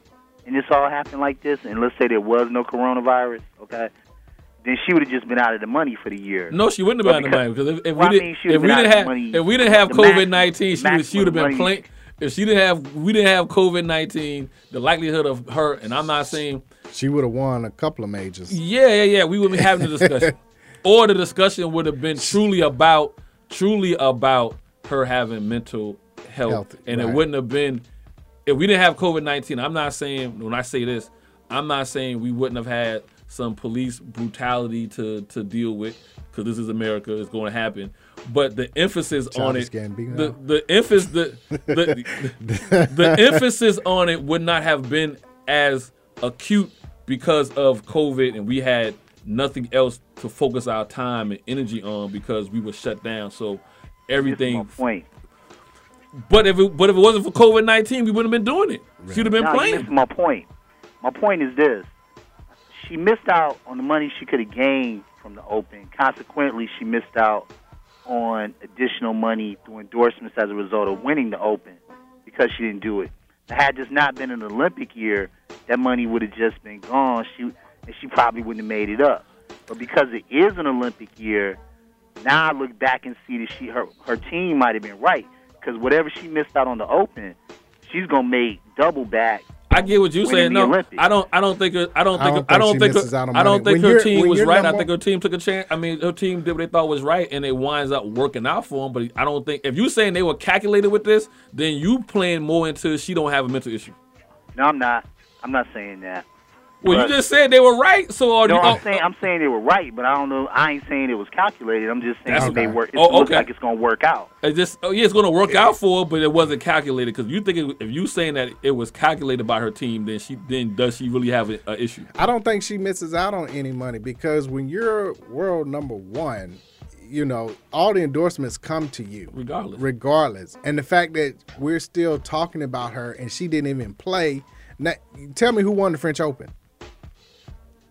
Speaker 18: and this all happened like this, and let's say there was no coronavirus, okay, then she would have just been out of the money for the year.
Speaker 3: No, she wouldn't
Speaker 18: But
Speaker 3: have been out of the money because if, if
Speaker 18: Well, I
Speaker 3: we
Speaker 18: mean,
Speaker 3: didn't
Speaker 18: she would've
Speaker 3: if we
Speaker 18: been out
Speaker 3: didn't
Speaker 18: the
Speaker 3: have
Speaker 18: money-
Speaker 3: if we didn't have
Speaker 18: the max-
Speaker 3: COVID nineteen, she
Speaker 18: the
Speaker 3: would she would have been
Speaker 18: maximum money.
Speaker 3: playing. If she didn't have we didn't have COVID nineteen, the likelihood of her and I'm not saying
Speaker 5: She would have won a couple of majors.
Speaker 3: [laughs] Yeah, yeah, yeah. We would be having
Speaker 5: [laughs]
Speaker 3: the discussion, or the discussion would have been truly about, truly about her having mental health,
Speaker 5: Health,
Speaker 3: and
Speaker 5: right.
Speaker 3: it wouldn't have been if we didn't have COVID nineteen. I'm not saying when I say this, I'm not saying we wouldn't have had some police brutality to to deal with because this is America. It's going to happen. But the emphasis on
Speaker 5: Childish
Speaker 3: it,
Speaker 5: Gambino.
Speaker 3: the the emphasis the
Speaker 5: [laughs]
Speaker 3: the, the emphasis on it would not have been as acute because of COVID and we had nothing else to focus our time and energy on because we were shut down. So everything
Speaker 18: point.
Speaker 3: But if it but if it wasn't for COVID nineteen, we wouldn't have been doing it. She'd have been
Speaker 18: No, you
Speaker 3: playing.
Speaker 18: missed my point. My point is this: she missed out on the money she could have gained from the Open. Consequently, she missed out on additional money through endorsements as a result of winning the Open because she didn't do it. Had this not been an Olympic year, that money would have just been gone. She and she probably wouldn't have made it up. But because it is an Olympic year, now I look back and see that she her her team might have been right because whatever she missed out on the Open, she's gonna make double back.
Speaker 3: I get what you're
Speaker 18: winning
Speaker 3: saying.
Speaker 18: the
Speaker 3: No,
Speaker 18: Olympics.
Speaker 3: I don't. I don't think. Her, I don't
Speaker 18: I
Speaker 3: think.
Speaker 18: don't
Speaker 3: I don't
Speaker 18: think she
Speaker 3: think. her-
Speaker 18: misses out on
Speaker 3: I don't
Speaker 18: money. When
Speaker 3: think her
Speaker 18: you're-
Speaker 3: team
Speaker 18: when
Speaker 3: was
Speaker 18: you're
Speaker 3: right. I
Speaker 18: number-
Speaker 3: think her team took a chance. I mean, her team did what they thought was right, and it winds up working out for them. But I don't think if you're saying they were calculated with this, then you playing more into she don't have a mental issue.
Speaker 18: No, I'm not. I'm not saying that.
Speaker 3: Well,
Speaker 18: But-
Speaker 3: you just said they were right. So are
Speaker 18: no,
Speaker 3: you?
Speaker 18: I'm saying I'm saying they were right, but I don't know. I ain't saying it was calculated. I'm just saying
Speaker 3: That's
Speaker 18: that they
Speaker 3: okay.
Speaker 18: work. It
Speaker 3: Oh,
Speaker 18: looks
Speaker 3: okay.
Speaker 18: like it's gonna work out.
Speaker 3: It just oh yeah, it's gonna work out for her, but it wasn't calculated because you think it, if you saying that it was calculated by her team, then she then does she really have an issue?
Speaker 5: I don't think she misses out on any money because when you're world number one, you know, all the endorsements come to you.
Speaker 3: Regardless.
Speaker 5: Regardless. And the fact that we're still talking about her and she didn't even play. Now, tell me who won the French Open.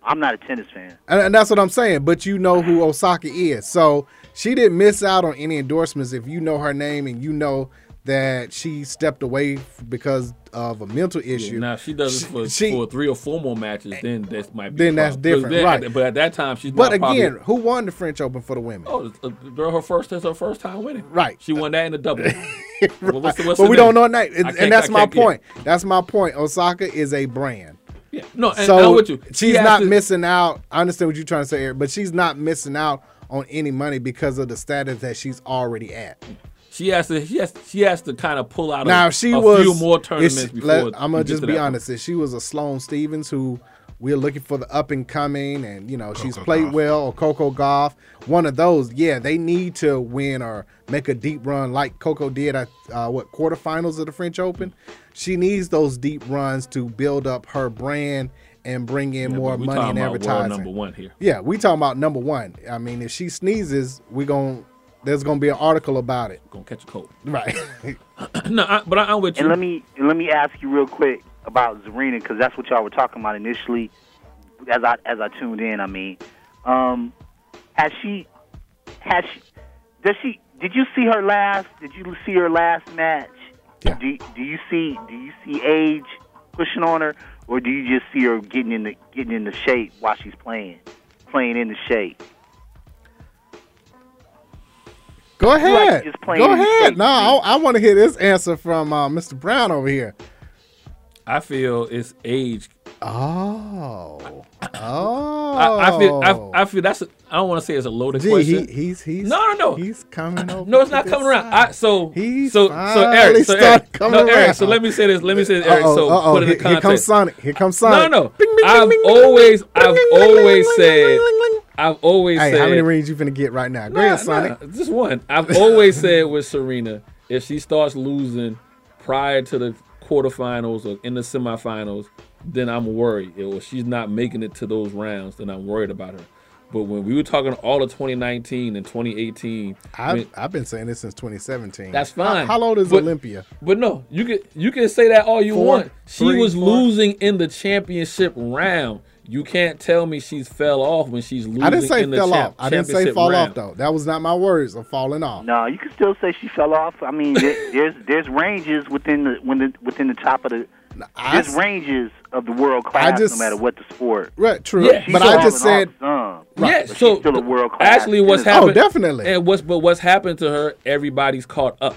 Speaker 18: I'm not a tennis fan.
Speaker 5: And, and that's what I'm saying. But you know who Osaka is. So she didn't miss out on any endorsements if you know her name and you know that she stepped away because of a mental issue.
Speaker 3: Now, if she does it for,
Speaker 5: she-
Speaker 3: for three or four more matches, then that might be.
Speaker 5: Then
Speaker 3: a
Speaker 5: that's
Speaker 3: problem. 'Cause
Speaker 5: different,
Speaker 3: then-
Speaker 5: right.
Speaker 3: But at that time, she's.
Speaker 5: But
Speaker 3: not probably-
Speaker 5: again, who won the French Open for the women?
Speaker 3: oh, it's, uh, girl, her first that's her first time winning.
Speaker 5: Right.
Speaker 3: She won that in
Speaker 5: [laughs]
Speaker 3: the double. Well, what's the- what's
Speaker 5: but
Speaker 3: the
Speaker 5: we
Speaker 3: name?
Speaker 5: don't know her name,
Speaker 3: I
Speaker 5: and,
Speaker 3: can't-
Speaker 5: and that's
Speaker 3: I
Speaker 5: my
Speaker 3: can't- yeah.
Speaker 5: point. That's my point. Osaka is a brand.
Speaker 3: Yeah. No, and-
Speaker 5: so
Speaker 3: and I'm with you. She
Speaker 5: she's
Speaker 3: has
Speaker 5: not
Speaker 3: to-
Speaker 5: missing out. I understand what you're trying to say, Eric, but she's not missing out on any money because of the status that she's already at.
Speaker 3: She has to. She has. She has to kind of pull out.
Speaker 5: now,
Speaker 3: a,
Speaker 5: if she
Speaker 3: a
Speaker 5: was
Speaker 3: few more
Speaker 5: if
Speaker 3: tournaments
Speaker 5: she-
Speaker 3: before.
Speaker 5: let- I'm
Speaker 3: you
Speaker 5: gonna
Speaker 3: get
Speaker 5: just
Speaker 3: to
Speaker 5: be
Speaker 3: that point.
Speaker 5: honest. If she was a Sloane Stevens who we're looking for the up and coming, and you know she's
Speaker 12: Coco
Speaker 5: played
Speaker 12: Gauff.
Speaker 5: well, or Coco Golf, one of those. Yeah, they need to win or make a deep run like Coco did at uh, what quarterfinals of the French Open. She needs those deep runs to build up her brand and bring in more
Speaker 3: we
Speaker 5: money
Speaker 3: talking
Speaker 5: in
Speaker 3: about world
Speaker 5: advertising.
Speaker 3: number one here.
Speaker 5: Yeah, we talking about number one. I mean, if she sneezes, we going there's gonna be an article about it.
Speaker 3: Gonna catch a cold.
Speaker 5: Right.
Speaker 3: [clears throat] no, I, but I, am with
Speaker 5: you.
Speaker 18: And let me and let me ask you real quick about Zarina because that's what y'all were talking about initially. As I as I tuned in, I mean, um, has she has she does she did you see her last? Did you see her last match? Do do you see do you see age pushing on her, or do you just see her getting in the getting in the shape while she's playing, playing in the shape?
Speaker 5: Go ahead.
Speaker 18: just playing
Speaker 5: Go
Speaker 18: in the
Speaker 5: ahead.
Speaker 18: state
Speaker 5: No, I, I want to hear this answer from uh, Mr. Brown over here.
Speaker 3: I feel it's age.
Speaker 5: Oh.
Speaker 3: Oh. I, I feel. I, I feel that's. A, I don't want to say it's a loaded
Speaker 5: Gee,
Speaker 3: question.
Speaker 5: he, he's he's
Speaker 3: no, no, no.
Speaker 5: He's coming over.
Speaker 3: no, it's not
Speaker 5: to
Speaker 3: coming
Speaker 5: this
Speaker 3: around. I, so so so
Speaker 5: finally
Speaker 3: Eric. So
Speaker 5: started
Speaker 3: Eric.
Speaker 5: coming
Speaker 3: No, Eric.
Speaker 5: around.
Speaker 3: So let me say this. Let me say this, Eric.
Speaker 5: Uh-oh,
Speaker 3: So
Speaker 5: uh-oh.
Speaker 3: put it in
Speaker 5: Here-
Speaker 3: context.
Speaker 5: Here comes Sonic. Here comes Sonic.
Speaker 3: No, no. I've always, I've always said, I've always
Speaker 5: Hey,
Speaker 3: said.
Speaker 5: how many rings you finna get right now? Go
Speaker 3: Nah,
Speaker 5: ahead, Sonic.
Speaker 3: nah, just one. I've always said with Serena, if she starts losing prior to the quarterfinals or in the semifinals, then I'm worried. If she's not making it to those rounds, then I'm worried about her. But when we were talking all of 2019 and 2018,
Speaker 5: I've,
Speaker 3: when-
Speaker 5: I've been saying this since 2017.
Speaker 3: that's
Speaker 5: How-
Speaker 3: fine.
Speaker 5: How, old is
Speaker 3: But-
Speaker 5: Olympia?
Speaker 3: But no, you can you can say that all you
Speaker 5: Four,
Speaker 3: want. She
Speaker 5: three,
Speaker 3: was
Speaker 5: four.
Speaker 3: losing in the championship round. You can't tell me she's fell off when she's losing.
Speaker 5: I didn't say
Speaker 3: in the
Speaker 5: fell
Speaker 3: champ-
Speaker 5: off. I didn't say
Speaker 3: championship
Speaker 5: fall
Speaker 3: round.
Speaker 5: off though. That was not my words. I'm falling off.
Speaker 18: No, you can still say she fell off. I mean,
Speaker 3: [laughs]
Speaker 18: there, there's there's ranges within the when the within the top of the there's
Speaker 5: s-
Speaker 18: ranges of the world class
Speaker 5: just-
Speaker 18: no matter what the sport.
Speaker 5: Right, true.
Speaker 18: She's
Speaker 5: but I just said
Speaker 18: falling off some,
Speaker 3: Yeah,
Speaker 18: but
Speaker 3: so
Speaker 18: she's still a world class.
Speaker 3: Actually, what's
Speaker 18: tennis
Speaker 5: Oh,
Speaker 3: happened?
Speaker 18: player.
Speaker 3: And what's but what's happened to her? Everybody's caught up,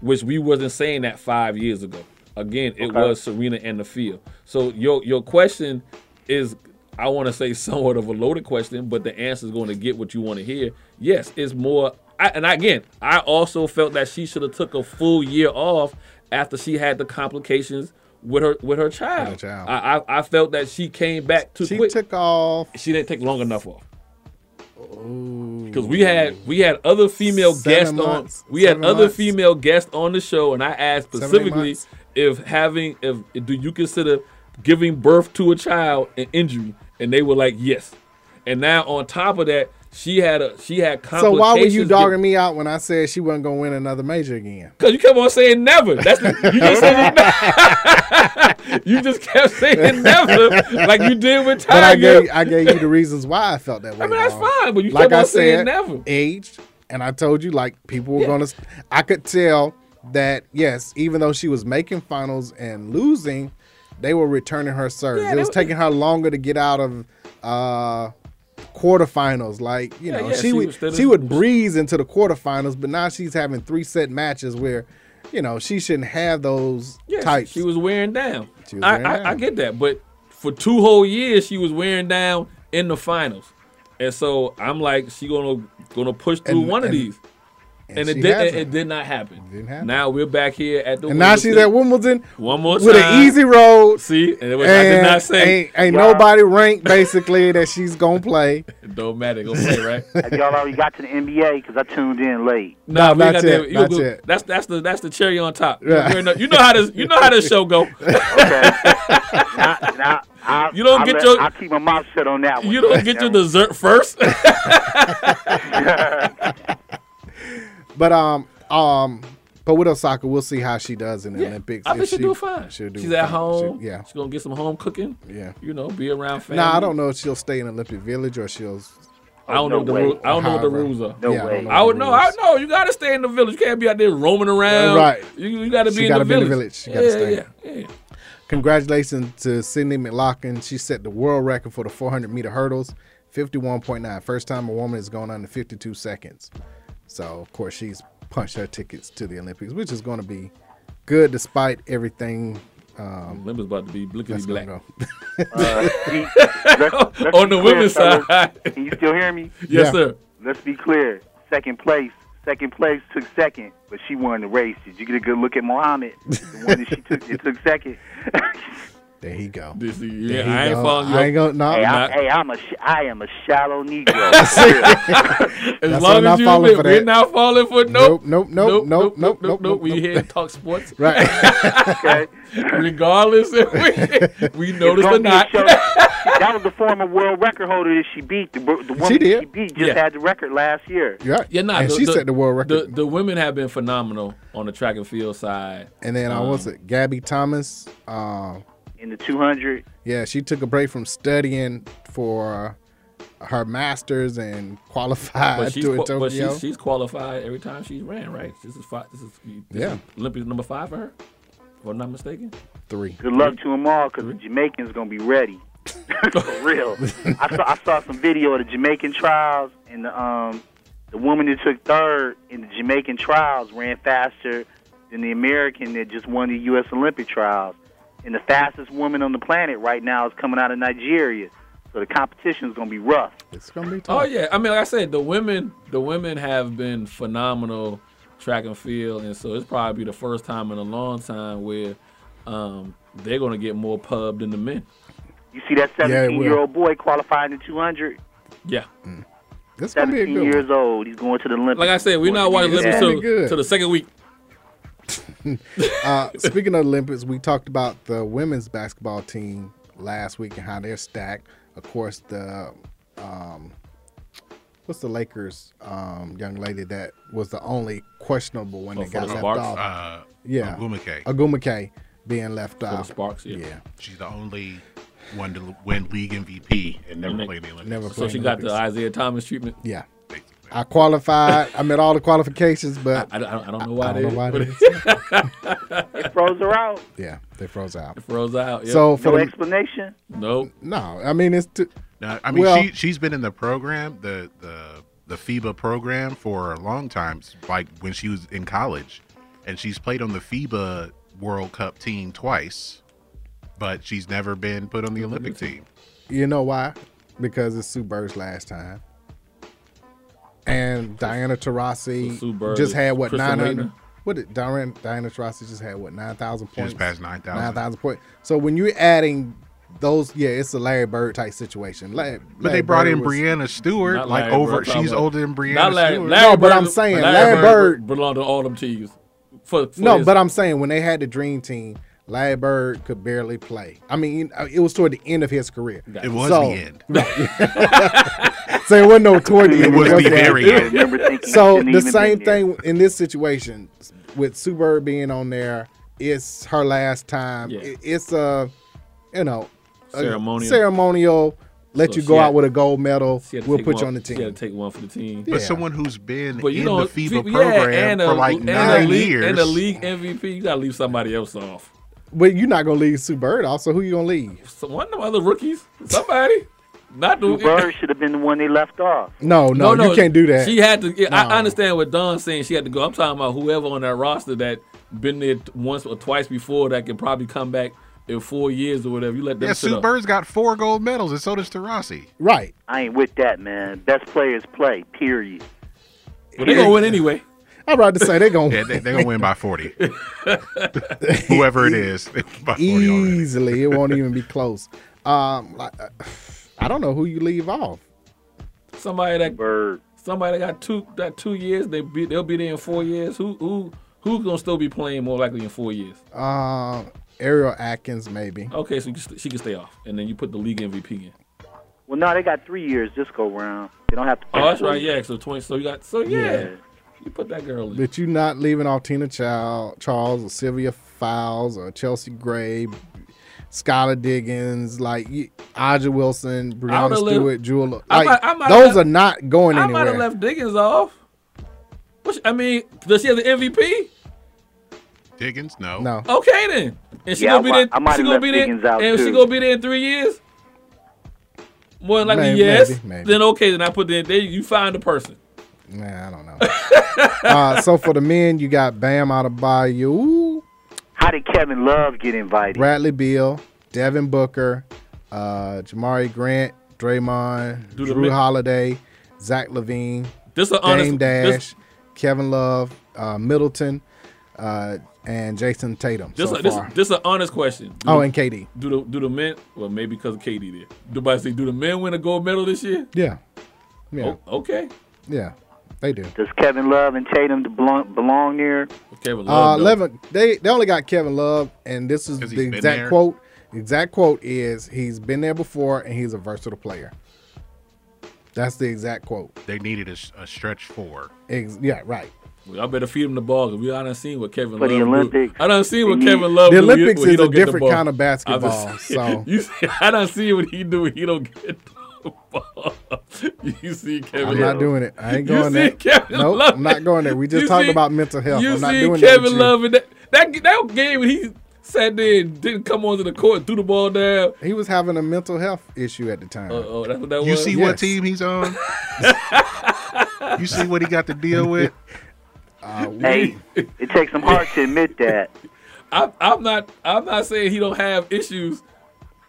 Speaker 3: which we wasn't saying that five years ago. Again, it
Speaker 18: Okay.
Speaker 3: was Serena and the field. So your your question is, I want to say somewhat of a loaded question, but the answer is going to get what you want to hear. Yes, it's more. I, and again, I also felt that she should have took a full year off after she had the complications with her with her child.
Speaker 5: child.
Speaker 3: I, I I felt that she came back too
Speaker 5: she
Speaker 3: quick.
Speaker 5: took off.
Speaker 3: She didn't take long enough off. Because we had we had other female
Speaker 5: Seven
Speaker 3: guests
Speaker 5: months.
Speaker 3: on we had
Speaker 5: Seven
Speaker 3: other
Speaker 5: months.
Speaker 3: female guests on the show, and I asked
Speaker 5: Seven, eight
Speaker 3: specifically
Speaker 5: months.
Speaker 3: if having if do you consider giving birth to a child an injury, and they were like yes. And now on top of that, she had a she had
Speaker 5: So
Speaker 3: complications.
Speaker 5: why were you dogging me out when I said she wasn't gonna win another major again?
Speaker 3: Because you kept on saying never. That's you just said never. [laughs] you just
Speaker 5: [laughs]
Speaker 3: kept saying never, like you did with
Speaker 5: But I
Speaker 3: Tiger.
Speaker 5: gave I gave you the reasons why I felt that way.
Speaker 3: [laughs] I mean, that's
Speaker 5: dog.
Speaker 3: fine, but you
Speaker 5: like
Speaker 3: kept on
Speaker 5: I
Speaker 3: saying
Speaker 5: said,
Speaker 3: never.
Speaker 5: aged, and I told you like people were
Speaker 3: Yeah.
Speaker 5: gonna. I could tell that yes, even though she was making finals and losing, they were returning her serves.
Speaker 3: Yeah,
Speaker 5: it
Speaker 3: they
Speaker 5: was
Speaker 3: were-
Speaker 5: taking her longer to get out of uh quarterfinals. Like you
Speaker 3: Yeah,
Speaker 5: know,
Speaker 3: yeah,
Speaker 5: she,
Speaker 3: she
Speaker 5: would
Speaker 3: was still-
Speaker 5: she would breeze into the quarterfinals, but now she's having three set matches where. You know she shouldn't have those
Speaker 3: Yeah, she-
Speaker 5: types.
Speaker 3: she was wearing down.
Speaker 5: She was
Speaker 3: I,
Speaker 5: wearing
Speaker 3: I,
Speaker 5: down.
Speaker 3: I get that, but for two whole years she was wearing down in the finals, and so I'm like, she gonna gonna push through
Speaker 5: And-
Speaker 3: one of
Speaker 5: and-
Speaker 3: these,
Speaker 5: and
Speaker 3: and, it
Speaker 5: she
Speaker 3: did
Speaker 5: hasn't.
Speaker 3: it, it did not happen.
Speaker 5: didn't happen.
Speaker 3: Now we're back here at the
Speaker 5: and now she's at
Speaker 3: Wimbledon.
Speaker 5: Wimbledon
Speaker 3: one more
Speaker 5: with
Speaker 3: time.
Speaker 5: an easy road.
Speaker 3: See, and it was, I did
Speaker 5: And
Speaker 3: not say
Speaker 5: ain't, ain't nobody ranked basically that she's gonna play.
Speaker 3: Don't matter, go
Speaker 5: [laughs]
Speaker 3: play right.
Speaker 18: Have y'all already got to the NBA? Because I tuned in
Speaker 3: [laughs]
Speaker 18: late.
Speaker 5: No, not
Speaker 3: we
Speaker 5: yet,
Speaker 3: got that- you
Speaker 5: not
Speaker 3: go-
Speaker 5: yet.
Speaker 3: That's that's the that's the cherry on top.
Speaker 5: Yeah.
Speaker 3: You, know, you know how this you know how this
Speaker 5: [laughs]
Speaker 3: show go.
Speaker 18: Now, I,
Speaker 3: You don't
Speaker 18: I
Speaker 3: get
Speaker 18: let-
Speaker 3: your-
Speaker 18: I keep my mouth shut on that one.
Speaker 3: You don't get your
Speaker 5: [laughs]
Speaker 3: dessert first.
Speaker 5: But um um but with Osaka, we'll see how she does in the
Speaker 3: Yeah,
Speaker 5: Olympics.
Speaker 3: I think
Speaker 5: If
Speaker 3: she'll do fine.
Speaker 5: she'll do
Speaker 3: She's at
Speaker 5: fine.
Speaker 3: home.
Speaker 5: She- yeah.
Speaker 3: She's gonna get some home cooking.
Speaker 5: Yeah.
Speaker 3: You know, be around family.
Speaker 5: Now I don't know if she'll stay in Olympic Village or she'll.
Speaker 3: I don't know
Speaker 5: Or
Speaker 3: the rules. I don't know what the
Speaker 5: however.
Speaker 3: rules are.
Speaker 5: Yeah, I don't know
Speaker 3: I would
Speaker 5: the
Speaker 3: know.
Speaker 5: rules.
Speaker 3: I know. You gotta stay in the village. You can't be out there roaming around.
Speaker 5: Right.
Speaker 3: You, you gotta be
Speaker 5: She
Speaker 3: in
Speaker 5: gotta
Speaker 3: the
Speaker 5: be in the
Speaker 3: village.
Speaker 5: village. She gotta stay.
Speaker 3: yeah, yeah, yeah.
Speaker 5: Congratulations to Sydney McLaughlin. She set the world record for the 400 meter hurdles, 51.9. First time a woman has gone under 52 seconds. So, of course, she's punched her tickets to the Olympics, which is going to be good despite everything. Um,
Speaker 3: Olympics about to be blickety
Speaker 5: that's gonna go.
Speaker 3: black.
Speaker 5: [laughs]
Speaker 3: [laughs]
Speaker 18: Uh, he- let's- let's
Speaker 3: On
Speaker 18: be
Speaker 3: the
Speaker 18: clear,
Speaker 3: women's
Speaker 18: fellas.
Speaker 3: side.
Speaker 18: Can you still hear me?
Speaker 3: Yes, Yeah. sir.
Speaker 18: Let's be clear. Second place. Second place took second, but she won the race. Did you get a good look at Mohammed? The one that she took, it took second.
Speaker 5: there he
Speaker 3: [laughs]
Speaker 5: go.
Speaker 3: This, yeah,
Speaker 5: There he
Speaker 3: I ain't
Speaker 5: go.
Speaker 3: following you.
Speaker 5: I ain't gonna- no,
Speaker 18: hey, I, [laughs]
Speaker 5: Not-
Speaker 18: hey, I'm a, sh- I am a shallow Negro.
Speaker 3: as
Speaker 5: That's why I'm
Speaker 3: long
Speaker 5: not
Speaker 3: as you
Speaker 5: falling
Speaker 3: admit,
Speaker 5: for
Speaker 3: we're
Speaker 5: that.
Speaker 3: not falling for
Speaker 5: Nope, nope,
Speaker 3: nope,
Speaker 5: nope, nope, nope, nope, nope,
Speaker 3: We
Speaker 5: nope.
Speaker 3: here to talk sports,
Speaker 5: [laughs] Right.
Speaker 18: okay.
Speaker 3: Regardless
Speaker 5: [laughs]
Speaker 3: if we, [laughs] we
Speaker 18: It's
Speaker 3: noticed
Speaker 18: gonna
Speaker 3: or
Speaker 18: be a
Speaker 3: not.
Speaker 18: show- that was the former world record holder that she beat. The, bro- the woman she,
Speaker 5: did.
Speaker 18: beat just
Speaker 3: Yeah.
Speaker 18: had the record last year.
Speaker 5: Yeah.
Speaker 3: [laughs] Yeah, nah,
Speaker 5: and
Speaker 3: the,
Speaker 5: she
Speaker 3: the,
Speaker 5: set the world record.
Speaker 3: The, the women have been phenomenal on the track and field side.
Speaker 5: and then,
Speaker 3: um,
Speaker 5: uh, what's it? Gabby Thomas. Um,
Speaker 18: In the 200.
Speaker 5: Yeah, she took a break from studying for her masters and [laughs] qualified
Speaker 3: but she's,
Speaker 5: to
Speaker 3: qua-
Speaker 5: Tokyo.
Speaker 3: but she's, she's qualified every time she's ran, right? This is five. This is this
Speaker 5: Yeah.
Speaker 3: is Olympics number five for her, if I'm not mistaken.
Speaker 5: Three.
Speaker 18: Good luck to them all, because the
Speaker 3: Mm-hmm.
Speaker 18: Jamaicans gonna be ready. [laughs] For real, I saw I saw some video of the Jamaican trials, and the um the woman that took third in the Jamaican trials ran faster than the American that just won the U.S. Olympic trials. And the fastest woman on the planet right now is coming out of Nigeria, so the competition is gonna be rough.
Speaker 5: It's gonna be
Speaker 3: Oh yeah, I mean, like I said, the women, the women have been phenomenal track and field, and so it's probably the first time in a long time where um, they're gonna get more pub than the men.
Speaker 18: You see that
Speaker 3: Yeah, it will.
Speaker 18: seventeen-year-old boy qualifying in 200?
Speaker 3: Yeah.
Speaker 5: This
Speaker 3: gonna be a
Speaker 18: 17
Speaker 3: good
Speaker 18: years old. He's going to the Olympics.
Speaker 3: Like I said, we're
Speaker 18: He's
Speaker 3: not
Speaker 18: going
Speaker 3: watching
Speaker 18: to the
Speaker 3: Olympics
Speaker 5: gonna be good.
Speaker 3: till, till the second week.
Speaker 5: uh, speaking of Olympics, we talked about the women's basketball team last week and how they're stacked. Of course, the um, what's the Lakers um, young lady that was the only questionable when
Speaker 6: Oh,
Speaker 5: they
Speaker 6: for
Speaker 5: got
Speaker 6: the
Speaker 5: left
Speaker 6: Sparks?
Speaker 5: off.
Speaker 6: Uh,
Speaker 5: yeah,
Speaker 6: Agumake.
Speaker 5: Agumake being left
Speaker 6: the
Speaker 5: off.
Speaker 3: Oh, Sparks, yeah.
Speaker 6: She's the only one to win league MVP and never played the Olympics.
Speaker 5: Never
Speaker 3: So she got the Isaiah Thomas treatment.
Speaker 5: Yeah. I qualified. I met all the qualifications, but
Speaker 3: I, I don't- I don't know why they-
Speaker 18: It froze her out.
Speaker 5: yeah, they froze out.
Speaker 3: Froze out.
Speaker 5: yeah. So for
Speaker 18: no
Speaker 5: the-
Speaker 18: explanation.
Speaker 3: Nope.
Speaker 5: No, I mean it's. Too,
Speaker 6: No, I mean
Speaker 5: well,
Speaker 6: she she's been in the program, the the the FIBA program for a long time, like when she was in college, and she's played on the FIBA World Cup team twice, but she's never been put on the
Speaker 5: [laughs]
Speaker 6: Olympic team.
Speaker 5: You know why? Because it's Sue Bird's last time. And Diana Taurasi
Speaker 6: Sue Bird
Speaker 5: just
Speaker 6: is
Speaker 5: had what
Speaker 6: Crystal
Speaker 5: nine hundred.
Speaker 6: Maynard?
Speaker 5: What did Diana, Diana Taurasi just had? What nine thousand
Speaker 6: She
Speaker 5: points?
Speaker 6: just passed nine
Speaker 5: Nine
Speaker 6: thousand.
Speaker 5: thousand points. So when you're adding those, yeah, it's a Larry Bird type situation. Larry,
Speaker 6: But they
Speaker 5: Larry
Speaker 6: brought
Speaker 5: Bird
Speaker 6: in
Speaker 5: was-
Speaker 6: Brianna Stewart,
Speaker 3: Not
Speaker 6: like
Speaker 3: Larry
Speaker 6: over.
Speaker 3: Bird,
Speaker 6: she's
Speaker 3: probably.
Speaker 6: older than Brianna
Speaker 3: Not Larry,
Speaker 6: Stewart.
Speaker 3: Larry
Speaker 5: No, but
Speaker 3: Bird-
Speaker 5: I'm saying
Speaker 3: Larry
Speaker 5: Larry
Speaker 3: Bird belonged to all them teams. For, for
Speaker 5: No,
Speaker 3: his-
Speaker 5: but I'm saying when they had the dream team, Larry Bird could barely play. I mean, uh, it was toward the end of his career.
Speaker 6: It was
Speaker 5: So-
Speaker 6: the end.
Speaker 5: so it wasn't no toward the
Speaker 6: It
Speaker 5: end.
Speaker 6: was the
Speaker 5: at
Speaker 6: very
Speaker 5: end. [laughs]
Speaker 6: end. I remember thinking
Speaker 5: So
Speaker 6: it shouldn't
Speaker 5: the
Speaker 6: even
Speaker 5: same
Speaker 6: been
Speaker 5: thing in this situation with Sue Bird being on there, it's her last time.
Speaker 3: Yeah.
Speaker 5: It- It's a, you know, a
Speaker 3: Ceremonial.
Speaker 5: ceremonial. Let
Speaker 3: So
Speaker 5: you
Speaker 3: she
Speaker 5: go
Speaker 3: had-
Speaker 5: out with a gold medal.
Speaker 3: she had to
Speaker 5: We'll
Speaker 3: take
Speaker 5: put
Speaker 3: one-
Speaker 5: you on the
Speaker 3: She
Speaker 5: team.
Speaker 3: had to take one for the team.
Speaker 6: But someone who's been
Speaker 3: But you
Speaker 6: in
Speaker 3: know,
Speaker 6: the FIBA
Speaker 3: yeah,
Speaker 6: program
Speaker 3: and
Speaker 6: for
Speaker 3: a-
Speaker 6: like
Speaker 3: and a
Speaker 6: nine
Speaker 3: league-
Speaker 6: years,
Speaker 3: And a league MVP, you gotta leave somebody else off.
Speaker 5: But you're not gonna leave Sue Bird. Also, who you gonna leave?
Speaker 3: So one of the other rookies, somebody, not the
Speaker 18: Sue
Speaker 3: [laughs]
Speaker 18: Bird should have been the one they left off.
Speaker 5: No, no, you can't do that.
Speaker 3: She had to. Yeah, I understand what Don's saying. She had to go. I'm talking about whoever on that roster that been there t- once or twice before that can probably come back in four years or whatever. You let them.
Speaker 6: yeah,
Speaker 3: sit
Speaker 6: Sue
Speaker 3: up.
Speaker 6: Bird's got four gold medals, and so does Tarasi.
Speaker 5: Right.
Speaker 18: I ain't with that, man. Best players play. Period.
Speaker 3: Well, they gonna win anyway.
Speaker 5: I'm about to say they're gonna
Speaker 3: [laughs]
Speaker 6: Yeah, they, they're gonna win by forty. Whoever it is, they win by 40 already.
Speaker 3: E.
Speaker 5: easily. it won't even be close. Um, like, [sighs] uh, I don't know who you leave off.
Speaker 3: Somebody that Somebody that got two that two years. They be, they'll be there in four years. Who who who's gonna still be playing more likely in four years?
Speaker 5: Um, Ariel Atkins, maybe.
Speaker 3: Okay, so you, can st- she can stay off, and then you put the league MVP in.
Speaker 18: Well, no, they got three years this go round. They don't have to.
Speaker 3: Oh, that's right. Yeah, so twenty. So you got. So yeah,
Speaker 18: Yeah.
Speaker 3: you put that girl in.
Speaker 5: But you not leaving off Tina Child, Charles or Sylvia Fowles or Chelsea Gray, Skylar Diggins, like you, Aja Wilson,
Speaker 3: I
Speaker 5: Brianna
Speaker 3: would've
Speaker 5: Stewart,
Speaker 3: left-
Speaker 5: Jewel.
Speaker 3: I
Speaker 5: Like
Speaker 3: might- I might
Speaker 5: those
Speaker 3: left-
Speaker 5: are not going
Speaker 3: I might have
Speaker 5: anywhere.
Speaker 3: left Diggins off. What she- I mean, does she have the MVP?
Speaker 6: Diggins, no,
Speaker 5: no.
Speaker 3: Okay then. And she
Speaker 6: Yeah, I
Speaker 3: gonna be
Speaker 6: wa-
Speaker 3: there.
Speaker 6: I might
Speaker 3: she
Speaker 6: have
Speaker 3: gonna
Speaker 6: left
Speaker 3: be there.
Speaker 6: Diggins out,
Speaker 3: and she
Speaker 6: too.
Speaker 3: gonna be there in three years. More than likely,
Speaker 5: Maybe,
Speaker 3: yes.
Speaker 5: maybe, maybe.
Speaker 3: Then okay, then I put the there. You find the person.
Speaker 5: Nah, I don't know. [laughs] uh, so for the men, you got Bam out of Bayou,
Speaker 18: How did Kevin Love get invited?
Speaker 5: Bradley Beal, Devin Booker, uh, Jamari Grant, Draymond,
Speaker 3: Do the
Speaker 5: Drew
Speaker 3: men-
Speaker 5: Holiday, Zach Levine,
Speaker 3: This a
Speaker 5: Dame
Speaker 3: honest-
Speaker 5: Dash,
Speaker 3: this-
Speaker 5: Kevin Love, uh, Middleton, uh, and Jason Tatum.
Speaker 3: This
Speaker 5: so
Speaker 3: a, this
Speaker 5: far.
Speaker 3: this an honest question.
Speaker 5: Oh,
Speaker 3: the-
Speaker 5: and KD.
Speaker 3: Do the do the men? Well, maybe because of KD there. Do I say do the men win a gold medal this year?
Speaker 5: yeah, yeah,
Speaker 3: Oh, okay.
Speaker 5: yeah, they do.
Speaker 18: Does Kevin Love and Tatum belong, belong there?
Speaker 3: Kevin
Speaker 5: Uh, Levin, they they only got Kevin Love, and this is the
Speaker 18: been
Speaker 5: exact
Speaker 18: there?
Speaker 5: quote. The exact quote is he's been there before and he's a versatile player. That's the exact quote.
Speaker 6: they needed a, s- a stretch four.
Speaker 5: Ex- yeah, right.
Speaker 3: Well, I better feed him the ball because we I done seen what Kevin
Speaker 6: For
Speaker 3: Love
Speaker 6: the Olympics,
Speaker 3: do. I done seen
Speaker 6: they
Speaker 3: what
Speaker 6: need-
Speaker 3: Kevin Love
Speaker 5: The
Speaker 3: do. when he-
Speaker 5: Olympics
Speaker 3: when he
Speaker 5: is a
Speaker 3: don't get the
Speaker 5: different
Speaker 3: ball.
Speaker 5: kind of
Speaker 3: I was- [laughs]
Speaker 5: basketball, so-
Speaker 3: you see, I done seen what he do when he don't get the ball. [laughs] you see Kevin.
Speaker 5: I'm not doing it. I ain't going
Speaker 3: you
Speaker 5: there.
Speaker 3: See Kevin
Speaker 5: Nope,
Speaker 3: Love
Speaker 5: I'm not going there. We just
Speaker 3: You
Speaker 5: talked
Speaker 3: see-
Speaker 5: about mental health.
Speaker 3: You
Speaker 5: I'm not
Speaker 3: see
Speaker 5: doing that with
Speaker 3: Kevin
Speaker 5: you.
Speaker 3: Love in that, that that game when he sat there and didn't come onto the court, threw the ball down.
Speaker 5: He was having a mental health issue at the time.
Speaker 3: Oh, that's what that
Speaker 6: You
Speaker 3: was.
Speaker 6: see what team he's on?
Speaker 3: [laughs]
Speaker 6: you see what he got to deal with?
Speaker 18: hey, it takes some heart to admit
Speaker 5: [laughs]
Speaker 18: that.
Speaker 3: I, I'm not. I'm not saying he don't have issues,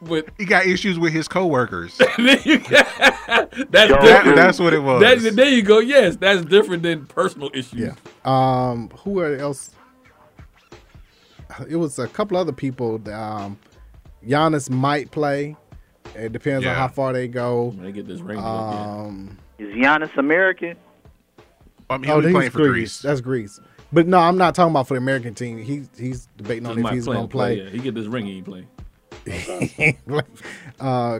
Speaker 3: but [laughs]
Speaker 6: he got issues with his coworkers.
Speaker 3: that's
Speaker 6: That-
Speaker 3: different.
Speaker 6: that's what it was.
Speaker 3: That- there you go. Yes, that's different than personal issues. Yeah.
Speaker 5: Um, who else? It was a couple other people. that, Um, Giannis might play. It depends on
Speaker 18: Yeah.
Speaker 5: how far they go.
Speaker 3: When they get this ring.
Speaker 5: Um,
Speaker 18: Is Giannis American?
Speaker 6: I
Speaker 5: oh, he's That's Greece. But no, I'm not talking about for the American team. He he's debating
Speaker 3: Just
Speaker 5: on if
Speaker 3: might
Speaker 5: he's
Speaker 3: play,
Speaker 5: gonna play.
Speaker 3: Yeah, he get this ring. He ain't play.
Speaker 5: uh,
Speaker 3: I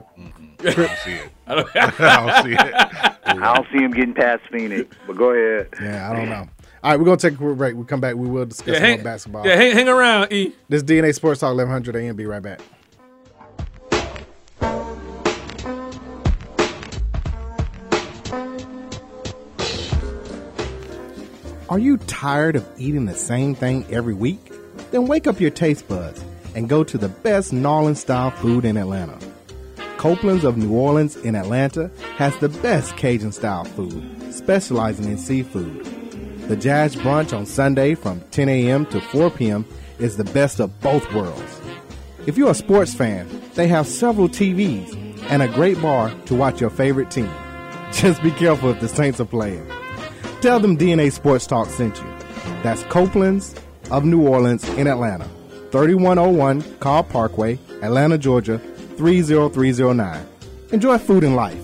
Speaker 3: don't
Speaker 6: see it.
Speaker 3: [laughs] I
Speaker 6: [laughs]
Speaker 3: don't- I don't see it.
Speaker 18: I don't see him getting past Phoenix. But go ahead.
Speaker 5: [laughs] Yeah, I don't know. All right, we're gonna take a quick break. We come back. We will discuss
Speaker 3: Yeah,
Speaker 5: more
Speaker 3: hang-
Speaker 5: basketball.
Speaker 3: yeah, hang- hang around, E.
Speaker 5: This is DNA Sports Talk 1100 AM. Be right back.
Speaker 2: Are you tired of eating the same thing every week? Then wake up your taste buds and go to the best gnarling style food in Atlanta. Copeland's of New Orleans in Atlanta has the best Cajun style food, specializing in seafood. The Jazz Brunch on Sunday from 10 a.m. to 4 p.m. is the best of both worlds. If you're a sports fan, they have several TVs and a great bar to watch your favorite team. [laughs] Just be careful if the Saints are playing. Tell them DNA Sports Talk sent you. That's Copeland's of New Orleans in Atlanta. 3101 Carl Parkway, Atlanta, Georgia, 30309. Enjoy food and life.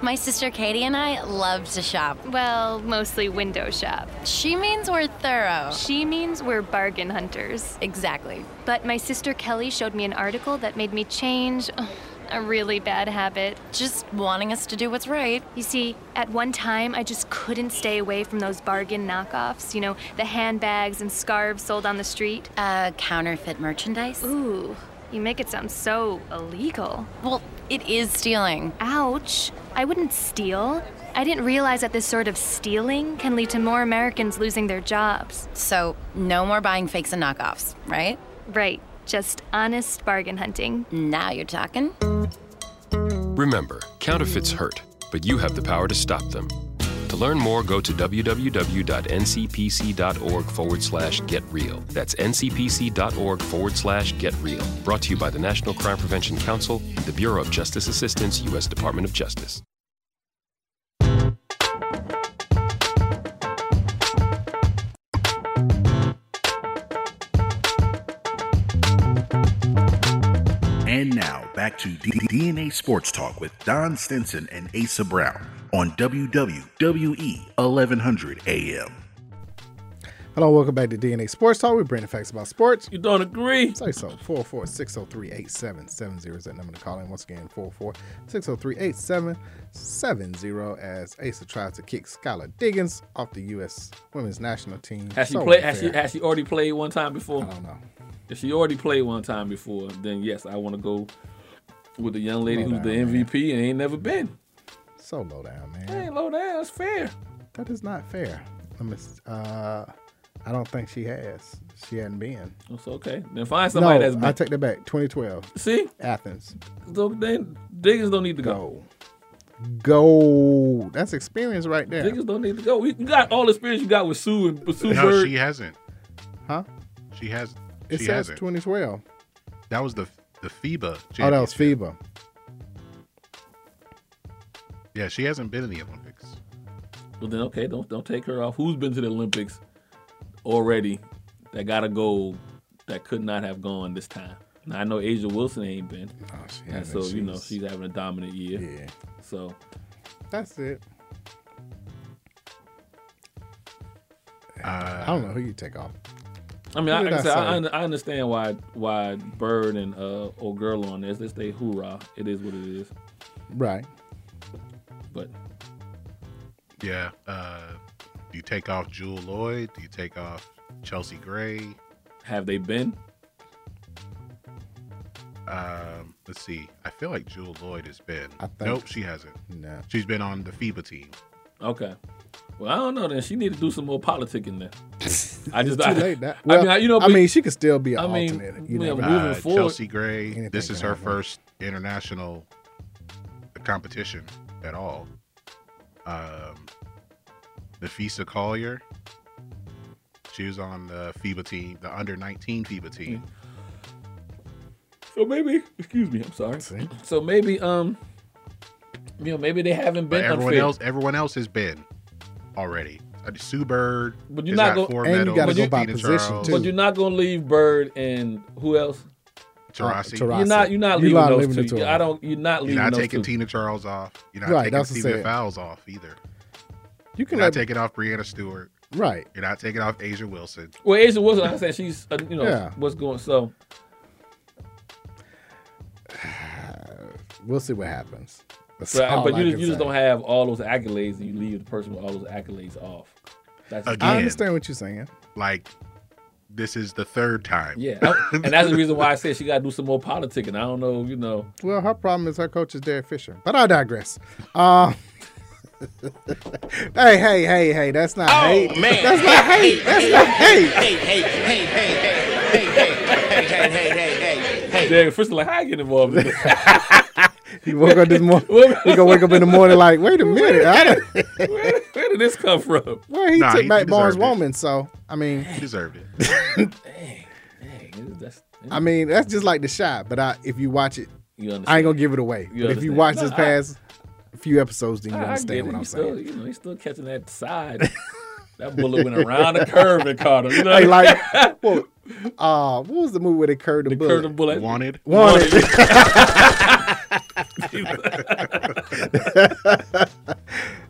Speaker 19: My sister Katie and I love to shop. Well, mostly window shop. She means we're thorough. She means we're bargain hunters. Exactly. But my sister Kelly showed me an article that made me change ugh, a really bad habit. Just wanting us to do what's right. You see, at one time I just couldn't stay away from those bargain knockoffs, you know, the handbags and scarves sold on the street. Uh, counterfeit merchandise? Ooh. You make it sound so illegal. Well, it is stealing. Ouch. I wouldn't steal. I didn't realize that this sort of stealing can lead to more Americans losing their jobs. So, no more buying fakes and knockoffs, right? Right. Just honest bargain hunting. Now you're talking.
Speaker 20: Remember, counterfeits hurt, but you have the power to stop them. To learn more, go to www.ncpc.org forward slash get real. That's ncpc.org forward slash get real. Brought to you by the National Crime Prevention Council and the Bureau of Justice Assistance, U.S. Department of Justice.
Speaker 9: And now back to D- DNA Sports Talk with Don Stinson and Asa Brown on E WWE 1100 AM.
Speaker 5: Hello, welcome back to DNA Sports Talk. We bring the facts about sports.
Speaker 3: You don't agree?
Speaker 5: Say so. 404 603 8770 is that number to call in. Once again, 404 603 8770 as Asa tries to kick Skylar Diggins off the U.S. women's national team.
Speaker 3: Has she
Speaker 5: So
Speaker 3: played? Has she,
Speaker 5: unfair. Oh.
Speaker 3: has she already played one time before? I don't
Speaker 5: know.
Speaker 3: If she already played one time before, then yes, I want to go with the young lady
Speaker 5: Slow
Speaker 3: who's the
Speaker 5: down, man.
Speaker 3: MVP and ain't never been.
Speaker 5: So low down, man.
Speaker 3: Hey, low down. It's fair.
Speaker 5: That is not fair. Let me, s- uh, I don't think she has. She hadn't been.
Speaker 3: It's okay. Then find somebody
Speaker 5: no,
Speaker 3: that's
Speaker 5: I
Speaker 3: been.
Speaker 5: take that back. 2012.
Speaker 3: See?
Speaker 5: Athens.
Speaker 3: So then Diggins don't need to go.
Speaker 5: Go. That's experience right there.
Speaker 3: Diggins don't need to go. You got all the experience you got with Sue and with Sue
Speaker 6: No,
Speaker 3: Bird.
Speaker 6: she hasn't.
Speaker 5: Huh?
Speaker 6: She has.
Speaker 5: It
Speaker 6: she
Speaker 5: says
Speaker 6: hasn't.
Speaker 5: 2012.
Speaker 6: That was the the
Speaker 5: Oh,
Speaker 6: FIBA.
Speaker 5: that was
Speaker 6: championship.
Speaker 5: FIBA.
Speaker 6: Yeah, she hasn't been in the Olympics.
Speaker 3: Well then, okay, don't don't take her off. Who's been to the Olympics already? That got a gold that could not have gone this time. Now I know Asia Wilson ain't been, and
Speaker 5: hasn't.
Speaker 3: so you know
Speaker 5: She's-
Speaker 3: she's having a dominant year.
Speaker 5: Yeah.
Speaker 3: So
Speaker 5: That's it.
Speaker 6: Uh,
Speaker 5: I don't know who you take off.
Speaker 3: I mean,
Speaker 5: Who
Speaker 3: I,
Speaker 5: did
Speaker 3: like I,
Speaker 5: I
Speaker 3: said,
Speaker 5: say?
Speaker 3: I, un- I understand why why Bird and uh, old girl on this. They stay hoorah. It is what it is.
Speaker 5: Right.
Speaker 3: But
Speaker 6: Yeah. Uh, do you take off Jewel Lloyd? Do you take off Chelsea Gray?
Speaker 3: Have they been?
Speaker 6: Um, Let's see. I feel like Jewel Lloyd has been.
Speaker 5: I think-
Speaker 6: nope, she hasn't.
Speaker 5: No.
Speaker 6: She's been on the FIBA team.
Speaker 3: Okay. Well, I don't know. Then she need to do some more
Speaker 5: [laughs]
Speaker 3: politicking then. I just
Speaker 5: Too
Speaker 3: I,
Speaker 5: late now.
Speaker 3: I mean, I- you know,
Speaker 5: I
Speaker 3: but-
Speaker 5: mean, she could still be an
Speaker 3: I mean,
Speaker 5: alternate. You
Speaker 3: yeah,
Speaker 5: know,
Speaker 3: moving
Speaker 6: Uh,
Speaker 3: forward-
Speaker 6: Chelsea Gray.
Speaker 5: Anything
Speaker 6: this is
Speaker 5: can
Speaker 6: her
Speaker 5: happen.
Speaker 6: first international competition at all. Um, Nafisa Collier. She was on the FIBA team, the under 19 FIBA team.
Speaker 3: So maybe, excuse me, I'm sorry. So maybe, um, you know, maybe they haven't
Speaker 6: But
Speaker 3: been
Speaker 6: everyone
Speaker 3: unfair.
Speaker 6: else, everyone else has been already. Uh, Sue Bird.
Speaker 3: But you're
Speaker 6: has
Speaker 3: not
Speaker 6: got
Speaker 3: gonna-
Speaker 6: four
Speaker 3: And you
Speaker 6: medals.
Speaker 3: gotta go by
Speaker 6: Tina
Speaker 3: position,
Speaker 6: Charles.
Speaker 3: But you're not gonna leave Bird and who else?
Speaker 6: Taurasi.
Speaker 3: You're not. You're not
Speaker 6: You're
Speaker 3: leaving
Speaker 6: not
Speaker 3: those
Speaker 6: leaving the
Speaker 3: two.
Speaker 6: Taurasi.
Speaker 3: I don't. You're not
Speaker 6: You're
Speaker 3: leaving
Speaker 6: not
Speaker 3: those
Speaker 6: taking
Speaker 3: two.
Speaker 6: Tina Charles off. You're not
Speaker 5: Right,
Speaker 6: taking
Speaker 5: that's what I
Speaker 6: Stephen
Speaker 5: said.
Speaker 6: Fowles off either.
Speaker 5: You can
Speaker 6: can you're not
Speaker 5: let-
Speaker 6: taking off Brianna Stewart.
Speaker 5: Right.
Speaker 6: You're not taking off Asia Wilson.
Speaker 3: Well, Asia Wilson, like I said she's. Uh, you know
Speaker 6: Yeah.
Speaker 3: what's going. So
Speaker 5: we'll see what happens. That's
Speaker 3: But,
Speaker 5: all
Speaker 3: but
Speaker 5: I
Speaker 3: you, just,
Speaker 5: can
Speaker 3: you just
Speaker 5: say.
Speaker 3: don't have all those accolades, and you leave the person with all those accolades off. That's
Speaker 5: I understand what you're saying.
Speaker 6: Like, this is the third time.
Speaker 3: Yeah, I- and that's the
Speaker 6: [laughs]
Speaker 3: reason why I said she got to do some more politicking. I don't know, you know.
Speaker 5: Well, her problem is her coach is Derek Fisher. But I digress. Um, [laughs] hey, hey, hey, hey! That's not
Speaker 3: Oh!
Speaker 8: Oh,
Speaker 5: hate.
Speaker 4: man.
Speaker 5: That's not hate. That's not hate.
Speaker 3: [laughs]
Speaker 4: Hey, hey, hey, hey, hey, hey, hey, hey, hey, hey, hey, hey.
Speaker 3: Derek Fisher, like, how I get involved
Speaker 5: [laughs]
Speaker 3: in this?
Speaker 5: You woke up this
Speaker 3: [laughs]
Speaker 5: morning. You gonna wake up in the morning like, wait a minute, I didn't-
Speaker 3: where, where did this come from?
Speaker 5: well, he
Speaker 3: Nah,
Speaker 5: took
Speaker 3: he-
Speaker 5: back
Speaker 3: he
Speaker 5: Barnes
Speaker 3: deserved it.
Speaker 5: Woman, so I mean,
Speaker 6: he deserved it.
Speaker 3: [laughs] Dang, that's,
Speaker 5: I mean, that's just like the shot. But I, if you watch it,
Speaker 3: You
Speaker 5: I ain't
Speaker 3: understand.
Speaker 5: gonna give it away.
Speaker 3: You
Speaker 5: but if you
Speaker 3: understand.
Speaker 5: watch
Speaker 3: No,
Speaker 5: this
Speaker 3: I-
Speaker 5: past few episodes, then you
Speaker 3: I- I get
Speaker 5: understand
Speaker 3: it.
Speaker 5: what I'm
Speaker 3: He's
Speaker 5: saying.
Speaker 3: still, you know, he's still catching that side. that bullet went around the curve and caught him. You know, what I
Speaker 5: [laughs] Hey,
Speaker 3: mean?
Speaker 5: like,
Speaker 3: [laughs]
Speaker 5: well, uh, what was the movie where they curved the, bullet?
Speaker 3: curved the bullet. Wanted.
Speaker 5: Wanted.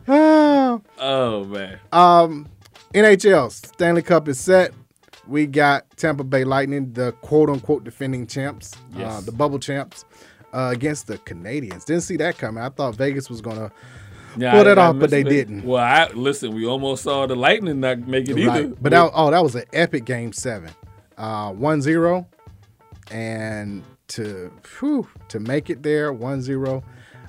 Speaker 5: oh.
Speaker 3: [laughs]
Speaker 5: [sighs]
Speaker 3: Oh, man.
Speaker 5: Um, NHL Stanley Cup is set. We got Tampa Bay Lightning, the quote unquote defending champs, uh,
Speaker 3: Yes.
Speaker 5: the bubble champs, uh, against the Canadians. Didn't see that coming. I thought Vegas was gonna
Speaker 3: Yeah,
Speaker 5: pull
Speaker 3: I-
Speaker 5: that
Speaker 3: I
Speaker 5: off, but they
Speaker 3: missed it.
Speaker 5: didn't.
Speaker 3: Well, I, listen, we almost saw the lightning not make it either.
Speaker 5: Right. But that, oh, that was an epic game seven. Uh 1-0. And to whew, to make it there, 1-0.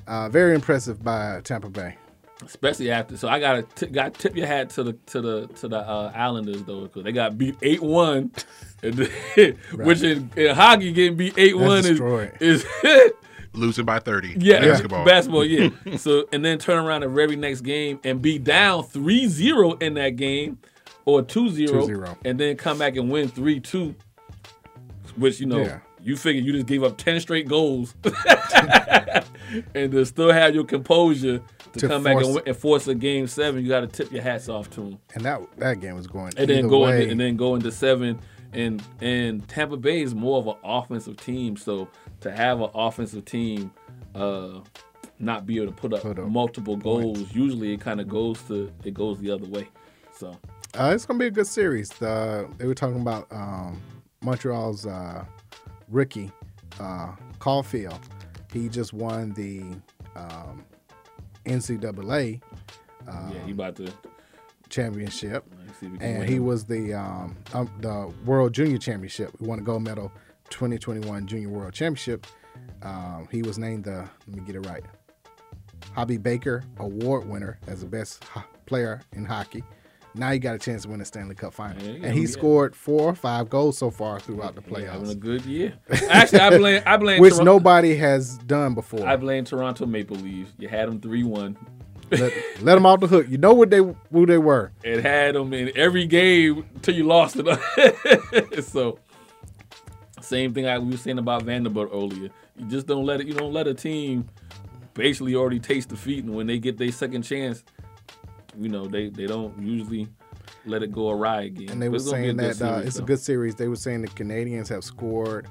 Speaker 5: Uh, very impressive by Tampa Bay.
Speaker 3: especially after. So I gotta t- got tip your hat to the to the to the uh, Islanders though, because they got beat eight one, [laughs] which in, in hockey getting beat eight one is
Speaker 6: destroyed.
Speaker 3: is [laughs]
Speaker 6: Losing by 30.
Speaker 5: [laughs]
Speaker 3: yeah
Speaker 6: Basketball.
Speaker 3: basketball yeah. [laughs] so and then turn around the very next game and be down 3-0 in that game or 2-0,
Speaker 5: 2-0.
Speaker 3: and then come back and win three two, which you know.
Speaker 5: Yeah.
Speaker 3: You figure you just gave up ten straight goals, [laughs] and to still have your composure to,
Speaker 5: To
Speaker 3: come back and,
Speaker 5: force-
Speaker 3: win, and force a game seven, you got to tip your hats off to them
Speaker 5: And that that game was going
Speaker 3: and then
Speaker 5: either
Speaker 3: go
Speaker 5: way.
Speaker 3: into, and then go into seven and and Tampa Bay is more of an offensive team so to have an offensive team uh not be able to put up, multiple goals usually it kind of goes to it goes the other way so
Speaker 5: Uh, it's gonna be a good series. The, they were talking about um, Montreal's uh, rookie uh, Caulfield. He just won the um, NCAA uh,
Speaker 3: yeah he about to
Speaker 5: championship,
Speaker 3: see if he can
Speaker 5: and
Speaker 3: win
Speaker 5: he
Speaker 3: him.
Speaker 5: was the um, um, the World Junior Championship. He won a gold medal, 2021 Junior World Championship. Um, he was named the let me get it right, Hobby Baker Award winner as the best ho- player in hockey. Now you got a chance to win the Stanley Cup final,
Speaker 3: you go,
Speaker 5: and he
Speaker 3: yeah.
Speaker 5: scored four or five goals so far throughout the
Speaker 3: he having a
Speaker 5: playoffs,
Speaker 3: good year actually I blame
Speaker 5: [laughs]
Speaker 3: I blame
Speaker 5: which
Speaker 3: Toron-
Speaker 5: nobody has done before.
Speaker 3: I blame Toronto Maple Leafs you had them 3-1
Speaker 5: let, let them off the hook. You know what they who they were.
Speaker 3: it had them in every game till you lost it. [laughs] so same thing I we were saying about Vanderbilt earlier. You just don't let it. You don't let a team basically already taste defeat, and when they get their second chance, you know they they don't usually let it go awry again.
Speaker 5: and they
Speaker 3: But
Speaker 5: were
Speaker 3: it's gonna
Speaker 5: saying
Speaker 3: be a
Speaker 5: that
Speaker 3: good
Speaker 5: uh,
Speaker 3: series,
Speaker 5: it's a
Speaker 3: though.
Speaker 5: good series. They were saying the Canadians have scored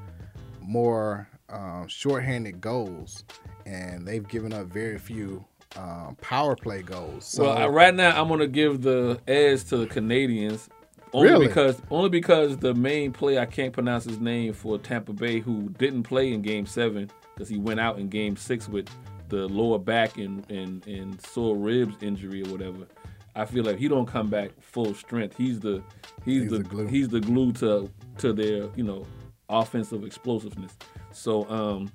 Speaker 5: more um, shorthanded goals, and they've given up very few um, power play goals. So
Speaker 3: well, I, right now I'm gonna give the edge to the Canadians, only
Speaker 5: Really?
Speaker 3: because only because the main player I can't pronounce his name for Tampa Bay, who didn't play in Game Seven because he went out in Game Six with the lower back and, and and sore ribs injury or whatever. I feel like he don't come back full strength. He's the he's, the, glue. he's the glue to to their you know offensive explosiveness. So um,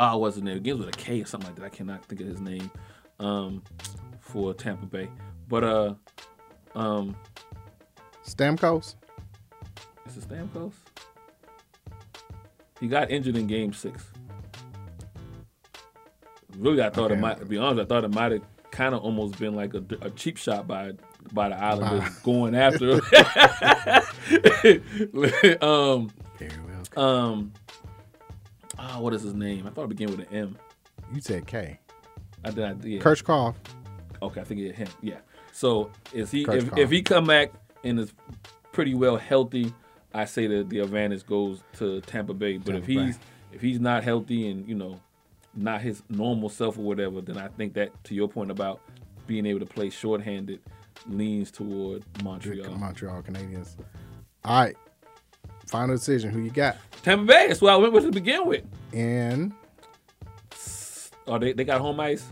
Speaker 3: Ah, oh, wasn't there? It begins with a K or something like that. I cannot think of his name. Um, for Tampa Bay, but uh, um,
Speaker 5: Stamkos.
Speaker 3: is it Stamkos? He got injured in Game Six. Really, I thought it
Speaker 5: Okay.
Speaker 3: might. To be honest, I thought it might have kind of almost been like a, a cheap shot by by the Islanders going after him. [laughs] um, um, ah, what is his name? I thought it began with an M.
Speaker 5: You said K.
Speaker 3: I did. I did.
Speaker 5: Kirchhoff.
Speaker 3: Okay, I think it's him. Yeah. So is he
Speaker 5: Kurt's
Speaker 3: if,
Speaker 5: calm.
Speaker 3: if he come back and is pretty well healthy, I say that the advantage goes to Tampa Bay. But
Speaker 5: Tampa
Speaker 3: if
Speaker 5: Bay.
Speaker 3: he's if he's not healthy and you know not his normal self or whatever, then I think that to your point about being able to play shorthanded leans toward Montreal.
Speaker 5: Montreal Canadiens. All right. Final decision. Who you got?
Speaker 3: Tampa Bay. That's what I went with to begin with.
Speaker 5: And
Speaker 3: Oh, they, they got home ice,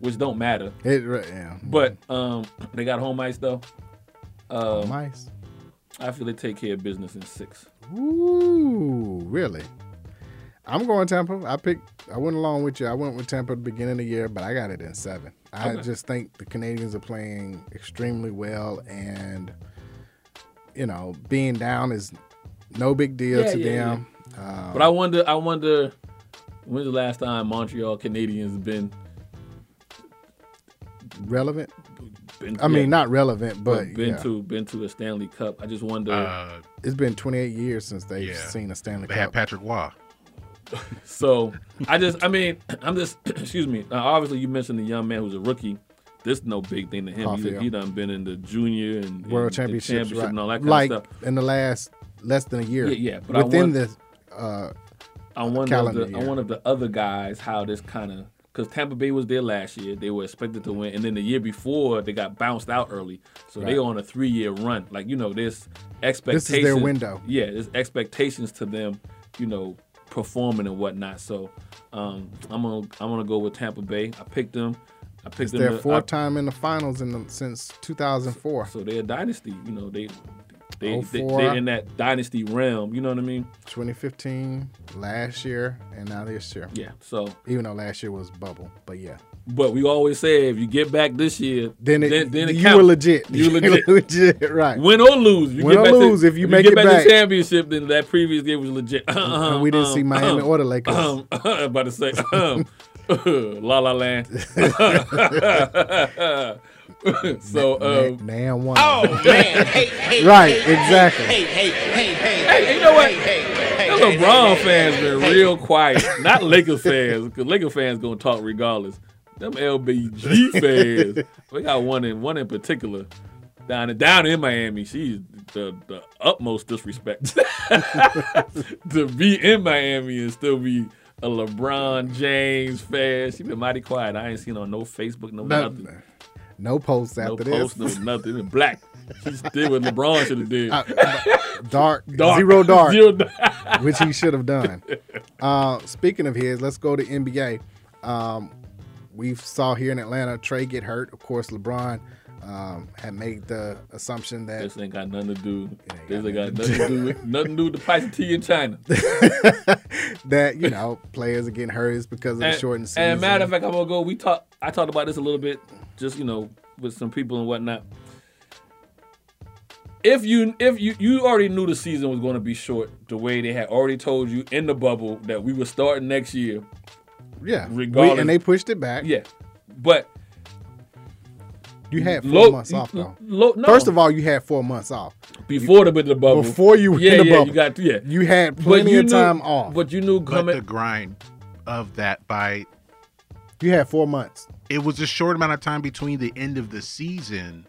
Speaker 3: which don't matter.
Speaker 5: It re- uh, yeah.
Speaker 3: But um, they got home ice though. Um,
Speaker 5: Home ice.
Speaker 3: I feel they take care of business in six.
Speaker 5: Ooh, really? I'm going Tampa. I picked. I went along with you. I went with Tampa at the beginning of the year, but I got it in seven. I
Speaker 12: Okay.
Speaker 5: just think the Canadians are playing extremely well, and you know, being down is no big deal
Speaker 3: Yeah,
Speaker 5: to
Speaker 3: yeah,
Speaker 5: them. Um,
Speaker 3: But I wonder, I wonder, when's the last time Montreal Canadiens been
Speaker 5: relevant.
Speaker 3: been?
Speaker 5: I mean, not relevant, but,
Speaker 3: been
Speaker 5: yeah.
Speaker 3: to been to a Stanley Cup. I just wonder.
Speaker 6: Uh.
Speaker 5: It's been 28 years since they've seen a Stanley
Speaker 6: They
Speaker 5: Cup.
Speaker 6: had Patrick Waugh.
Speaker 3: so I just, I mean, [clears throat] I'm just, excuse me. Now, obviously, you mentioned the young man who's a rookie. This no big thing to him. He,
Speaker 5: Caulfield.
Speaker 3: he done been in the junior and and-
Speaker 5: Oh, World
Speaker 3: and
Speaker 5: Championships,
Speaker 3: championship
Speaker 5: right.
Speaker 3: and all that kind
Speaker 5: like
Speaker 3: of stuff.
Speaker 5: in the last less than a year.
Speaker 3: Yeah, yeah, but I
Speaker 5: within
Speaker 3: want-
Speaker 5: this uh,
Speaker 3: I wonder of
Speaker 5: calendar
Speaker 3: the, I
Speaker 5: year.
Speaker 3: wonder of the other guys how this kind of because Tampa Bay was there last year. They were expected to win, and then the year before they got bounced out early. So
Speaker 5: Right.
Speaker 3: they on a three year run. Like you know, this
Speaker 5: is
Speaker 3: expectation.
Speaker 5: their window.
Speaker 3: Yeah, there's expectations to them. You know, performing and whatnot. So um, I'm gonna I'm gonna go with Tampa Bay. I picked them. I picked
Speaker 5: It's
Speaker 3: them.
Speaker 5: their
Speaker 3: to-
Speaker 5: fourth
Speaker 3: I-
Speaker 5: time in the finals in the, since 2004.
Speaker 3: So they're a dynasty. You know they. They, they,
Speaker 5: 04.
Speaker 3: they're in that dynasty realm, you know what I mean?
Speaker 5: 2015, last year, and now this year.
Speaker 3: Yeah, so
Speaker 5: even though last year was bubble, but yeah,
Speaker 3: But we always say if you get back this year,
Speaker 5: Then it-
Speaker 3: then, it
Speaker 5: you
Speaker 3: counts.
Speaker 5: were legit. [laughs]
Speaker 3: You
Speaker 5: You
Speaker 3: legit.
Speaker 5: were legit, right.
Speaker 3: [laughs] Win or lose. You
Speaker 5: Win
Speaker 3: get
Speaker 5: or
Speaker 3: back to-
Speaker 5: lose, if you make
Speaker 3: get
Speaker 5: it
Speaker 3: back,
Speaker 5: back.
Speaker 3: to championship, then that previous game was legit. Uh-uh,
Speaker 5: and we didn't
Speaker 3: um,
Speaker 5: see Miami or the Lakers.
Speaker 3: [laughs] about
Speaker 5: [laughs]
Speaker 3: to say, uh-uh. [laughs] La La Land. [laughs] so, um,
Speaker 5: Na- now one.
Speaker 3: Oh man, hey, hey,
Speaker 5: Right,
Speaker 3: hey,
Speaker 5: exactly.
Speaker 3: Hey, hey, hey, hey, hey, you know what? The LeBron fans been real quiet. Not Lakers fans, because Lakers fans gonna talk regardless. Them
Speaker 5: [laughs]
Speaker 3: LBG fans, we got one in one in particular down in, down in Miami. She's the, the utmost disrespect [laughs] to be in Miami and still be a LeBron James fan. She been mighty quiet. I ain't seen her on no Facebook, no,
Speaker 5: No-
Speaker 3: nothing.
Speaker 5: No posts
Speaker 3: No
Speaker 5: after
Speaker 3: post,
Speaker 5: this.
Speaker 3: no nothing. It black. She did what LeBron should
Speaker 5: [laughs]
Speaker 3: have did.
Speaker 5: dark,
Speaker 3: Dark.
Speaker 5: Uh, zero dark,
Speaker 3: [laughs] Zero dark.
Speaker 5: [laughs] which he should have done. Uh, speaking of his, let's go to NBA. Um, we saw here in Atlanta Trey get hurt. Of course, LeBron um, had made the assumption that
Speaker 3: this ain't got nothing to do. This ain't got nothing to do with nothing to do with the price of tea
Speaker 5: [laughs]
Speaker 3: in China.
Speaker 5: that you know players are getting hurt is because of the
Speaker 3: and,
Speaker 5: shortened season.
Speaker 3: and matter of fact, I'm gonna go. We talked. I talked about this a little bit, just you know, with some people and whatnot. If you if you you already knew the season was going to be short, the way they had already told you in the bubble that we were starting next year.
Speaker 5: yeah, We-
Speaker 3: regardless-
Speaker 5: and they pushed it back.
Speaker 3: Yeah, but
Speaker 5: You had four
Speaker 3: Low-
Speaker 5: months off though.
Speaker 3: low- no.
Speaker 5: First of all, you had four months off
Speaker 3: before the, the bubble,
Speaker 5: Before you were
Speaker 3: yeah,
Speaker 5: in the
Speaker 3: yeah,
Speaker 5: bubble,
Speaker 3: you got yeah,
Speaker 5: you had
Speaker 3: But
Speaker 5: plenty
Speaker 3: you
Speaker 5: of
Speaker 3: knew-
Speaker 5: time off.
Speaker 3: But you knew
Speaker 6: But the grind of that by
Speaker 5: You had four months.
Speaker 6: it was a short amount of time between the end of the season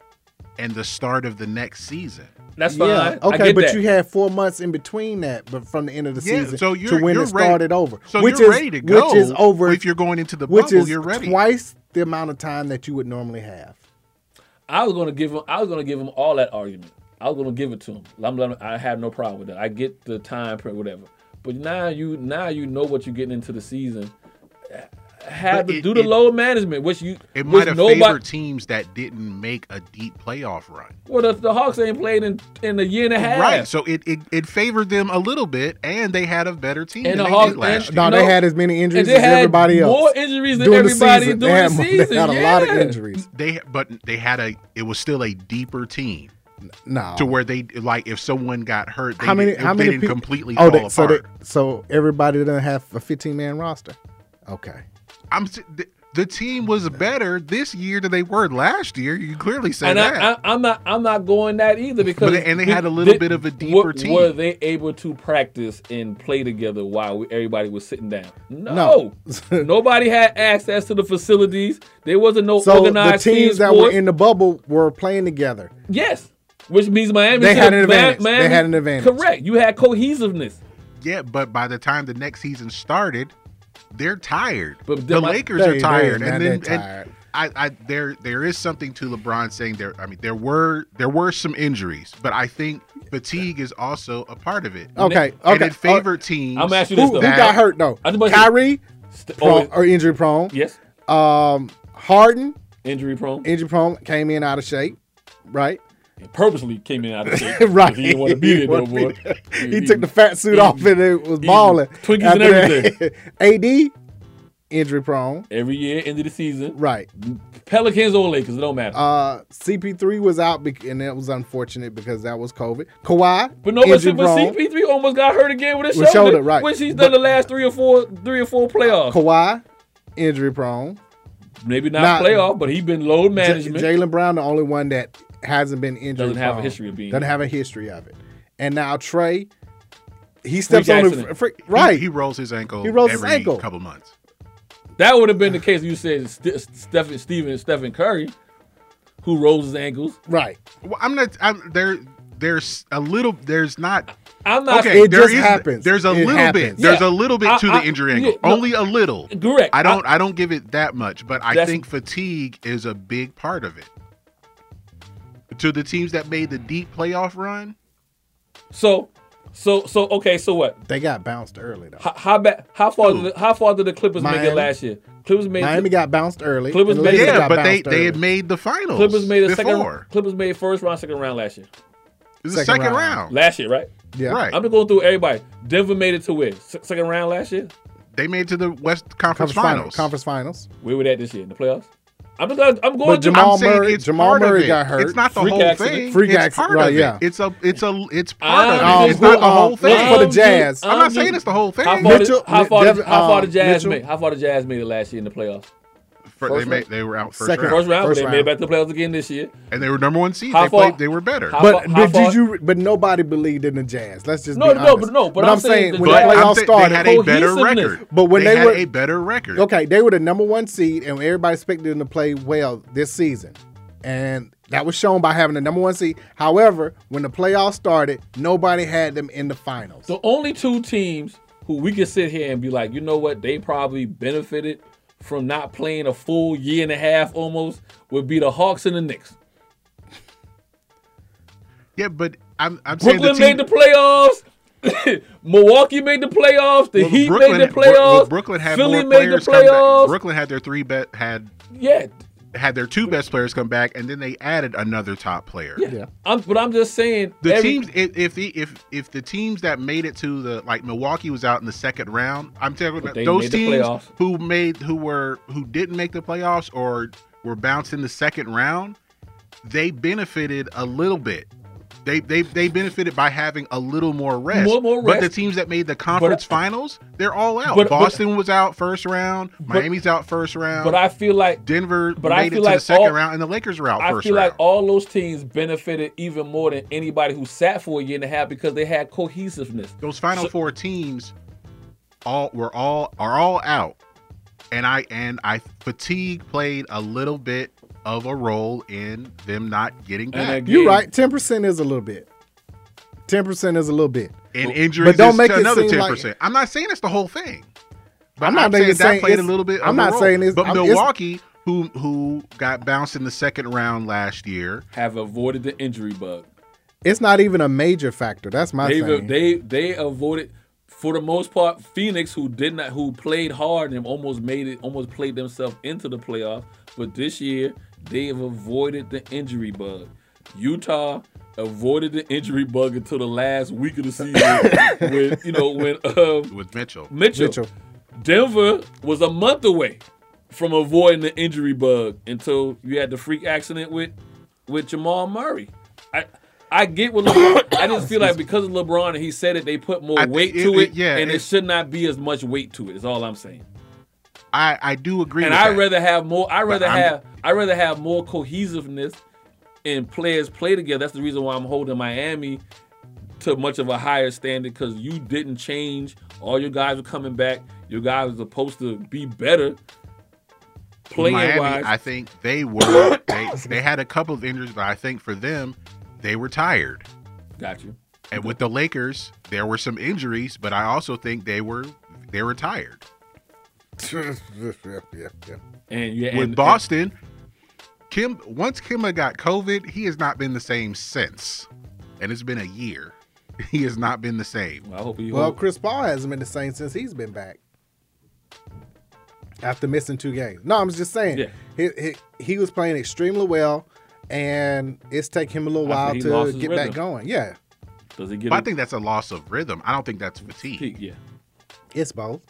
Speaker 6: and the start of the next season.
Speaker 5: Okay, but you had four months in between that, but from the end of the
Speaker 6: Yeah,
Speaker 5: season
Speaker 6: so you're-
Speaker 5: to when
Speaker 6: you're
Speaker 5: it
Speaker 6: ready-
Speaker 5: started over,
Speaker 6: so
Speaker 5: which
Speaker 6: you're
Speaker 5: is
Speaker 6: ready to go
Speaker 5: which is over.
Speaker 6: if you're going into the
Speaker 5: which
Speaker 6: bubble,
Speaker 5: is
Speaker 6: you're ready.
Speaker 5: Twice the amount of time that you would normally have.
Speaker 3: I was gonna give him. I was gonna give him all that argument. I was gonna give it to him. I'm, I'm, I have no problem with that. I get the time, per- whatever. But now you now you know what you're getting into the season. had
Speaker 6: But
Speaker 3: to
Speaker 6: it-
Speaker 3: do the
Speaker 6: it-
Speaker 3: load management, which you
Speaker 6: It
Speaker 3: which
Speaker 6: might have
Speaker 3: nobody.
Speaker 6: favored teams that didn't make a deep playoff run.
Speaker 3: Well, the, the Hawks ain't played in in a year and a half.
Speaker 6: Right. So it, it, it favored them a little bit, and they had a better team
Speaker 3: And
Speaker 6: than
Speaker 3: the
Speaker 6: they
Speaker 3: Hawks-
Speaker 6: did last
Speaker 3: and-
Speaker 6: year.
Speaker 5: No, they
Speaker 3: No.
Speaker 5: had as many injuries
Speaker 3: And they
Speaker 5: as
Speaker 3: had
Speaker 5: everybody else.
Speaker 3: more injuries than
Speaker 5: During the
Speaker 3: everybody
Speaker 5: season. they
Speaker 3: during the
Speaker 5: had, more- [laughs]
Speaker 3: season,
Speaker 5: They had a lot of
Speaker 3: yeah.
Speaker 5: injuries.
Speaker 6: They but they had a it was still a deeper team.
Speaker 5: No.
Speaker 6: To where they like if someone got hurt, they
Speaker 5: Oh. how many?
Speaker 6: didn't,
Speaker 5: How
Speaker 6: they
Speaker 5: many
Speaker 6: didn't
Speaker 5: peop-
Speaker 6: completely
Speaker 5: Oh,
Speaker 6: fall
Speaker 5: they,
Speaker 6: apart.
Speaker 5: so they, so everybody didn't have a 15 man roster. Okay.
Speaker 6: I'm s- the, the team was better this year than they were last year. You clearly
Speaker 3: and
Speaker 6: said that.
Speaker 3: I, I, I'm not I'm not going that either because
Speaker 6: they- and they had a
Speaker 3: thi-
Speaker 6: little
Speaker 3: thi-
Speaker 6: bit of a
Speaker 3: were-
Speaker 6: deeper team.
Speaker 3: Were they able to practice and play together while we, everybody was sitting down? No,
Speaker 5: No.
Speaker 3: [laughs] nobody had access to the facilities. There wasn't no
Speaker 5: So the
Speaker 3: organized team
Speaker 5: teams that were
Speaker 3: sports.
Speaker 5: in the bubble were playing together.
Speaker 3: Yes, which means Miami.
Speaker 5: They
Speaker 3: should-
Speaker 5: had an
Speaker 3: Mi-
Speaker 5: advantage. They
Speaker 3: Miami-
Speaker 5: had an advantage.
Speaker 3: Correct. You had cohesiveness.
Speaker 6: yeah, but by the time the next season started, they're tired.
Speaker 3: But
Speaker 6: the
Speaker 3: then my-
Speaker 6: Lakers
Speaker 5: They-
Speaker 6: are
Speaker 5: they-
Speaker 6: tired,
Speaker 5: man,
Speaker 6: and
Speaker 5: they're
Speaker 6: then
Speaker 5: tired.
Speaker 6: and I, I there there is something to LeBron saying there. I mean, there were there were some injuries, but I think fatigue is also a part of it.
Speaker 5: Okay,
Speaker 6: And
Speaker 5: Oh, okay, Oh,
Speaker 6: it favored teams.
Speaker 3: I'ma ask you
Speaker 5: Who, who got hurt though? Kyrie, prone,
Speaker 3: always-
Speaker 5: or injury prone.
Speaker 3: oh, uh, Yes.
Speaker 5: Um, Harden,
Speaker 3: Injury prone.
Speaker 5: injury prone, came in out of shape. Right.
Speaker 3: Purposely came in out
Speaker 5: [laughs]
Speaker 3: of shape.
Speaker 5: right.
Speaker 3: because He didn't want to be
Speaker 5: He
Speaker 3: there no
Speaker 5: wanted to
Speaker 3: more.
Speaker 5: be there. He took the fat suit off and it was
Speaker 3: he-
Speaker 5: balling.
Speaker 3: Twinkies
Speaker 5: [laughs]
Speaker 3: and
Speaker 5: everything. AD injury prone.
Speaker 3: Every year, end of the season.
Speaker 5: Right.
Speaker 3: Pelicans or Lakers, it don't matter.
Speaker 5: Uh, CP3 was out, bec- and that was unfortunate because that was COVID. Kawhi,
Speaker 3: But no, but,
Speaker 5: injury
Speaker 3: but
Speaker 5: prone.
Speaker 3: CP3 almost got hurt again with his
Speaker 5: With
Speaker 3: shoulder,
Speaker 5: shoulder, right.
Speaker 3: Which he's done the last three or four, three or four playoffs.
Speaker 5: Kawhi, injury prone.
Speaker 3: Maybe not
Speaker 5: Nah.
Speaker 3: playoff, but he's been load management.
Speaker 5: J- Jalen Brown, the only one that hasn't been injured.
Speaker 3: Doesn't have a history of being
Speaker 5: Doesn't
Speaker 3: injured.
Speaker 5: have a history of it. And now Trey, he steps on
Speaker 3: accident.
Speaker 5: the fr- fr-
Speaker 6: He-
Speaker 5: right.
Speaker 6: He, rolls his ankle.
Speaker 5: He rolls his
Speaker 6: every
Speaker 5: ankle.
Speaker 6: couple months.
Speaker 3: that would have been the case. if You said St- Stephen, Stephen, Stephen Curry, who rolls his ankles.
Speaker 5: Right.
Speaker 6: Well, I'm not. I'm there. There's a little. There's not.
Speaker 3: I'm not-
Speaker 6: Okay,
Speaker 5: It
Speaker 6: there
Speaker 5: just
Speaker 6: is-
Speaker 5: happens.
Speaker 6: There's a
Speaker 5: It
Speaker 6: little bit.
Speaker 5: happens.
Speaker 6: There's
Speaker 3: Yeah.
Speaker 6: a little bit
Speaker 3: I-
Speaker 6: to
Speaker 3: I-
Speaker 6: the injury
Speaker 3: yeah,
Speaker 6: angle.
Speaker 3: no.
Speaker 6: Only a little.
Speaker 3: Correct.
Speaker 6: I don't. I, don't give it that much, but I
Speaker 3: That's-
Speaker 6: think fatigue is a big part of it. To the teams that made the deep playoff run,
Speaker 3: So, so, so okay. So what?
Speaker 5: They got bounced early though.
Speaker 3: How, how ba- How far? Did the, how far did the Clippers make it
Speaker 5: Miami.
Speaker 3: last year? Clippers made.
Speaker 5: Miami got bounced early.
Speaker 3: Clippers
Speaker 5: and the
Speaker 3: made-
Speaker 5: Lakers
Speaker 3: Yeah,
Speaker 5: got
Speaker 6: but they
Speaker 5: bounced
Speaker 6: they
Speaker 5: early.
Speaker 6: had made the finals.
Speaker 3: Clippers made a
Speaker 6: before.
Speaker 3: second. Clippers made first round, second round last year.
Speaker 6: It was
Speaker 5: second
Speaker 6: the second round.
Speaker 5: round.
Speaker 3: Last year, right?
Speaker 5: Yeah.
Speaker 6: Right.
Speaker 3: I'm just going through everybody. Denver made it to where? Se- Second round last year.
Speaker 6: They made it to the West Conference,
Speaker 5: Conference finals.
Speaker 6: Finals.
Speaker 5: Conference finals.
Speaker 3: Where were that this year in the playoffs? I'm just. I'm going.
Speaker 5: But
Speaker 3: through-
Speaker 5: Jamal
Speaker 6: I'm saying
Speaker 5: Murray-
Speaker 6: it's
Speaker 5: Jamal
Speaker 6: part of
Speaker 5: Murray
Speaker 6: it.
Speaker 5: got hurt.
Speaker 6: It's not the
Speaker 3: Freak
Speaker 6: whole
Speaker 3: accident.
Speaker 6: thing.
Speaker 5: Freak
Speaker 6: it's
Speaker 5: accident,
Speaker 6: part
Speaker 5: right,
Speaker 6: of
Speaker 5: yeah.
Speaker 6: it. It's a. It's a. It's part
Speaker 3: I'm um,
Speaker 6: of it. It's
Speaker 5: just-
Speaker 6: not the whole
Speaker 5: um,
Speaker 6: thing.
Speaker 5: look for the Jazz.
Speaker 6: I'm not saying it's the whole thing.
Speaker 3: How far,
Speaker 5: Mitchell-
Speaker 3: did, how far,
Speaker 5: Devin-
Speaker 3: how far the
Speaker 5: um,
Speaker 3: Jazz
Speaker 5: Mitchell?
Speaker 3: made? How far the Jazz made it last year in the playoffs?
Speaker 6: For-
Speaker 5: First
Speaker 6: they, made,
Speaker 5: round.
Speaker 6: they were out first
Speaker 5: Second
Speaker 6: round.
Speaker 3: First round,
Speaker 5: First
Speaker 3: but they made it
Speaker 5: round.
Speaker 3: back to the playoffs again this year.
Speaker 6: and they were number one seed.
Speaker 3: How
Speaker 6: They
Speaker 3: far-
Speaker 6: played. They were better.
Speaker 3: how-
Speaker 5: But
Speaker 3: far-
Speaker 5: but
Speaker 3: far-
Speaker 5: did you? But nobody believed in the Jazz. Let's just
Speaker 3: No,
Speaker 5: be
Speaker 3: no,
Speaker 5: honest.
Speaker 3: but no, but
Speaker 5: But
Speaker 3: I'm
Speaker 5: I'm saying
Speaker 3: saying
Speaker 5: when
Speaker 3: the
Speaker 5: the
Speaker 3: Jazz-
Speaker 5: playoffs
Speaker 6: th-
Speaker 5: started,
Speaker 6: they had a better
Speaker 3: cohesiveness.
Speaker 6: record.
Speaker 5: But when they
Speaker 6: had
Speaker 5: were-
Speaker 6: a better record,
Speaker 5: Okay, they were the number one seed, and everybody expected them to play well this season. And that was shown by having the number one seed. However, when the playoffs started, nobody had them in the finals.
Speaker 3: The only two teams who we could sit here and be like, you know what, they probably benefited from not playing a full year and a half almost would be the Hawks and the Knicks.
Speaker 6: yeah, but I'm, I'm saying
Speaker 3: Brooklyn
Speaker 6: the
Speaker 3: made
Speaker 6: team,
Speaker 3: the playoffs. [laughs] Milwaukee made the playoffs. The
Speaker 6: well,
Speaker 3: Heat
Speaker 6: Brooklyn,
Speaker 3: made the
Speaker 6: well, well,
Speaker 3: playoffs.
Speaker 6: Brooklyn had
Speaker 3: Philly made
Speaker 6: more
Speaker 3: the
Speaker 6: players come back.
Speaker 3: playoffs.
Speaker 6: Brooklyn had their three bet had
Speaker 3: Yeah,
Speaker 6: had their two best players come back, and then they added another top player.
Speaker 3: yeah. [laughs] I'm, but I'm just saying
Speaker 6: The
Speaker 3: every-
Speaker 6: teams, if if, the, if if the teams that made it to the like Milwaukee was out in the second round, I'm telling
Speaker 3: But
Speaker 6: you,
Speaker 3: they
Speaker 6: those
Speaker 3: made the
Speaker 6: teams
Speaker 3: playoffs.
Speaker 6: who made who were who didn't make the playoffs or were bounced in the second round, they benefited a little bit. They they they benefited by having a little more rest.
Speaker 3: More- more
Speaker 6: But the
Speaker 3: rest.
Speaker 6: teams that made the conference finals, they're all out.
Speaker 3: But- but-
Speaker 6: Boston was out first round. Miami's out first round.
Speaker 3: But I feel like
Speaker 6: Denver
Speaker 3: but
Speaker 6: made
Speaker 3: I
Speaker 6: it
Speaker 3: feel
Speaker 6: to
Speaker 3: like
Speaker 6: the second
Speaker 3: all-
Speaker 6: round, and the Lakers were out
Speaker 3: I
Speaker 6: first
Speaker 3: feel
Speaker 6: round.
Speaker 3: like all those teams benefited even more than anybody who sat for a year and a half because they had cohesiveness.
Speaker 6: those final four teams all were all are all out and i and i fatigue played a little bit of a role in them not getting back
Speaker 3: again-
Speaker 5: You're right. Ten percent is a little bit. Ten percent is a little bit.
Speaker 6: and injuries
Speaker 5: But don't
Speaker 6: is
Speaker 5: make it
Speaker 6: another
Speaker 5: seem
Speaker 6: 10%
Speaker 5: like-
Speaker 6: i'm not saying it's the whole thing but
Speaker 5: I'm not
Speaker 6: saying
Speaker 5: making
Speaker 6: that
Speaker 5: saying
Speaker 6: played a
Speaker 5: it's-
Speaker 6: little bit of
Speaker 5: I'm
Speaker 6: a
Speaker 5: not
Speaker 6: role.
Speaker 5: saying it's-
Speaker 6: but
Speaker 5: I'm- it's-
Speaker 6: milwaukee who who got bounced in the second round last year
Speaker 3: Have avoided the injury bug.
Speaker 5: It's not even a major factor. That's my
Speaker 3: They
Speaker 5: thing.
Speaker 3: they they avoided for the most part, Phoenix, who did not, who played hard and almost made it, almost played themselves into the playoffs. But this year, they have avoided the injury bug. Utah avoided the injury bug until the last week of the
Speaker 6: [laughs]
Speaker 3: season, when you know when um,
Speaker 6: with Mitchell.
Speaker 3: Mitchell.
Speaker 6: Mitchell.
Speaker 3: Denver was a month away from avoiding the injury bug until you had the freak accident with with Jamal Murray. I I get what LeBron, [coughs] I just feel like because of LeBron and he said it, they put more
Speaker 6: I think
Speaker 3: weight
Speaker 6: it-
Speaker 3: to it,
Speaker 6: it- yeah,
Speaker 3: and it,
Speaker 6: it-
Speaker 3: should not be as much weight to it. Is all I'm saying.
Speaker 6: I I do agree.
Speaker 3: And
Speaker 6: with
Speaker 3: I
Speaker 6: that.
Speaker 3: rather have more. I rather
Speaker 6: I'm-
Speaker 3: have. I rather have more cohesiveness, and players play together. That's the reason why I'm holding Miami to much of a higher standard because you didn't change. All your guys are coming back. Your guys are supposed to be better. Playing
Speaker 6: Miami,
Speaker 3: wise,
Speaker 6: I think they were they, they had a couple of injuries, but I think for them, they were tired.
Speaker 3: Got you.
Speaker 6: And with the Lakers, there were some injuries, but I also think they were they were tired.
Speaker 3: And yeah,
Speaker 6: with
Speaker 3: and-
Speaker 6: Boston, Kim once Kimba got COVID, he has not been the same since, and it's been a year. [laughs] He has not been the same.
Speaker 3: I [laughs] hope
Speaker 5: Well, Chris Paul hasn't been the same since he's been back. After missing two games. No, I'm just saying.
Speaker 3: Yeah.
Speaker 5: He, he, he was playing extremely well, and it's taken him a little
Speaker 6: After
Speaker 5: while
Speaker 6: he lost
Speaker 5: to
Speaker 6: his
Speaker 5: get
Speaker 6: rhythm.
Speaker 5: back going. Yeah.
Speaker 3: Does he get?
Speaker 6: I think that's a loss of rhythm. I don't think that's fatigue.
Speaker 3: yeah.
Speaker 5: It's both.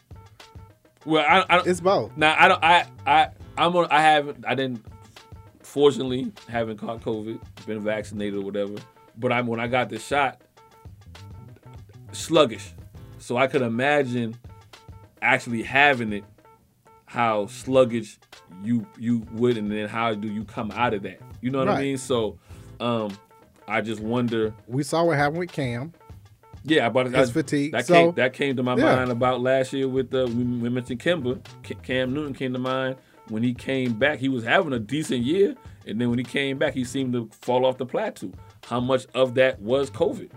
Speaker 3: Well, I, I don't,
Speaker 5: it's both.
Speaker 3: Now I don't. I I I'm on. I haven't. I didn't. Fortunately, haven't caught COVID. Been vaccinated or whatever. But I'm when I got the shot, sluggish. So I could imagine actually having it. How sluggish you you would, and then how do you come out of that? You know what I
Speaker 5: Right.
Speaker 3: mean? So, um, I just wonder.
Speaker 5: We saw what happened with Cam.
Speaker 3: Yeah, but
Speaker 5: It's
Speaker 3: I-
Speaker 5: fatigue.
Speaker 3: That
Speaker 5: So-
Speaker 3: came that came to my
Speaker 5: yeah.
Speaker 3: mind about last year with the we we mentioned Kimba. K- Cam Newton came to mind when he came back. He was having a decent year, and then when he came back, he seemed to fall off the plateau. How much of that was COVID?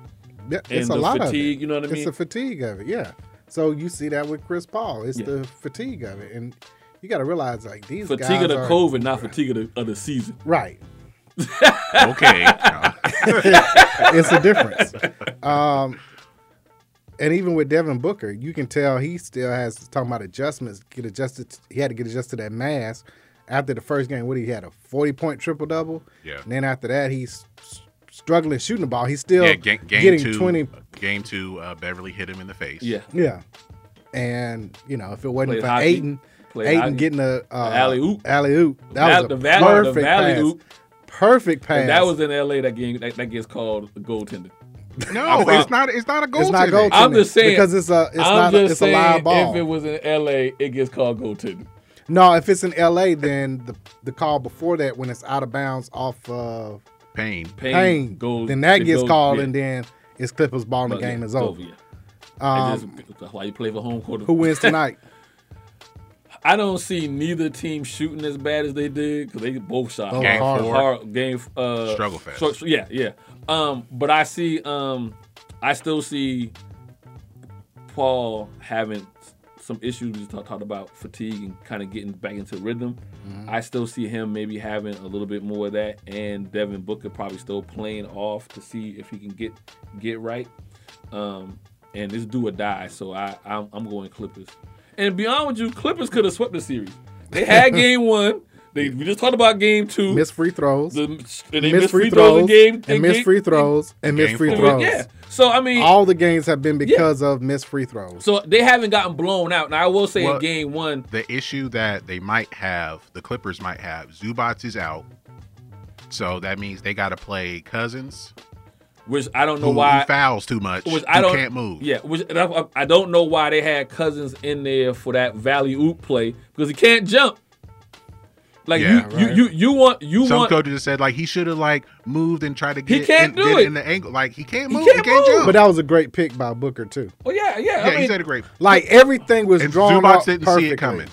Speaker 5: Yeah,
Speaker 3: and
Speaker 5: it's
Speaker 3: the
Speaker 5: a lot
Speaker 3: fatigue.
Speaker 5: of it.
Speaker 3: You know what I mean?
Speaker 5: It's the fatigue of it, yeah. So you see that with Chris Paul. It's
Speaker 3: Yeah.
Speaker 5: the fatigue of it. And you got to realize, like, these
Speaker 3: fatigue
Speaker 5: guys
Speaker 3: of the
Speaker 5: are,
Speaker 3: COVID, not fatigue of the, of the season.
Speaker 5: Right.
Speaker 6: [laughs]
Speaker 3: [laughs]
Speaker 6: okay.
Speaker 5: it's a difference. Um, and even with Devin Booker, you can tell he still has talking about adjustments. Get adjusted. He had to get adjusted to that mask after the first game. What he had a forty point triple double.
Speaker 6: Yeah.
Speaker 5: And then after that, he's s- struggling shooting the ball. He's still
Speaker 6: yeah, game, game
Speaker 5: getting
Speaker 6: two,
Speaker 5: twenty.
Speaker 6: Game two, uh, Beverly hit him in the face.
Speaker 3: Yeah.
Speaker 5: Yeah. And you know, if it wasn't
Speaker 6: Played
Speaker 5: for
Speaker 6: hockey.
Speaker 5: Aiden,
Speaker 6: Played
Speaker 5: Aiden
Speaker 6: hockey.
Speaker 5: getting a uh,
Speaker 3: Alley oop.
Speaker 5: alley oop. That was
Speaker 3: The
Speaker 5: a
Speaker 3: val- the
Speaker 5: perfect
Speaker 3: valley
Speaker 5: pass.
Speaker 3: oop.
Speaker 5: Perfect pass.
Speaker 3: And that was in LA. That game that, that gets called the goaltender.
Speaker 6: No, it's not. It's not a goal.
Speaker 5: It's not goaltending.
Speaker 3: I'm just saying
Speaker 5: because it's a it's
Speaker 3: I'm
Speaker 5: not a,
Speaker 3: just
Speaker 5: it's a live
Speaker 3: saying
Speaker 5: ball.
Speaker 3: If it was in LA, it gets called goaltender.
Speaker 5: No, if it's in LA, then the the call before that when it's out of bounds off of
Speaker 6: Pain.
Speaker 5: pain,
Speaker 3: Payne goes-
Speaker 5: then that
Speaker 3: it
Speaker 5: gets
Speaker 3: goes-
Speaker 5: called,
Speaker 3: yeah.
Speaker 5: and then it's Clippers ball, and the
Speaker 3: But yeah,
Speaker 5: game is
Speaker 3: it's
Speaker 5: over.
Speaker 3: yeah.
Speaker 5: Um,
Speaker 3: It is- that's why you play for home court.
Speaker 5: who
Speaker 3: [laughs]
Speaker 5: wins tonight?
Speaker 3: I don't see neither team shooting as bad as they did because they both shot
Speaker 5: Both Game hard. four.
Speaker 3: Hard game uh,
Speaker 6: Struggle fest.
Speaker 3: so- so- yeah, yeah. Um, but I see. Um, I still see Paul having some issues. We talked talked about fatigue and kind of getting back into rhythm.
Speaker 5: Mm-hmm.
Speaker 21: Mhm.
Speaker 3: I still see him maybe having a little bit more of that, and Devin Booker probably still playing off to see if he can get get right. Um, and this do or die. So I I'm, I'm going Clippers. And beyond with you, Clippers could have swept the series. They had game one. They we just talked about game two.
Speaker 5: Missed free throws.
Speaker 3: The, and they missed free throws, in game
Speaker 5: and
Speaker 3: in
Speaker 5: missed
Speaker 3: game-
Speaker 5: free throws and missed
Speaker 3: game
Speaker 5: free
Speaker 3: four.
Speaker 5: throws.
Speaker 3: Yeah. So I mean,
Speaker 5: all the games have been because of missed free throws.
Speaker 3: So they haven't gotten blown out. Now I will say
Speaker 6: Well,
Speaker 3: in game one,
Speaker 6: The issue that they might have, the Clippers might have, Zubats is out, so that means they got to play Cousins,
Speaker 3: which I don't know
Speaker 6: who,
Speaker 3: why
Speaker 6: who fouls too much,
Speaker 3: which I
Speaker 6: who
Speaker 3: don't
Speaker 6: can't move.
Speaker 3: Yeah, which and I, I don't know why they had Cousins in there for that valley oop play because he can't jump. Like
Speaker 6: Yeah.
Speaker 3: you, you, you, you want you
Speaker 6: Some
Speaker 3: want
Speaker 6: coaches just said like he should have like moved and tried to
Speaker 3: He
Speaker 6: get,
Speaker 3: can't
Speaker 6: in,
Speaker 3: do
Speaker 6: get
Speaker 3: it.
Speaker 6: in the angle. Like he can't move.
Speaker 3: can't
Speaker 6: he can't
Speaker 3: move. uh,
Speaker 6: jump.
Speaker 5: But that was a great pick by Booker too.
Speaker 3: Well, oh, yeah, yeah.
Speaker 6: Yeah, he said a great.
Speaker 5: Like everything was
Speaker 6: And
Speaker 5: drawn
Speaker 6: Zubac
Speaker 5: up
Speaker 6: didn't
Speaker 5: perfectly.
Speaker 6: see it coming.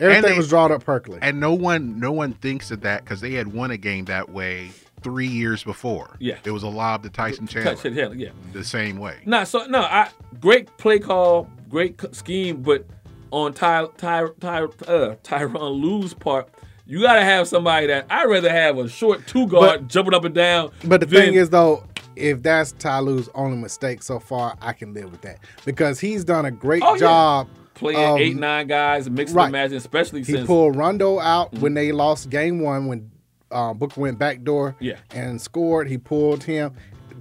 Speaker 5: Everything
Speaker 6: they-
Speaker 5: was drawn up perfectly.
Speaker 6: And no one, no one thinks of that because they had won a game that way three years before.
Speaker 3: Yeah.
Speaker 6: it was a lob to Tyson Chandler.
Speaker 3: Tyson Chandler, yeah.
Speaker 6: the same way.
Speaker 3: No, so no, I great play call, great c- scheme, but on Ty Ty Ty uh, Tyron Lue's part, you gotta have somebody that I'd rather have a short two guard jumping up and down.
Speaker 5: But the
Speaker 3: than-
Speaker 5: thing is, though, if that's Tyloo's only mistake so far, I can live with that because he's done a great
Speaker 3: Oh, yeah.
Speaker 5: job.
Speaker 3: Playing
Speaker 5: of-
Speaker 3: eight, nine guys, mixed
Speaker 5: um, right.
Speaker 3: and matching, especially
Speaker 5: He
Speaker 3: since Mhm.
Speaker 5: pulled Rondo out when they lost game one when uh, Booker went backdoor
Speaker 3: Yeah.
Speaker 5: and scored. He pulled him.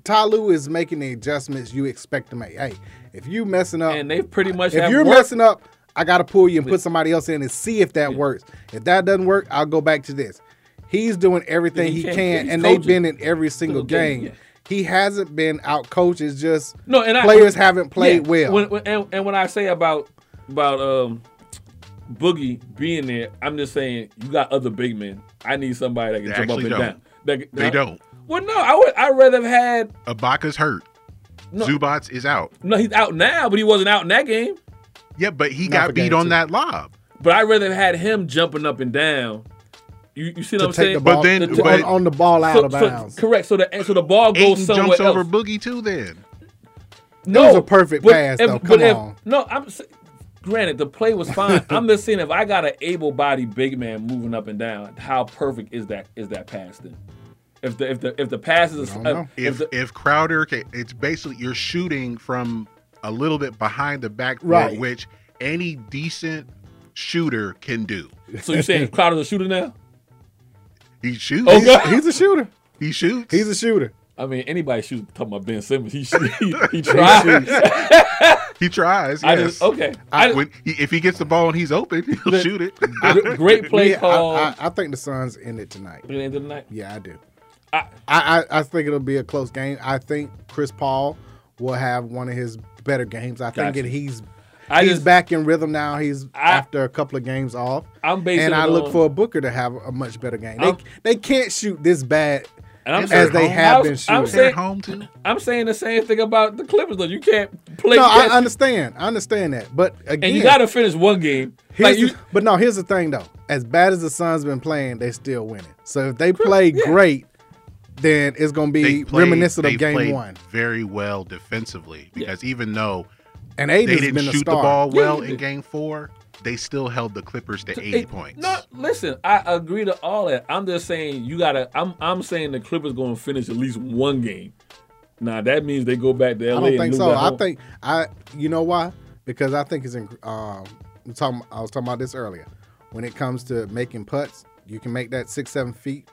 Speaker 5: Tyloo is making the adjustments you expect to make. Hey, if you messing up,
Speaker 3: and they've pretty much
Speaker 5: if
Speaker 3: have
Speaker 5: you're
Speaker 3: worked-
Speaker 5: messing up, I gotta pull you and put somebody else in and see if that works. If that doesn't work, I'll go back to this. He's doing everything he,
Speaker 3: He can-
Speaker 5: can,
Speaker 3: he's
Speaker 5: and they've
Speaker 3: coaching.
Speaker 5: been in every single
Speaker 3: Single game,
Speaker 5: game. He hasn't been out coached. It's just
Speaker 3: No, and I-
Speaker 5: players haven't played
Speaker 3: yeah,
Speaker 5: well.
Speaker 3: When, when- and, and when I say about about um, Boogie being there, I'm just saying you got other big men. I need somebody that can
Speaker 6: They
Speaker 3: jump up
Speaker 6: actually
Speaker 3: and
Speaker 6: don't.
Speaker 3: down. That-
Speaker 6: They
Speaker 3: that-
Speaker 6: don't.
Speaker 3: Well, no, I would. I'd rather have had
Speaker 6: Ibaka's hurt. Zubats is out.
Speaker 3: No, he's out now, but he wasn't out in that game.
Speaker 6: Yeah, but he got beat on that lob.
Speaker 3: But I'd rather have had him jumping up and down. You, you see what
Speaker 5: To
Speaker 3: I'm
Speaker 5: take
Speaker 3: saying?
Speaker 5: the ball- But then- to- but- on- on the ball out
Speaker 3: So-
Speaker 5: of
Speaker 3: so-
Speaker 5: bounds.
Speaker 3: correct. So the so the ball goes
Speaker 6: Ayton
Speaker 3: somewhere
Speaker 6: jumps
Speaker 3: else.
Speaker 6: over Boogie too.
Speaker 5: It
Speaker 6: Then
Speaker 5: was a perfect pass, though. Come
Speaker 3: if-
Speaker 5: on.
Speaker 3: no, I'm. s- Granted, the play was
Speaker 5: [laughs]
Speaker 3: fine. I'm just saying, if I got an able-bodied big man moving up and down, how perfect is that? Is that pass then? If the if the if the pass is a, uh, if,
Speaker 6: if
Speaker 3: the,
Speaker 6: if Crowder, ca- it's basically you're shooting from a little bit behind the backboard,
Speaker 3: Right.
Speaker 6: which any decent shooter can do.
Speaker 5: [laughs]
Speaker 3: so you're saying Crowder's a shooter now?
Speaker 6: He shoots.
Speaker 3: Oh, God.
Speaker 5: He's a shooter.
Speaker 6: He shoots.
Speaker 5: He's a shooter.
Speaker 3: I mean, anybody shoots. Talking about Ben Simmons, he he,
Speaker 5: [laughs]
Speaker 3: he tries.
Speaker 6: he tries. Yes.
Speaker 3: I just- okay. I-
Speaker 6: when, he, if he gets the ball and he's open, [laughs] he'll
Speaker 3: Look,
Speaker 6: shoot it.
Speaker 5: [laughs] Yeah, I- I, I think the Suns end it tonight.
Speaker 3: It ended tonight.
Speaker 5: Yeah, I do.
Speaker 3: I,
Speaker 5: I I think it'll be a close game. I think Chris Paul will have one of his better games. I think
Speaker 3: Gotcha.
Speaker 5: that he's
Speaker 3: I
Speaker 5: he's
Speaker 3: just-
Speaker 5: back in rhythm now. He's after a couple of games off.
Speaker 3: I'm basing
Speaker 5: and I
Speaker 3: it
Speaker 5: look
Speaker 3: on-
Speaker 5: for a Booker to have a much better game. They
Speaker 3: I'm-
Speaker 5: they can't shoot this bad
Speaker 3: And I'm
Speaker 5: as
Speaker 3: saying-
Speaker 5: they have
Speaker 3: I'm-
Speaker 5: been shooting.
Speaker 3: I'm saying,
Speaker 6: home too.
Speaker 3: I'm saying the same thing about the Clippers though. You can't play.
Speaker 5: no, I
Speaker 3: catch-
Speaker 5: understand. I understand that. But again,
Speaker 3: and you got to finish one game.
Speaker 5: Here's
Speaker 3: Like you,
Speaker 5: the- but no, here's the thing though. As bad as the Suns been playing, they still winning. So if they play great, then it's gonna be
Speaker 6: played-
Speaker 5: reminiscent
Speaker 6: they
Speaker 5: of game
Speaker 6: played
Speaker 5: one.
Speaker 6: Very well defensively because even though
Speaker 5: And
Speaker 6: they
Speaker 5: Aiden's
Speaker 6: didn't
Speaker 5: been a
Speaker 6: shoot the
Speaker 5: star.
Speaker 6: ball
Speaker 5: Yeah,
Speaker 6: well
Speaker 5: he
Speaker 6: in
Speaker 5: did.
Speaker 6: game four, they still held the Clippers to 80
Speaker 3: it-
Speaker 6: points.
Speaker 3: No, listen, I agree to all that. I'm just saying you gotta. I'm I'm saying the Clippers going to finish at least one game. Now that means they go back to LA.
Speaker 5: I don't
Speaker 3: and
Speaker 5: think
Speaker 3: lose
Speaker 5: so.
Speaker 3: at
Speaker 5: I
Speaker 3: home.
Speaker 5: think I. You know why? Because I think it's in. Um, I'm talking, I was talking about this earlier. When it comes to making putts, you can make that six, seven feet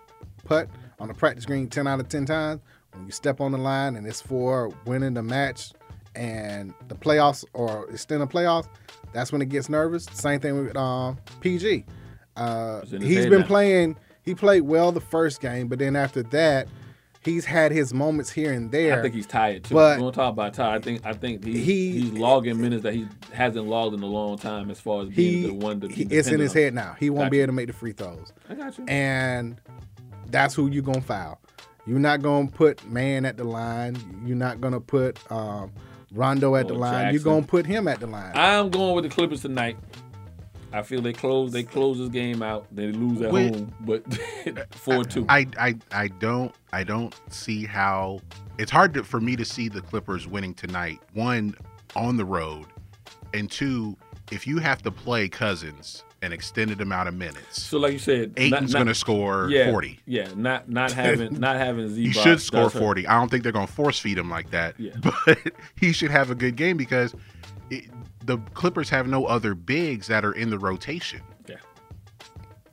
Speaker 5: putt on the practice green ten out of ten times. When you step on the line and it's for winning the match and the playoffs or extending playoffs, that's when it gets nervous. Same thing with um, PG. Uh,
Speaker 3: in his
Speaker 5: he's
Speaker 3: head
Speaker 5: been
Speaker 3: now.
Speaker 5: playing. He played well the first game, but then after that, he's had his moments here and there.
Speaker 3: I think he's tired too.
Speaker 5: But
Speaker 3: we don't talk about tired. I think I think he,
Speaker 5: He-
Speaker 3: he's logging minutes that he hasn't logged in a long time as far as being
Speaker 5: he,
Speaker 3: the one to be
Speaker 5: he- it's in
Speaker 3: dependent
Speaker 5: his
Speaker 3: on.
Speaker 5: head now. He won't
Speaker 3: Gotcha.
Speaker 5: be able to make the free throws.
Speaker 3: I got you.
Speaker 5: And that's who you're gonna foul. You're not gonna put man at the line. You're not gonna put um, Rondo at the
Speaker 3: Or
Speaker 5: line.
Speaker 3: Jackson.
Speaker 5: You're gonna put him at the line.
Speaker 3: I'm going with the Clippers tonight. I feel they close. They close this game out. They lose at
Speaker 6: Wait.
Speaker 3: home, but [laughs] four two.
Speaker 6: I, I I don't I don't see how it's hard to, for me to see the Clippers winning tonight. One on the road, and two, if you have to play Cousins an extended amount of minutes,
Speaker 3: So like you said,
Speaker 6: Aiton's gonna score
Speaker 3: yeah,
Speaker 6: 40.
Speaker 3: Yeah, not
Speaker 6: [laughs]
Speaker 3: not having not having Z.
Speaker 6: you should score 40. I don't think they're going to force feed him like that. [laughs] But he should have a good game because it, the Clippers have no other bigs that are in the rotation.
Speaker 3: Yeah.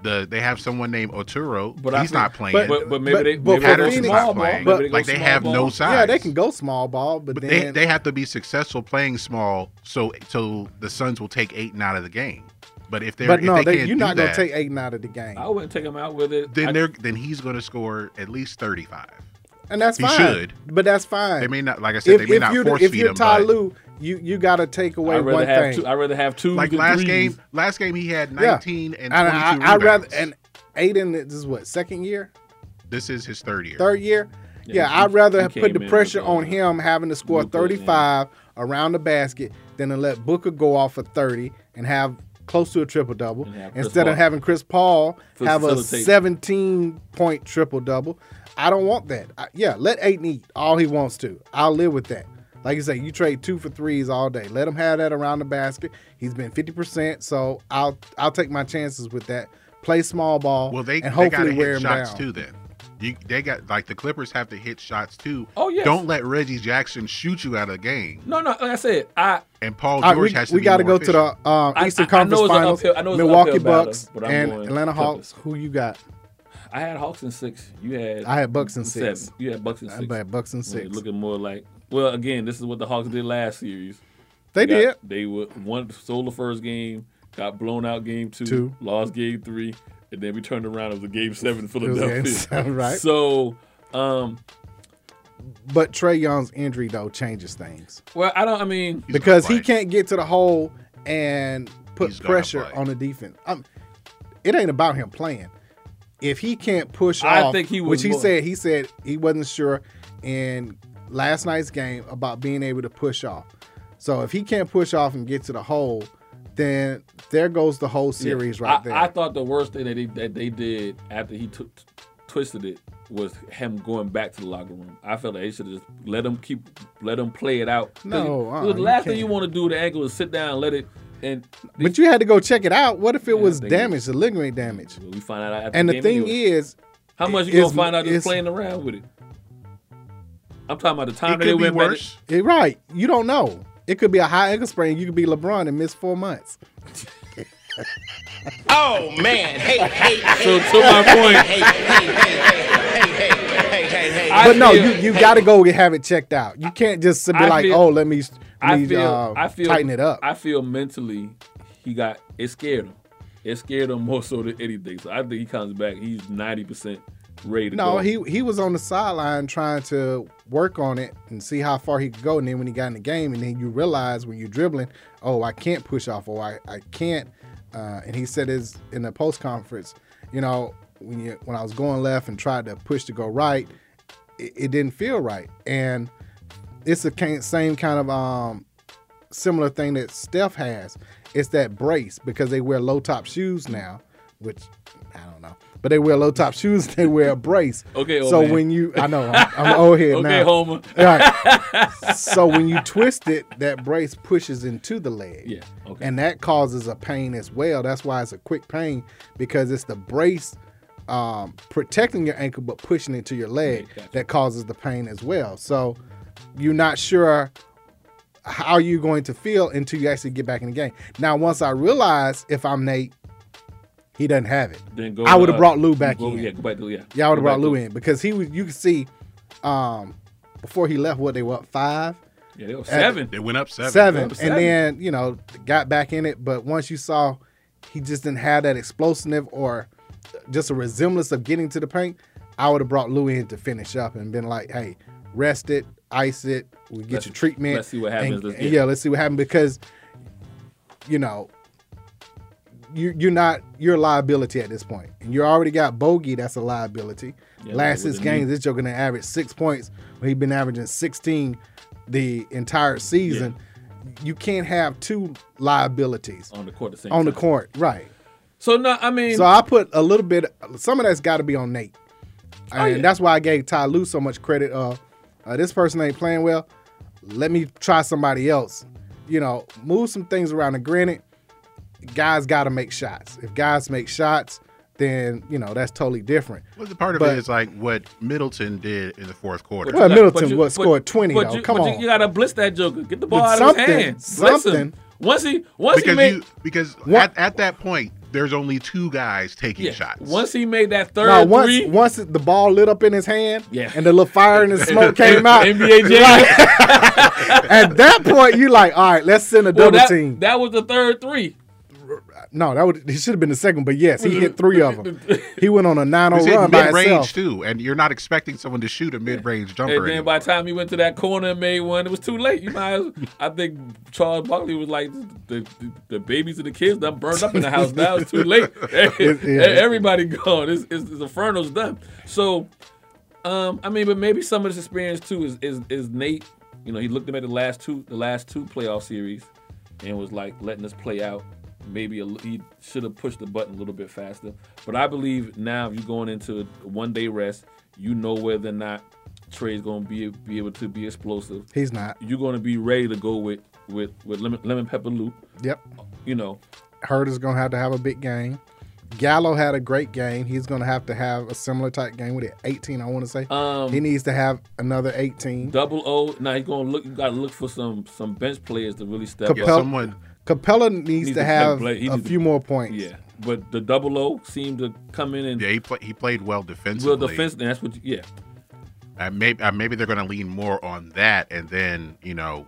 Speaker 6: The they have someone named Oturo,
Speaker 3: But
Speaker 6: but
Speaker 3: I
Speaker 6: he's
Speaker 3: think-
Speaker 6: not playing.
Speaker 3: but- but- but maybe they- maybe they go
Speaker 6: Patterson's
Speaker 3: small
Speaker 6: not
Speaker 3: ball.
Speaker 6: playing.
Speaker 3: Maybe they go
Speaker 6: like they
Speaker 3: small
Speaker 6: have
Speaker 3: ball.
Speaker 6: no
Speaker 3: Yeah,
Speaker 6: size.
Speaker 5: Yeah, they can go small ball, but,
Speaker 6: But they
Speaker 5: then
Speaker 6: they have to be successful playing small, so so the Suns will take Aiton out of the game. But if they're
Speaker 5: but
Speaker 6: if
Speaker 5: no,
Speaker 6: they
Speaker 5: they-
Speaker 6: can't
Speaker 5: you're
Speaker 6: do
Speaker 5: not
Speaker 6: that,
Speaker 5: gonna take Aiden out of the game,
Speaker 3: I wouldn't take him out with it.
Speaker 6: then
Speaker 3: I-
Speaker 6: they're then he's going to score at least thirty five.
Speaker 5: and that's
Speaker 6: he
Speaker 5: fine.
Speaker 6: should.
Speaker 5: But that's fine.
Speaker 6: They may not, like I said, they may not
Speaker 5: you're,
Speaker 6: force
Speaker 5: if
Speaker 6: feed
Speaker 5: you're
Speaker 6: him.
Speaker 5: Ty
Speaker 6: but-
Speaker 5: Lue, you you gotta take away
Speaker 3: I'd rather
Speaker 5: one
Speaker 3: have
Speaker 5: thing.
Speaker 3: two. I'd rather have two.
Speaker 6: like
Speaker 3: than
Speaker 6: last
Speaker 3: threes.
Speaker 6: game, last game he had
Speaker 5: Yeah.
Speaker 6: 19 and 22
Speaker 5: I,
Speaker 6: rebounds.
Speaker 5: I, I'd rather and Aiden this is what second year,
Speaker 6: this is his third year.
Speaker 5: third year.
Speaker 6: Yeah,
Speaker 5: Yeah,
Speaker 6: he-
Speaker 5: I'd rather
Speaker 6: he
Speaker 5: put
Speaker 6: came
Speaker 5: the
Speaker 6: in
Speaker 5: pressure
Speaker 6: with,
Speaker 5: on him having to score
Speaker 6: Luka, yeah.
Speaker 5: 35 around the basket than to let Booker go off for 30 and have close to a triple double
Speaker 3: have Chris
Speaker 5: instead
Speaker 3: Paul.
Speaker 5: of having Chris Paul
Speaker 3: To
Speaker 5: have a
Speaker 3: facilitate.
Speaker 5: 17 point triple double. I don't want that. I- yeah, let Aiden eat all he wants to. I'll live with that. Like you say, you trade two for threes all day. Let him have that around the basket. He's been 50%, so I'll I'll take my chances with that. Play small ball
Speaker 6: Well, they
Speaker 5: and
Speaker 6: they got
Speaker 5: hopefully
Speaker 6: to
Speaker 5: wear
Speaker 6: hit
Speaker 5: him
Speaker 6: shots
Speaker 5: down.
Speaker 6: too. Then You, they got like the Clippers have to hit shots too.
Speaker 3: Oh, yes.
Speaker 6: Don't let Reggie Jackson shoot you out of the game.
Speaker 3: No, no. Like I said, I
Speaker 6: And Paul
Speaker 5: All
Speaker 6: George
Speaker 5: right, we
Speaker 6: has to.
Speaker 5: we
Speaker 6: be
Speaker 5: got to
Speaker 6: more
Speaker 5: go to the uh,
Speaker 3: I-
Speaker 5: Eastern
Speaker 3: I- I know
Speaker 5: Conference
Speaker 3: it's an
Speaker 5: Finals.
Speaker 3: uphill- I know it's an
Speaker 5: Milwaukee
Speaker 3: uphill battle,
Speaker 5: Bucks
Speaker 3: but I'm
Speaker 5: and
Speaker 3: going
Speaker 5: Atlanta Hawks.
Speaker 3: Clippers.
Speaker 5: Who you got? Uh,
Speaker 3: I had Hawks in six. You had
Speaker 5: I had Bucks in six.
Speaker 3: Seven. You had Bucks in
Speaker 5: I
Speaker 3: six.
Speaker 5: had Bucks in
Speaker 3: Well,
Speaker 5: six.
Speaker 3: Looking more like well, again, this is what the Hawks did last series.
Speaker 5: They
Speaker 3: got- They were one stole the first game, got blown out game two,
Speaker 5: Two.
Speaker 3: lost game three, and then we turned around. It was a game seven in
Speaker 5: was game
Speaker 3: Philadelphia.
Speaker 5: seven, right.
Speaker 3: So, um,
Speaker 5: But Trey Young's injury though changes things
Speaker 3: well, I don't. I mean,
Speaker 5: because he can't get to the hole and put
Speaker 3: gonna
Speaker 5: pressure on the defense. Um, it ain't about him playing. If he can't push
Speaker 3: I
Speaker 5: off,
Speaker 3: think he
Speaker 5: which
Speaker 3: was
Speaker 5: he
Speaker 3: more-
Speaker 5: said he said he wasn't sure in last night's game about being able to push off. So if he can't push off and get to the hole, then there goes the whole
Speaker 3: Yeah.
Speaker 5: series
Speaker 3: I-
Speaker 5: right there.
Speaker 3: I thought the worst thing that they, that they did after he took twisted it was him going back to the locker room. I felt like they should have just let him keep let him play it out. 'Cause
Speaker 5: No,
Speaker 3: you-
Speaker 5: uh-uh, you
Speaker 3: the last thing
Speaker 5: can't.
Speaker 3: you want to do to ankle is sit down, and let it, and
Speaker 5: But you had to go check it out. What if it was
Speaker 3: think
Speaker 5: damaged, the ligament damage?
Speaker 3: we find out. After
Speaker 5: And the
Speaker 3: game
Speaker 5: thing
Speaker 3: anyway.
Speaker 5: is,
Speaker 3: how much you
Speaker 5: it's-
Speaker 3: gonna find out
Speaker 5: it's-
Speaker 3: just playing around with it? I'm talking about the time
Speaker 5: It
Speaker 3: that Uh, they
Speaker 5: could be
Speaker 3: went back.
Speaker 5: worse. It- right. You don't know. It could be a high ankle sprain. You could be LeBron and miss four months.
Speaker 21: Oh man! Hey, hey, hey.
Speaker 3: So to my point-
Speaker 21: Hey, hey, hey, hey, hey, hey, hey, hey, hey.
Speaker 5: but no, you,
Speaker 3: [laughs]
Speaker 5: you got to go have it checked out. You can't just be
Speaker 3: I
Speaker 5: like,
Speaker 3: feel-
Speaker 5: oh, let me, let
Speaker 3: I
Speaker 5: me
Speaker 3: feel,
Speaker 5: uh,
Speaker 3: I feel,
Speaker 5: tighten it up.
Speaker 3: I feel mentally, he got it scared him. It scared him more so than anything. So I think he comes back. He's ninety percent ready to
Speaker 5: No,
Speaker 3: go.
Speaker 5: he he was on the sideline trying to work on it and see how far he could go. And then when he got in the game, and then you realize when you're dribbling, oh, I can't push off, or I, I can't. Uh, and he said is in the post conference, you know, when you when I was going left and tried to push to go right, it, it didn't feel right. And it's the ki- same kind of um, similar thing that Steph has. It's that brace because they wear low top shoes now, which I don't know, but they wear low top [laughs] shoes. They wear a brace.
Speaker 3: Okay, old
Speaker 5: so
Speaker 3: man.
Speaker 5: when you, I know I'm, I'm old head
Speaker 3: [laughs] Okay,
Speaker 5: now.
Speaker 3: Homer.
Speaker 5: All right. so when you twist it, that brace pushes into the leg. Yeah.
Speaker 3: okay.
Speaker 5: And that causes a pain as well. That's why it's a quick pain because it's the brace um, protecting your ankle but pushing it to your leg that causes the pain as well. So you're not sure how you're going to feel until you actually get back in the game. Now, once I realize if I'm Nate, he doesn't have it.
Speaker 3: Then go
Speaker 5: I would
Speaker 3: uh,
Speaker 5: have brought Lou back
Speaker 3: go-
Speaker 5: in.
Speaker 3: Yeah, go back to yeah.
Speaker 5: Yeah, I would have
Speaker 3: Go
Speaker 5: brought
Speaker 3: back
Speaker 5: Lou
Speaker 3: to-
Speaker 5: in because he was. You could see, um, before he left, what they were up five.
Speaker 3: Yeah, they were
Speaker 5: At-
Speaker 3: seven. They went up seven.
Speaker 5: Seven,
Speaker 3: They went up
Speaker 5: and
Speaker 3: seven.
Speaker 5: then you know got back in it. But once you saw, he just didn't have that explosive or just a resemblance of getting to the paint. I would have brought Lou in to finish up and been like, "Hey, rest it, ice it, we get
Speaker 3: Let's-
Speaker 5: your treatment.
Speaker 3: let's see what happens.
Speaker 5: and-
Speaker 3: Let's
Speaker 5: and
Speaker 3: get
Speaker 5: yeah,
Speaker 3: it.
Speaker 5: let's see what happens because you know you you're not you're a liability at this point. And you already got Bogey, that's a liability.
Speaker 12: Yeah,
Speaker 5: Last
Speaker 12: with
Speaker 5: six
Speaker 12: the
Speaker 5: games,
Speaker 12: knee.
Speaker 5: this joker gonna average six points when he's been averaging sixteen the entire season. You can't have two liabilities
Speaker 3: on the court at the same
Speaker 5: on the
Speaker 3: time.
Speaker 5: court. Right.
Speaker 3: So no, I mean,
Speaker 5: So I put a little bit some of that's gotta be on Nate.
Speaker 3: Oh,
Speaker 5: and
Speaker 3: yeah.
Speaker 5: that's why I gave Ty Lue so much credit. Uh, uh this person ain't playing well. Let me try somebody else. You know, move some things around. And granted, guys gotta make shots. If guys make shots, then you know that's totally different.
Speaker 6: Well, the part of
Speaker 5: But-
Speaker 6: it is like what Middleton did in the fourth quarter.
Speaker 5: Well, Middleton what, scored twenty
Speaker 3: but
Speaker 5: though.
Speaker 3: you,
Speaker 5: Come
Speaker 3: but
Speaker 5: on.
Speaker 3: you, you gotta blitz that Joker. Get the ball
Speaker 5: But
Speaker 3: out of his
Speaker 5: something-
Speaker 3: hand. Blitz him.
Speaker 5: something.
Speaker 3: Once he, once
Speaker 6: because
Speaker 3: he made,
Speaker 6: you, because at, at that point there's only two guys taking shots.
Speaker 3: once he made that third
Speaker 5: Now, once
Speaker 3: three,
Speaker 5: once the ball lit up in his hand,
Speaker 3: Yeah.
Speaker 5: and the little fire
Speaker 3: [laughs]
Speaker 5: and the smoke came out, [laughs]
Speaker 3: NBA Jam.
Speaker 5: like- at that point, you like, all right, let's send a
Speaker 3: well,
Speaker 5: double
Speaker 3: that,
Speaker 5: team.
Speaker 3: that was the third three.
Speaker 5: No, that would he should have been the second, but yes, he
Speaker 3: [laughs]
Speaker 5: hit three of them. He went on a 9-0
Speaker 6: He's
Speaker 5: run
Speaker 6: hitting
Speaker 5: by
Speaker 6: mid
Speaker 5: himself.
Speaker 6: range too, and you're not expecting someone to shoot a mid range jumper.
Speaker 3: And then
Speaker 6: anymore.
Speaker 3: by the time he went to that corner and made one, it was too late. You might, as, [laughs] I think Charles Barkley was like, the, the, the babies and the kids done burned up in the house. Now it's too late.
Speaker 5: It's- [laughs] yeah.
Speaker 3: [laughs] Everybody gone. It's, it's, it's Inferno's done. So, um, I mean, but maybe some of this experience too is is is Nate. You know, he looked him at the last two the last two playoff series, and was like letting this play out. Maybe a, li- he should have pushed the button a little bit faster. But I believe now, if you're going into a one day rest, you know whether or not Trey's going to be be able to be explosive.
Speaker 5: He's not.
Speaker 3: You're going to be ready to go with with with lemon, lemon pepper loop.
Speaker 5: Yep.
Speaker 3: You know,
Speaker 5: Herder's gonna have to have a big game. Gallo had a great game. He's going to have to have a similar type game with it. 18, I want to say.
Speaker 3: Um,
Speaker 5: he needs to have another 18.
Speaker 3: Double O. Now you gonna look. You gotta look for some some bench players to really step
Speaker 5: Capella,
Speaker 3: up.
Speaker 5: Capella needs, to,
Speaker 3: play-
Speaker 5: have
Speaker 3: play- he
Speaker 5: a
Speaker 3: needs to-
Speaker 5: few more points.
Speaker 3: Yeah, but the double O seemed to come in and
Speaker 6: yeah, he played. He played well defensively.
Speaker 3: Well, defense. and That's what. You, yeah.
Speaker 6: I maybe I, maybe they're going to lean more on that, and then you know,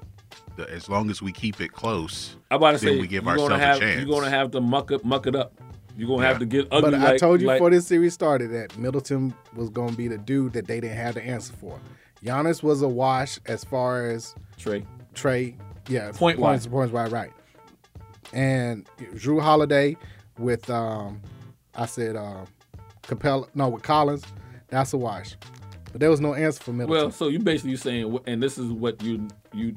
Speaker 6: the, as long as we keep it close,
Speaker 3: I about to
Speaker 6: then
Speaker 3: say
Speaker 6: we give
Speaker 3: you're gonna
Speaker 6: ourselves
Speaker 3: have
Speaker 6: a chance.
Speaker 3: you're gonna have to muck up muck it up. You're gonna have to get ugly.
Speaker 5: But I
Speaker 3: like-
Speaker 5: told you
Speaker 3: like-
Speaker 5: before this series started that Middleton was going to be the dude that they didn't have the answer for. Giannis was a wash as far as
Speaker 3: Trey.
Speaker 5: Trey, yeah,
Speaker 3: Point
Speaker 5: points,
Speaker 3: wise.
Speaker 5: points wide, right? And Drew Holiday with um, I said um, Capella, no, with Collins, that's a wash. But there was no answer for Middleton.
Speaker 3: Well, so you basically saying, and this is what you you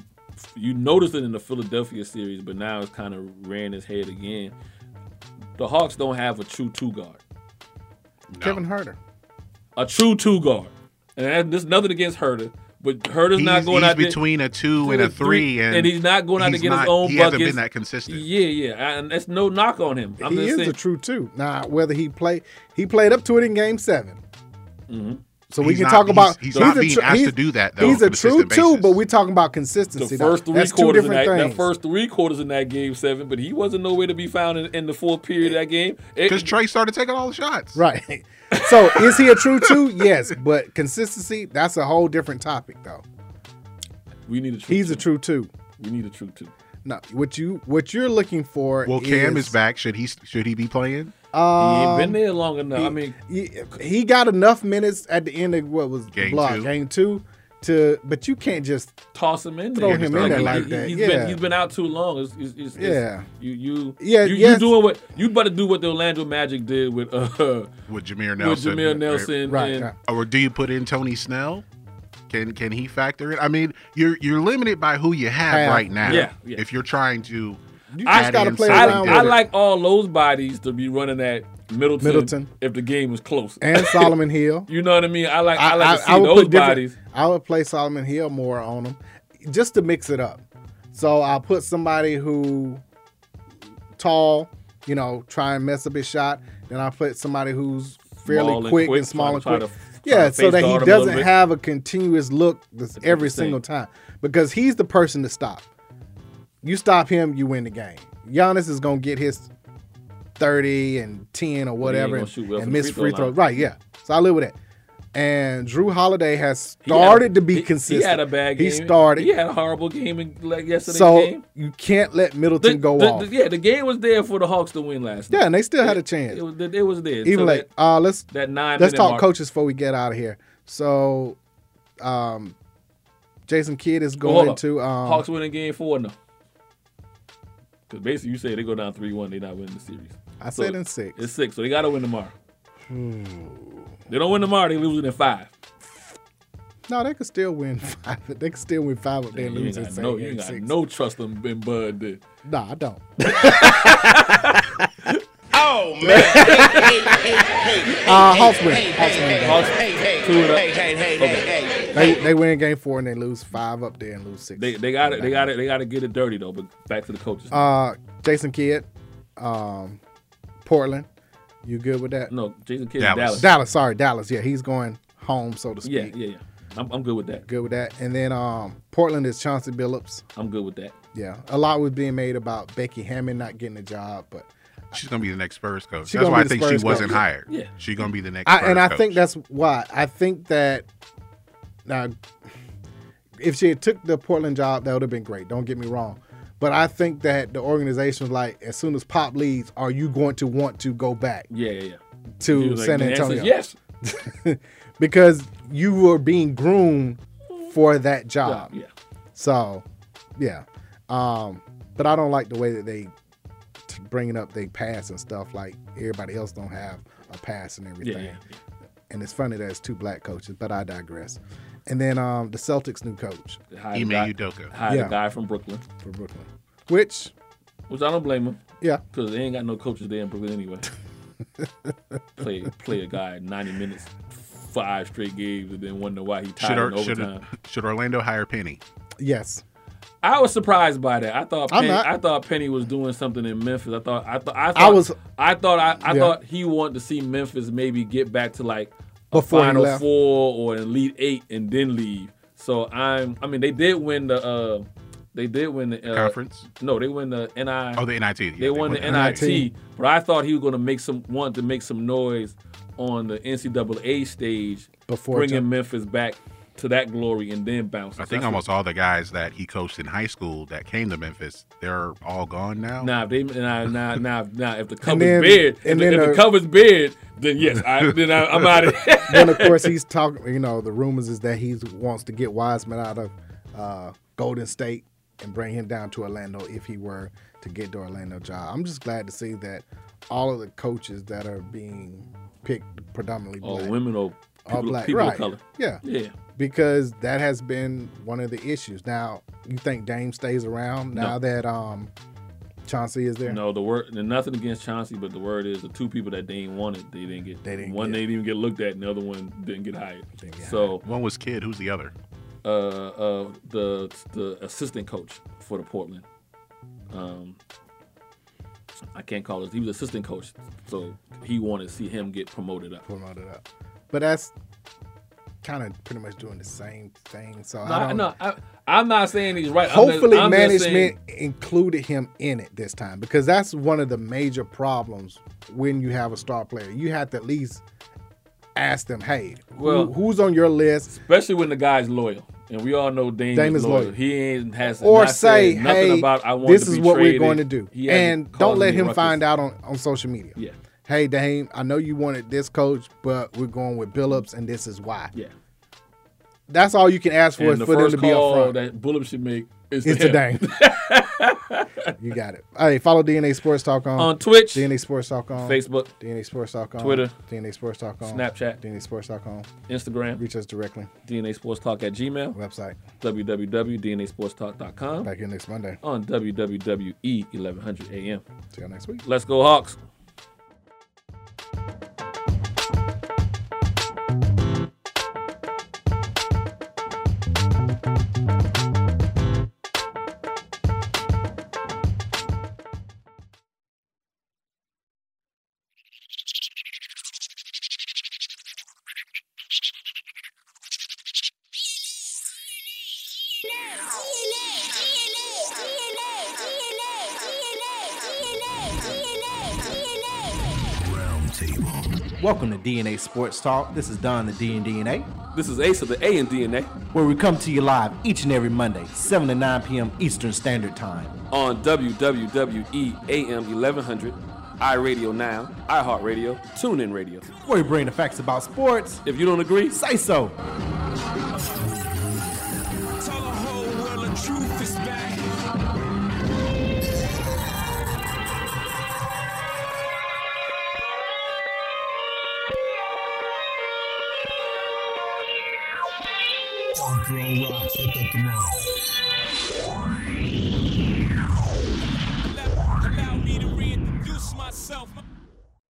Speaker 3: you noticed it in the Philadelphia series, but now it's kind of ran his head again. The Hawks don't have a true two guard,
Speaker 5: Kevin Herter.
Speaker 3: a true two guard, and that- there's nothing against Herder, but Herder's not
Speaker 6: He's-
Speaker 3: going
Speaker 6: he's
Speaker 3: out there-
Speaker 6: between a two
Speaker 3: to
Speaker 6: and
Speaker 3: the
Speaker 6: a three, and
Speaker 3: he's not going out to
Speaker 6: he's
Speaker 3: get
Speaker 6: not-
Speaker 3: his own
Speaker 6: he
Speaker 3: buckets.
Speaker 6: hasn't been that consistent.
Speaker 3: Yeah, yeah, and that's no knock on him. I'm
Speaker 5: he
Speaker 3: just
Speaker 5: is
Speaker 3: saying,
Speaker 5: a true two. Now, whether he played, he played up to it in Game 7
Speaker 3: Mm-hmm.
Speaker 5: So we
Speaker 6: He's
Speaker 5: can
Speaker 6: not-
Speaker 5: talk
Speaker 6: he's-
Speaker 5: about
Speaker 6: he's not
Speaker 5: a
Speaker 6: being
Speaker 5: tru-
Speaker 6: asked to
Speaker 5: he's-
Speaker 6: do that, though,
Speaker 5: He's
Speaker 6: on
Speaker 5: a
Speaker 6: a
Speaker 5: true
Speaker 6: consistent
Speaker 5: two,
Speaker 6: basis.
Speaker 5: but we're talking about
Speaker 3: the
Speaker 5: consistency. though.
Speaker 3: first three
Speaker 5: That's two
Speaker 3: quarters in
Speaker 5: different
Speaker 3: that,
Speaker 5: things.
Speaker 3: that first three quarters in that game seven, but he wasn't nowhere to be found in, in the fourth period of that game because
Speaker 6: Trey started taking all the
Speaker 5: [laughs]
Speaker 6: shots.
Speaker 5: Right. So is he a true two? Yes, but consistency, that's a whole different topic though.
Speaker 3: We need a true
Speaker 5: He's a true two.
Speaker 3: We need a true two.
Speaker 5: No, what you what you're looking for
Speaker 6: Well, Cam is,
Speaker 5: is
Speaker 6: back. Should he should he be playing?
Speaker 5: um,
Speaker 3: he ain't been there long enough. I mean,
Speaker 5: he, he got enough minutes at the end of what was
Speaker 3: Game
Speaker 5: block,
Speaker 3: two.
Speaker 5: game two to but you can't just
Speaker 3: toss him in
Speaker 5: throw
Speaker 3: there.
Speaker 5: him in there
Speaker 3: He-
Speaker 5: like
Speaker 3: he-
Speaker 5: that.
Speaker 3: he's
Speaker 5: yeah.
Speaker 3: been he's been out too long. It's, it's, it's, it's-
Speaker 5: Yeah.
Speaker 3: you you
Speaker 5: Yeah,
Speaker 3: you,
Speaker 5: yes.
Speaker 3: you doing what you better do what the Orlando Magic did with uh [laughs]
Speaker 6: with Jameer Nelson,
Speaker 3: with Jameer Nelson and
Speaker 6: Or do you put in Tony Snell? Can can he factor in? I mean, you're you're limited by who you have
Speaker 3: Have.
Speaker 6: right now.
Speaker 3: Yeah, yeah.
Speaker 6: If you're trying to,
Speaker 3: I,
Speaker 6: add
Speaker 3: gotta
Speaker 6: in
Speaker 3: play
Speaker 6: something
Speaker 3: I, I
Speaker 6: different.
Speaker 3: like all those bodies to be running at Middleton,
Speaker 5: Middleton.
Speaker 3: if the game was close
Speaker 5: And Solomon Hill.
Speaker 3: you know what I mean? I like I, like to see
Speaker 5: would
Speaker 3: those
Speaker 5: put different-
Speaker 3: bodies.
Speaker 5: I would play Solomon Hill more on him, just to mix it up. So I'll put somebody who tall, you know, try and mess up his shot. Then I'll put somebody who's fairly
Speaker 3: Small and
Speaker 5: quick,
Speaker 3: quick,
Speaker 5: and small and
Speaker 3: try to-
Speaker 5: quick.
Speaker 3: try to
Speaker 5: yeah, so
Speaker 3: face
Speaker 5: that
Speaker 3: guard him
Speaker 5: he
Speaker 3: a little
Speaker 5: doesn't
Speaker 3: bit.
Speaker 5: have a continuous look this every
Speaker 3: same.
Speaker 5: single time because he's the person to stop. You stop him, you win the game. Giannis is gonna get his thirty and ten or whatever,
Speaker 3: gonna
Speaker 5: and,
Speaker 3: shoot well
Speaker 5: and
Speaker 3: from the
Speaker 5: miss
Speaker 3: free throw
Speaker 5: free throw.
Speaker 3: line.
Speaker 5: Right? Yeah. So I live with that. And Drew Holiday has started
Speaker 3: He had a-
Speaker 5: to be
Speaker 3: he-
Speaker 5: consistent.
Speaker 3: He had a bad game.
Speaker 5: He started.
Speaker 3: He had a horrible game in like yesterday's
Speaker 5: so
Speaker 3: game.
Speaker 5: you can't let Middleton go
Speaker 3: The-
Speaker 5: off.
Speaker 3: the- yeah, the game was there for the Hawks to win last night.
Speaker 5: yeah, and they still had a chance.
Speaker 3: It was, it was there.
Speaker 5: Even
Speaker 3: So
Speaker 5: like,
Speaker 3: that-
Speaker 5: uh, let's
Speaker 3: that nine.
Speaker 5: let's
Speaker 3: minute
Speaker 5: talk
Speaker 3: mark.
Speaker 5: coaches before we get out of here. So, um, Jason Kidd is
Speaker 3: Well, hold
Speaker 5: going
Speaker 3: up.
Speaker 5: to um,
Speaker 3: Hawks winning game four no. Because basically you say they go down three one, they not winning the series.
Speaker 5: I said in six.
Speaker 3: It's six, so they gotta win tomorrow.
Speaker 5: Hmm.
Speaker 3: They don't win tomorrow, they losing in five.
Speaker 5: No, they could still win [laughs] five. They could still win five up there and
Speaker 3: you ain't
Speaker 5: lose in
Speaker 3: got,
Speaker 5: seven,
Speaker 3: no, you
Speaker 5: eight,
Speaker 3: ain't got
Speaker 5: six.
Speaker 3: no trust in, in Bud. then.
Speaker 5: Nah, I don't.
Speaker 21: Oh man! hey, hey, hey, hey,
Speaker 5: Uh,
Speaker 21: hey,
Speaker 5: Hawks win.
Speaker 21: Hey,
Speaker 5: Hawks
Speaker 21: hey,
Speaker 5: win.
Speaker 21: hey,
Speaker 5: Hawks
Speaker 21: hey, hey,
Speaker 5: two it up.
Speaker 21: hey, hey, hey, hey, hey.
Speaker 5: They they win game four and they lose five up there and lose six.
Speaker 3: They they gotta they gotta they gotta get it dirty though, but back to the coaches.
Speaker 5: Uh, Jason Kidd, um, Portland. You good with that?
Speaker 3: No, Jason Kidd, Dallas. Dallas.
Speaker 5: Dallas. Sorry, Dallas. Yeah, he's going home, so to speak.
Speaker 3: yeah, yeah, yeah. I'm, I'm good with that.
Speaker 5: Good with that. And then um, Portland is Chauncey Billups.
Speaker 3: I'm good with that.
Speaker 5: Yeah, a lot was being made about Becky Hammond not getting a job, but
Speaker 6: she's gonna be the next Spurs coach.
Speaker 5: She
Speaker 6: That's
Speaker 5: gonna
Speaker 6: why I
Speaker 5: be the
Speaker 6: think
Speaker 5: Spurs
Speaker 6: she wasn't
Speaker 5: coach.
Speaker 6: hired.
Speaker 5: Yeah.
Speaker 6: she's gonna be the next.
Speaker 5: I,
Speaker 6: Spurs
Speaker 5: and I
Speaker 6: coach.
Speaker 5: think that's why. I think that now, if she had took the Portland job, that would have been great. Don't get me wrong, but I think that the organization was like, as soon as Pop leaves, are you going to want to go back
Speaker 3: Yeah, yeah, yeah. He
Speaker 5: to
Speaker 3: was like,
Speaker 5: San
Speaker 3: the answer
Speaker 5: Antonio?
Speaker 3: is yes.
Speaker 5: because you were being groomed for that job.
Speaker 3: Yeah, yeah.
Speaker 5: So, yeah. Um, but I don't like the way that they t- bringing up they pass and stuff. Like everybody else don't have a pass and everything.
Speaker 3: yeah,
Speaker 5: And it's funny that it's two black coaches, but I digress. And then um, the Celtics' new coach,
Speaker 3: Hired a guy- Hired a guy from Brooklyn.
Speaker 5: From Brooklyn. Which,
Speaker 3: Which I don't blame him.
Speaker 5: Yeah.
Speaker 3: Because they ain't got no coaches there in
Speaker 5: [laughs]
Speaker 3: Brooklyn anyway. play play a guy 90 minutes, five straight games, and then wonder why he tired in
Speaker 6: should,
Speaker 3: overtime.
Speaker 6: should, should Orlando hire Penny?
Speaker 5: yes,
Speaker 3: I was surprised by that. I thought
Speaker 5: I'm
Speaker 3: Penny,
Speaker 5: not.
Speaker 3: I thought Penny was doing something in Memphis. I thought I thought I, thought,
Speaker 5: was-
Speaker 3: I thought I, I
Speaker 5: Yeah.
Speaker 3: thought he wanted to see Memphis maybe get back to like a
Speaker 5: Before he
Speaker 3: Final
Speaker 5: left.
Speaker 3: Four or an Elite Eight and then leave. So I'm I mean they did win the uh they did win the uh,
Speaker 6: Conference?
Speaker 3: No, they win the NI.
Speaker 6: Oh, the NIT. Yeah,
Speaker 3: They won the NIT, but I thought he was going to make some want to make some noise on the NCAA stage
Speaker 6: Before
Speaker 3: bringing
Speaker 6: jump-
Speaker 3: Memphis back to that glory and then bouncing.
Speaker 6: I think almost all the guys that he coached in high school that came to Memphis, they're all gone now.
Speaker 3: Nah, if they nah nah nah nah. If the cover's
Speaker 5: then-
Speaker 3: bad, if,
Speaker 5: and
Speaker 3: the,
Speaker 5: then
Speaker 3: if the
Speaker 5: a-
Speaker 3: cover's bad, then yes, I, then I, I'm out of.
Speaker 5: then of course he's talking. You know, the rumors is that he wants to get Wiseman out of uh, Golden State and bring him down to Orlando if he were to get the Orlando job. I'm just glad to see that all of the coaches that are being picked predominantly
Speaker 3: [laughs] All
Speaker 5: black,
Speaker 3: women or
Speaker 5: all
Speaker 3: people-
Speaker 5: black,
Speaker 3: people of
Speaker 5: right?
Speaker 3: color.
Speaker 5: Yeah,
Speaker 3: Yeah.
Speaker 5: Because that has been one of the issues. Now, you think Dame stays around
Speaker 3: No.
Speaker 5: now that um, Chauncey is there?
Speaker 3: No, the word and nothing against Chauncey, but the word is the two people that Dane wanted, they didn't get. They didn't. One they didn't even get looked at, and the other one didn't get hired. so
Speaker 6: one was kid. Who's the other?
Speaker 3: Uh, uh, the the assistant coach for the Portland. Um, I can't call it. He was assistant coach, so he wanted to see him get promoted up.
Speaker 5: Promoted up. But that's kind of pretty much doing the same thing. So
Speaker 3: No,
Speaker 5: I
Speaker 3: I
Speaker 5: don't.
Speaker 3: no, I, I'm not saying he's right. I'm just-
Speaker 5: Hopefully,
Speaker 3: I'm just saying-
Speaker 5: management included him in it this time because that's one of the major problems when you have a star player. You have to at least ask them, "Hey, who-
Speaker 3: Well-
Speaker 5: who's on your list?"
Speaker 3: especially when the guy's loyal. And we all know Dame,
Speaker 5: Dame
Speaker 3: is
Speaker 5: is
Speaker 3: loyal.
Speaker 5: loyal.
Speaker 3: He ain't has
Speaker 5: or
Speaker 3: not
Speaker 5: say,
Speaker 3: said nothing
Speaker 5: "Hey,
Speaker 3: about I want
Speaker 5: this
Speaker 3: to
Speaker 5: is
Speaker 3: be
Speaker 5: what we're
Speaker 3: traded."
Speaker 5: going to do,"
Speaker 3: He hasn't
Speaker 5: and don't
Speaker 3: caused
Speaker 5: let
Speaker 3: any
Speaker 5: him
Speaker 3: ruckus.
Speaker 5: find out on, on social media.
Speaker 3: Yeah.
Speaker 5: Hey, Dame, I know you wanted this coach, but we're going with Billups, and this is why.
Speaker 3: Yeah.
Speaker 5: That's all you can ask for
Speaker 3: And the
Speaker 5: is for them
Speaker 3: first
Speaker 5: to be
Speaker 3: call
Speaker 5: upfront.
Speaker 3: that Bullet should make is
Speaker 5: It's
Speaker 3: [laughs] to
Speaker 5: the
Speaker 3: him.
Speaker 5: Dame. you got it. Hey, follow DNA Sports Talk on
Speaker 3: On Twitch.
Speaker 5: DNA Sports Talk on
Speaker 3: Facebook.
Speaker 5: DNA Sports Talk on
Speaker 3: Twitter.
Speaker 5: DNA Sports Talk on
Speaker 3: Snapchat.
Speaker 5: DNA Sports Talk on
Speaker 3: Instagram.
Speaker 5: Reach us directly.
Speaker 3: DNA Sports Talk at Gmail.
Speaker 5: Website.
Speaker 3: www.dnasportstalk.com.
Speaker 5: Back here next Monday.
Speaker 3: On WWE 1100 AM.
Speaker 5: See you next week.
Speaker 3: Let's go, Hawks.
Speaker 2: Welcome to DNA Sports Talk. This is Don the D and DNA.
Speaker 3: This is Ace of the A and DNA.
Speaker 2: Where we come to you live each and every Monday, 7 to 9 p.m. Eastern Standard Time.
Speaker 3: on WWE AM 1100, iRadio Now, iHeartRadio, TuneIn Radio.
Speaker 2: Where we bring the facts about sports.
Speaker 3: If you don't agree,
Speaker 2: say so.
Speaker 4: Tell the whole world the truth is back.
Speaker 13: Don't throw rocks at the throne.